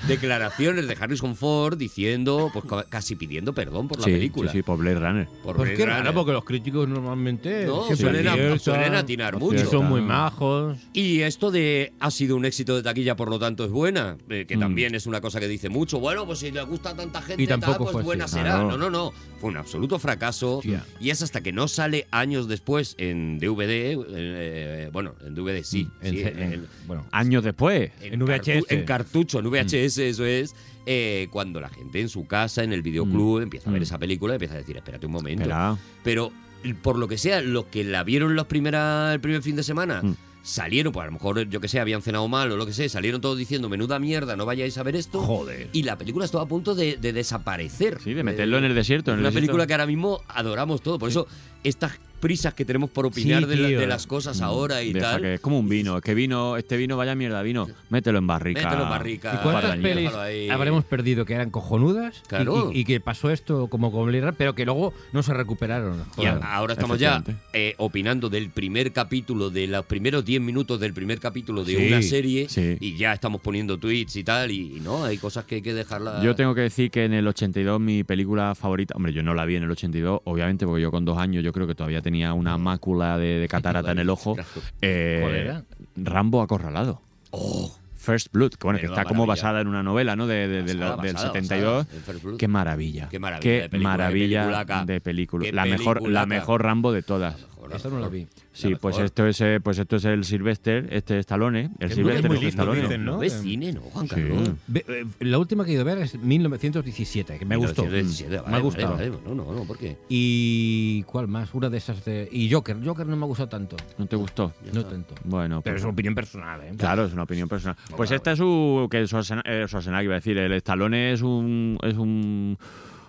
[SPEAKER 4] declaraciones de Harrison Ford diciendo, pues ca- casi pidiendo perdón por la
[SPEAKER 5] sí,
[SPEAKER 4] película.
[SPEAKER 5] Sí, sí, por Blade Runner.
[SPEAKER 4] Por
[SPEAKER 8] Pues
[SPEAKER 4] Blade
[SPEAKER 8] qué
[SPEAKER 4] Runner.
[SPEAKER 8] raro, porque los críticos normalmente
[SPEAKER 4] No,
[SPEAKER 8] siempre
[SPEAKER 4] suelen a-
[SPEAKER 8] aciertan,
[SPEAKER 4] suelen atinar mucho.
[SPEAKER 8] y Son muy majos.
[SPEAKER 4] Y esto de ha sido un éxito de taquilla, por lo tanto es buena, eh, que también es una cosa que dice mucho. Bueno, pues si le gusta a tanta gente,
[SPEAKER 8] Mm. Y
[SPEAKER 4] tal,
[SPEAKER 8] tampoco fue
[SPEAKER 4] pues
[SPEAKER 8] así,
[SPEAKER 4] buena será.
[SPEAKER 5] claro.
[SPEAKER 4] No, no, no. Fue un absoluto fracaso.
[SPEAKER 8] Hostia.
[SPEAKER 4] Y es hasta que no sale años después en DVD, eh, bueno, en DVD sí.
[SPEAKER 8] Mm, En
[SPEAKER 4] sí,
[SPEAKER 8] C-
[SPEAKER 4] en-
[SPEAKER 8] en- bueno,
[SPEAKER 5] Años después.
[SPEAKER 8] En
[SPEAKER 4] cartu-
[SPEAKER 8] VHS.
[SPEAKER 4] en cartucho, en VHS,
[SPEAKER 8] Mm.
[SPEAKER 4] eso es. eh, cuando la gente en su casa, en el videoclub, empieza a ver
[SPEAKER 5] Mm.
[SPEAKER 4] esa película y empieza a decir, espérate un momento.
[SPEAKER 5] Espera.
[SPEAKER 4] Pero por lo que sea, los que la vieron los primera, el primer fin de semana
[SPEAKER 5] Mm.
[SPEAKER 4] salieron, pues a lo mejor, yo que sé, habían cenado mal o lo que sé, salieron todos diciendo menuda mierda, no vayáis a ver esto.
[SPEAKER 8] Joder.
[SPEAKER 4] Y la película estaba a punto de, de desaparecer.
[SPEAKER 5] Sí, de meterlo en el desierto. en el
[SPEAKER 4] Una
[SPEAKER 5] desierto.
[SPEAKER 4] película que ahora mismo adoramos todo. Por eso, estas prisas que tenemos por opinar
[SPEAKER 8] Sí,
[SPEAKER 4] de, la-
[SPEAKER 8] tío.
[SPEAKER 4] de las cosas ahora y
[SPEAKER 5] Deja
[SPEAKER 4] tal.
[SPEAKER 5] que es como un vino. Es que vino, este vino, vaya mierda, vino. Mételo en barrica.
[SPEAKER 4] Mételo en barrica.
[SPEAKER 8] ¿Y cuántas
[SPEAKER 5] Guadaña.
[SPEAKER 8] pelis
[SPEAKER 4] Déjalo ahí.
[SPEAKER 8] habremos perdido que eran cojonudas y-
[SPEAKER 4] Claro.
[SPEAKER 8] y, y que pasó esto como con Blade Runner, pero que luego no se recuperaron?
[SPEAKER 4] Y a-
[SPEAKER 8] Joder.
[SPEAKER 4] ahora estamos ya
[SPEAKER 5] efectivamente.
[SPEAKER 4] eh, opinando del primer capítulo, de los primeros 10 minutos del primer capítulo de
[SPEAKER 8] Sí,
[SPEAKER 4] una serie,
[SPEAKER 5] sí.
[SPEAKER 4] y ya estamos poniendo tweets y tal, y, y no, hay cosas que hay que dejarla.
[SPEAKER 5] Yo tengo que decir que en el 82 mi película favorita, hombre, yo no la vi en el 82, obviamente, porque yo con dos años yo creo que todavía tenía una mácula de, de catarata en el ojo. Eh,
[SPEAKER 8] ¿Cuál era?
[SPEAKER 5] Rambo acorralado.
[SPEAKER 4] Oh,
[SPEAKER 5] First Blood, que bueno, que
[SPEAKER 4] Menuda
[SPEAKER 5] está como
[SPEAKER 4] maravilla.
[SPEAKER 5] basada en una novela, ¿no? De, de- de la-
[SPEAKER 4] basada,
[SPEAKER 5] del
[SPEAKER 4] basada,
[SPEAKER 5] 72.
[SPEAKER 4] basada en First Blood.
[SPEAKER 5] Qué maravilla.
[SPEAKER 4] Qué maravilla
[SPEAKER 5] Qué
[SPEAKER 4] de película, qué
[SPEAKER 5] maravilla
[SPEAKER 4] peliculaca.
[SPEAKER 5] de película.
[SPEAKER 4] Qué
[SPEAKER 5] La mejor, la
[SPEAKER 4] peliculaca.
[SPEAKER 5] mejor Rambo de todas.
[SPEAKER 4] Joder,
[SPEAKER 8] Esa no la vi.
[SPEAKER 5] Sí,
[SPEAKER 4] La
[SPEAKER 5] pues
[SPEAKER 4] mejor.
[SPEAKER 5] esto es, eh, pues esto es el Sylvester, este Stallone, el
[SPEAKER 8] Es
[SPEAKER 5] Sylvester
[SPEAKER 8] muy
[SPEAKER 5] este
[SPEAKER 8] lindo,
[SPEAKER 5] Stallone.
[SPEAKER 8] dicen,
[SPEAKER 4] No
[SPEAKER 8] ¿no?
[SPEAKER 4] ves
[SPEAKER 8] Eh,
[SPEAKER 4] cine, ¿no, Juan
[SPEAKER 5] Sí.
[SPEAKER 4] Carlos?
[SPEAKER 8] Ve- eh, La última que he ido a ver es 1917, que me gustó.
[SPEAKER 4] 1917, vale,
[SPEAKER 8] me ha
[SPEAKER 4] vale,
[SPEAKER 8] gustado.
[SPEAKER 4] vale, no, no, no, ¿por qué?
[SPEAKER 8] ¿Y cuál más? Una de esas de... Y Joker. Joker no me ha gustado tanto.
[SPEAKER 5] ¿No te gustó?
[SPEAKER 8] No tanto.
[SPEAKER 5] Bueno,
[SPEAKER 8] Pero
[SPEAKER 5] pues-
[SPEAKER 8] es una opinión personal, ¿eh?
[SPEAKER 5] Claro, es una opinión personal. Pues esta es su. que Schwarzen- eh, Schwarzenegger iba a decir. El Stallone es un. es un.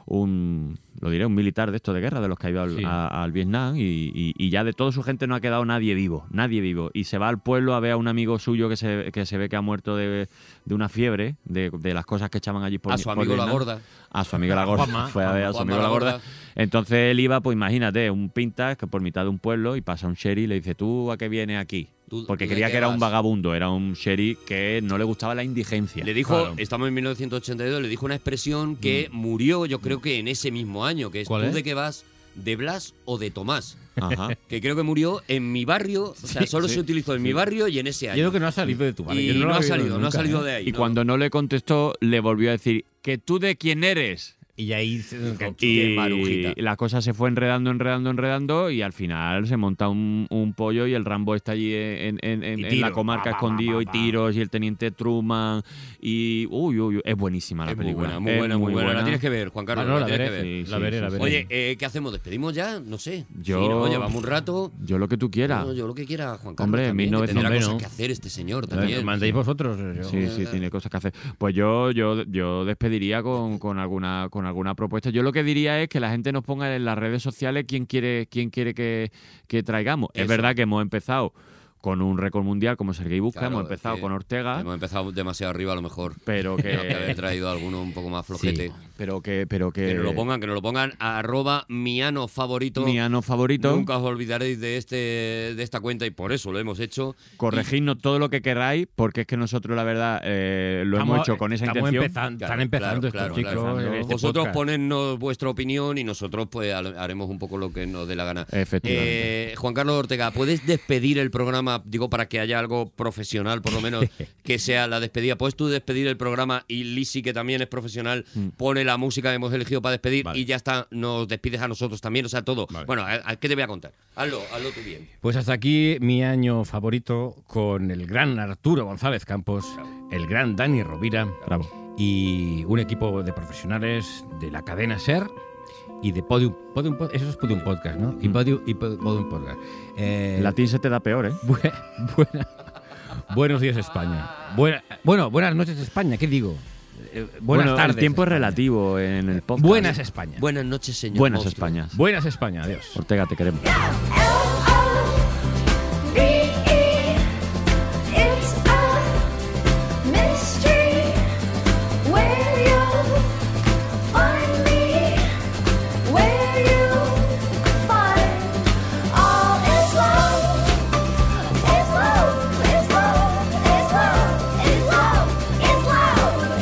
[SPEAKER 5] un- lo diré, un militar de esto de guerra, de los que ha ido al,
[SPEAKER 8] Sí.
[SPEAKER 5] a- al Vietnam. Y, y- y ya de toda su gente no ha quedado nadie vivo. Nadie vivo. Y se va al pueblo a ver a un amigo suyo que se, que se ve que ha muerto de, de una fiebre, de, de las cosas que echaban allí por
[SPEAKER 4] A su
[SPEAKER 5] por
[SPEAKER 4] amigo la
[SPEAKER 5] Vietnam.
[SPEAKER 4] gorda.
[SPEAKER 5] A su amigo la gorda.
[SPEAKER 8] Juanma,
[SPEAKER 5] Fue a ver a su
[SPEAKER 4] Juanma
[SPEAKER 5] amigo la
[SPEAKER 4] la gorda.
[SPEAKER 5] gorda. Entonces él iba, pues imagínate, un pintas que por mitad de un pueblo y pasa un sheriff y le dice, ¿tú a qué vienes aquí?
[SPEAKER 4] Tú-
[SPEAKER 5] Porque
[SPEAKER 4] tú de
[SPEAKER 5] creía
[SPEAKER 4] qué
[SPEAKER 5] que era un
[SPEAKER 4] vas.
[SPEAKER 5] vagabundo, era un sheriff que no le gustaba la indigencia.
[SPEAKER 4] Le dijo,
[SPEAKER 5] Claro. Mm.
[SPEAKER 4] estamos en 1982, le dijo una expresión que murió, yo creo que en ese mismo año, que es
[SPEAKER 8] ¿Cuál
[SPEAKER 4] tú
[SPEAKER 8] es?
[SPEAKER 4] de qué vas, de Blas o de Tomás,
[SPEAKER 5] Ajá.
[SPEAKER 4] que creo que murió en mi barrio, o sea,
[SPEAKER 2] Sí,
[SPEAKER 4] solo
[SPEAKER 2] sí.
[SPEAKER 4] se utilizó en mi barrio y en ese
[SPEAKER 2] Yo
[SPEAKER 4] este año.
[SPEAKER 2] creo que no ha salido de tu barrio.
[SPEAKER 4] y
[SPEAKER 2] Yo
[SPEAKER 4] no,
[SPEAKER 2] lo he
[SPEAKER 4] ha
[SPEAKER 2] oído
[SPEAKER 4] salido, no ha
[SPEAKER 2] nunca,
[SPEAKER 4] salido
[SPEAKER 2] ¿eh?
[SPEAKER 4] de ahí.
[SPEAKER 5] Y
[SPEAKER 4] no.
[SPEAKER 5] cuando no le contestó, le volvió a decir, ¿que tú de quién eres?
[SPEAKER 2] Y ahí se enganchó.
[SPEAKER 5] Y
[SPEAKER 4] Qué marujita.
[SPEAKER 5] la cosa se fue enredando, enredando, enredando y al final se monta un, un pollo y el Rambo está allí en, en- en-
[SPEAKER 2] Y
[SPEAKER 5] en la
[SPEAKER 2] tiro.
[SPEAKER 5] comarca
[SPEAKER 2] Pa, pa,
[SPEAKER 5] escondido
[SPEAKER 2] pa,
[SPEAKER 5] y
[SPEAKER 2] pa, pa.
[SPEAKER 5] tiros y el teniente Truman y... Uy, uy, uy, es buenísima la
[SPEAKER 4] Es muy
[SPEAKER 5] película.
[SPEAKER 4] buena, muy
[SPEAKER 5] es
[SPEAKER 4] buena, muy buena. La tienes que ver, Juan Carlos,
[SPEAKER 2] Ah, no,
[SPEAKER 4] la
[SPEAKER 2] la
[SPEAKER 4] tienes
[SPEAKER 2] veré,
[SPEAKER 4] que ver.
[SPEAKER 5] Sí,
[SPEAKER 2] la
[SPEAKER 5] sí,
[SPEAKER 2] veré,
[SPEAKER 5] sí,
[SPEAKER 2] la
[SPEAKER 5] sí.
[SPEAKER 2] veré.
[SPEAKER 4] Oye, eh, ¿qué hacemos? ¿Despedimos ya? No sé.
[SPEAKER 5] Yo-
[SPEAKER 4] Sí, ¿no? Llevamos un rato.
[SPEAKER 5] Yo lo que tú quieras.
[SPEAKER 4] No, yo lo que quiera, Juan Carlos.
[SPEAKER 5] Hombre,
[SPEAKER 4] también, que
[SPEAKER 5] 1900,
[SPEAKER 4] tendrá
[SPEAKER 2] hombre,
[SPEAKER 4] cosas
[SPEAKER 2] no.
[SPEAKER 4] que hacer este señor
[SPEAKER 2] Lo
[SPEAKER 4] también.
[SPEAKER 2] mandéis vosotros. yo-
[SPEAKER 5] Sí, sí, tiene cosas que hacer. Pues yo, yo, yo despediría con, con alguna, con alguna propuesta. Yo lo que diría es que la gente nos ponga en las redes sociales quién quiere, quién quiere que, que traigamos. Es
[SPEAKER 4] Eso.
[SPEAKER 5] verdad que hemos empezado con un récord mundial como Sergei Busca,
[SPEAKER 4] Claro,
[SPEAKER 5] hemos
[SPEAKER 4] es
[SPEAKER 5] empezado
[SPEAKER 4] que
[SPEAKER 5] con Ortega,
[SPEAKER 4] Hemos empezado demasiado arriba a lo mejor.
[SPEAKER 5] pero
[SPEAKER 4] Tenemos que haber
[SPEAKER 5] que,
[SPEAKER 4] traído alguno un poco más flojete.
[SPEAKER 5] pero que, pero que,
[SPEAKER 4] Que nos lo pongan, que nos lo pongan. Arroba miano favorito.
[SPEAKER 5] Miano favorito.
[SPEAKER 4] Nunca os olvidaréis de este de esta cuenta y por eso lo hemos hecho.
[SPEAKER 5] Corregidnos todo lo que queráis, porque es que nosotros, la verdad, eh, lo
[SPEAKER 2] Estamos-
[SPEAKER 5] hemos hecho con esa
[SPEAKER 2] estamos
[SPEAKER 5] intención.
[SPEAKER 2] empezando-
[SPEAKER 4] Claro,
[SPEAKER 2] están empezando
[SPEAKER 4] claro,
[SPEAKER 2] estos
[SPEAKER 4] claro,
[SPEAKER 2] chicos.
[SPEAKER 5] claro.
[SPEAKER 2] eh, este
[SPEAKER 4] Vosotros
[SPEAKER 2] podcast.
[SPEAKER 4] ponednos vuestra opinión y nosotros pues ha- haremos un poco lo que nos dé la gana.
[SPEAKER 5] Efectivamente.
[SPEAKER 4] Eh, Juan Carlos Ortega, ¿puedes despedir el programa? Digo, para que haya algo profesional, por lo menos, que sea la despedida. ¿Puedes tú despedir el programa y Lisi, que también es profesional, pone la música que hemos elegido para despedir
[SPEAKER 2] Mm. Vale.
[SPEAKER 4] y ya está, nos despides a nosotros también? O sea, todo.
[SPEAKER 2] Vale.
[SPEAKER 4] Bueno, a- a- ¿qué te voy a contar? Hazlo, hazlo tú bien.
[SPEAKER 2] Pues hasta aquí mi año favorito con el gran Arturo González Campos, el gran Dani Rovira y un equipo de profesionales de la cadena Ser y de Podium. Podium Pod- eso es Podium Podcast, ¿no?
[SPEAKER 4] Mm.
[SPEAKER 2] Y Podium, y Pod- Podium Podcast. Eh,
[SPEAKER 5] El latín se te da peor, ¿eh?
[SPEAKER 2] bu- buena- buenos días, España. Buena- bueno, buenas noches, España. ¿Qué digo? Eh, buenas
[SPEAKER 5] bueno,
[SPEAKER 2] tardes.
[SPEAKER 5] el tiempo es
[SPEAKER 2] España.
[SPEAKER 5] relativo en el podcast. ¿eh?
[SPEAKER 2] Buenas, España.
[SPEAKER 4] Buenas noches, señor.
[SPEAKER 5] Buenas
[SPEAKER 4] monstruo.
[SPEAKER 5] Españas.
[SPEAKER 2] Buenas, España. Adiós.
[SPEAKER 5] Ortega, te queremos.
[SPEAKER 7] L-O-V-E. E, It's a mystery where you find me, where you find all is love. It's love, it's love, it's love, it's love,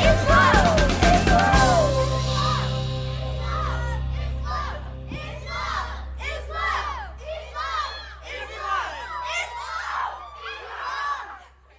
[SPEAKER 7] it's love, it's love, it's love.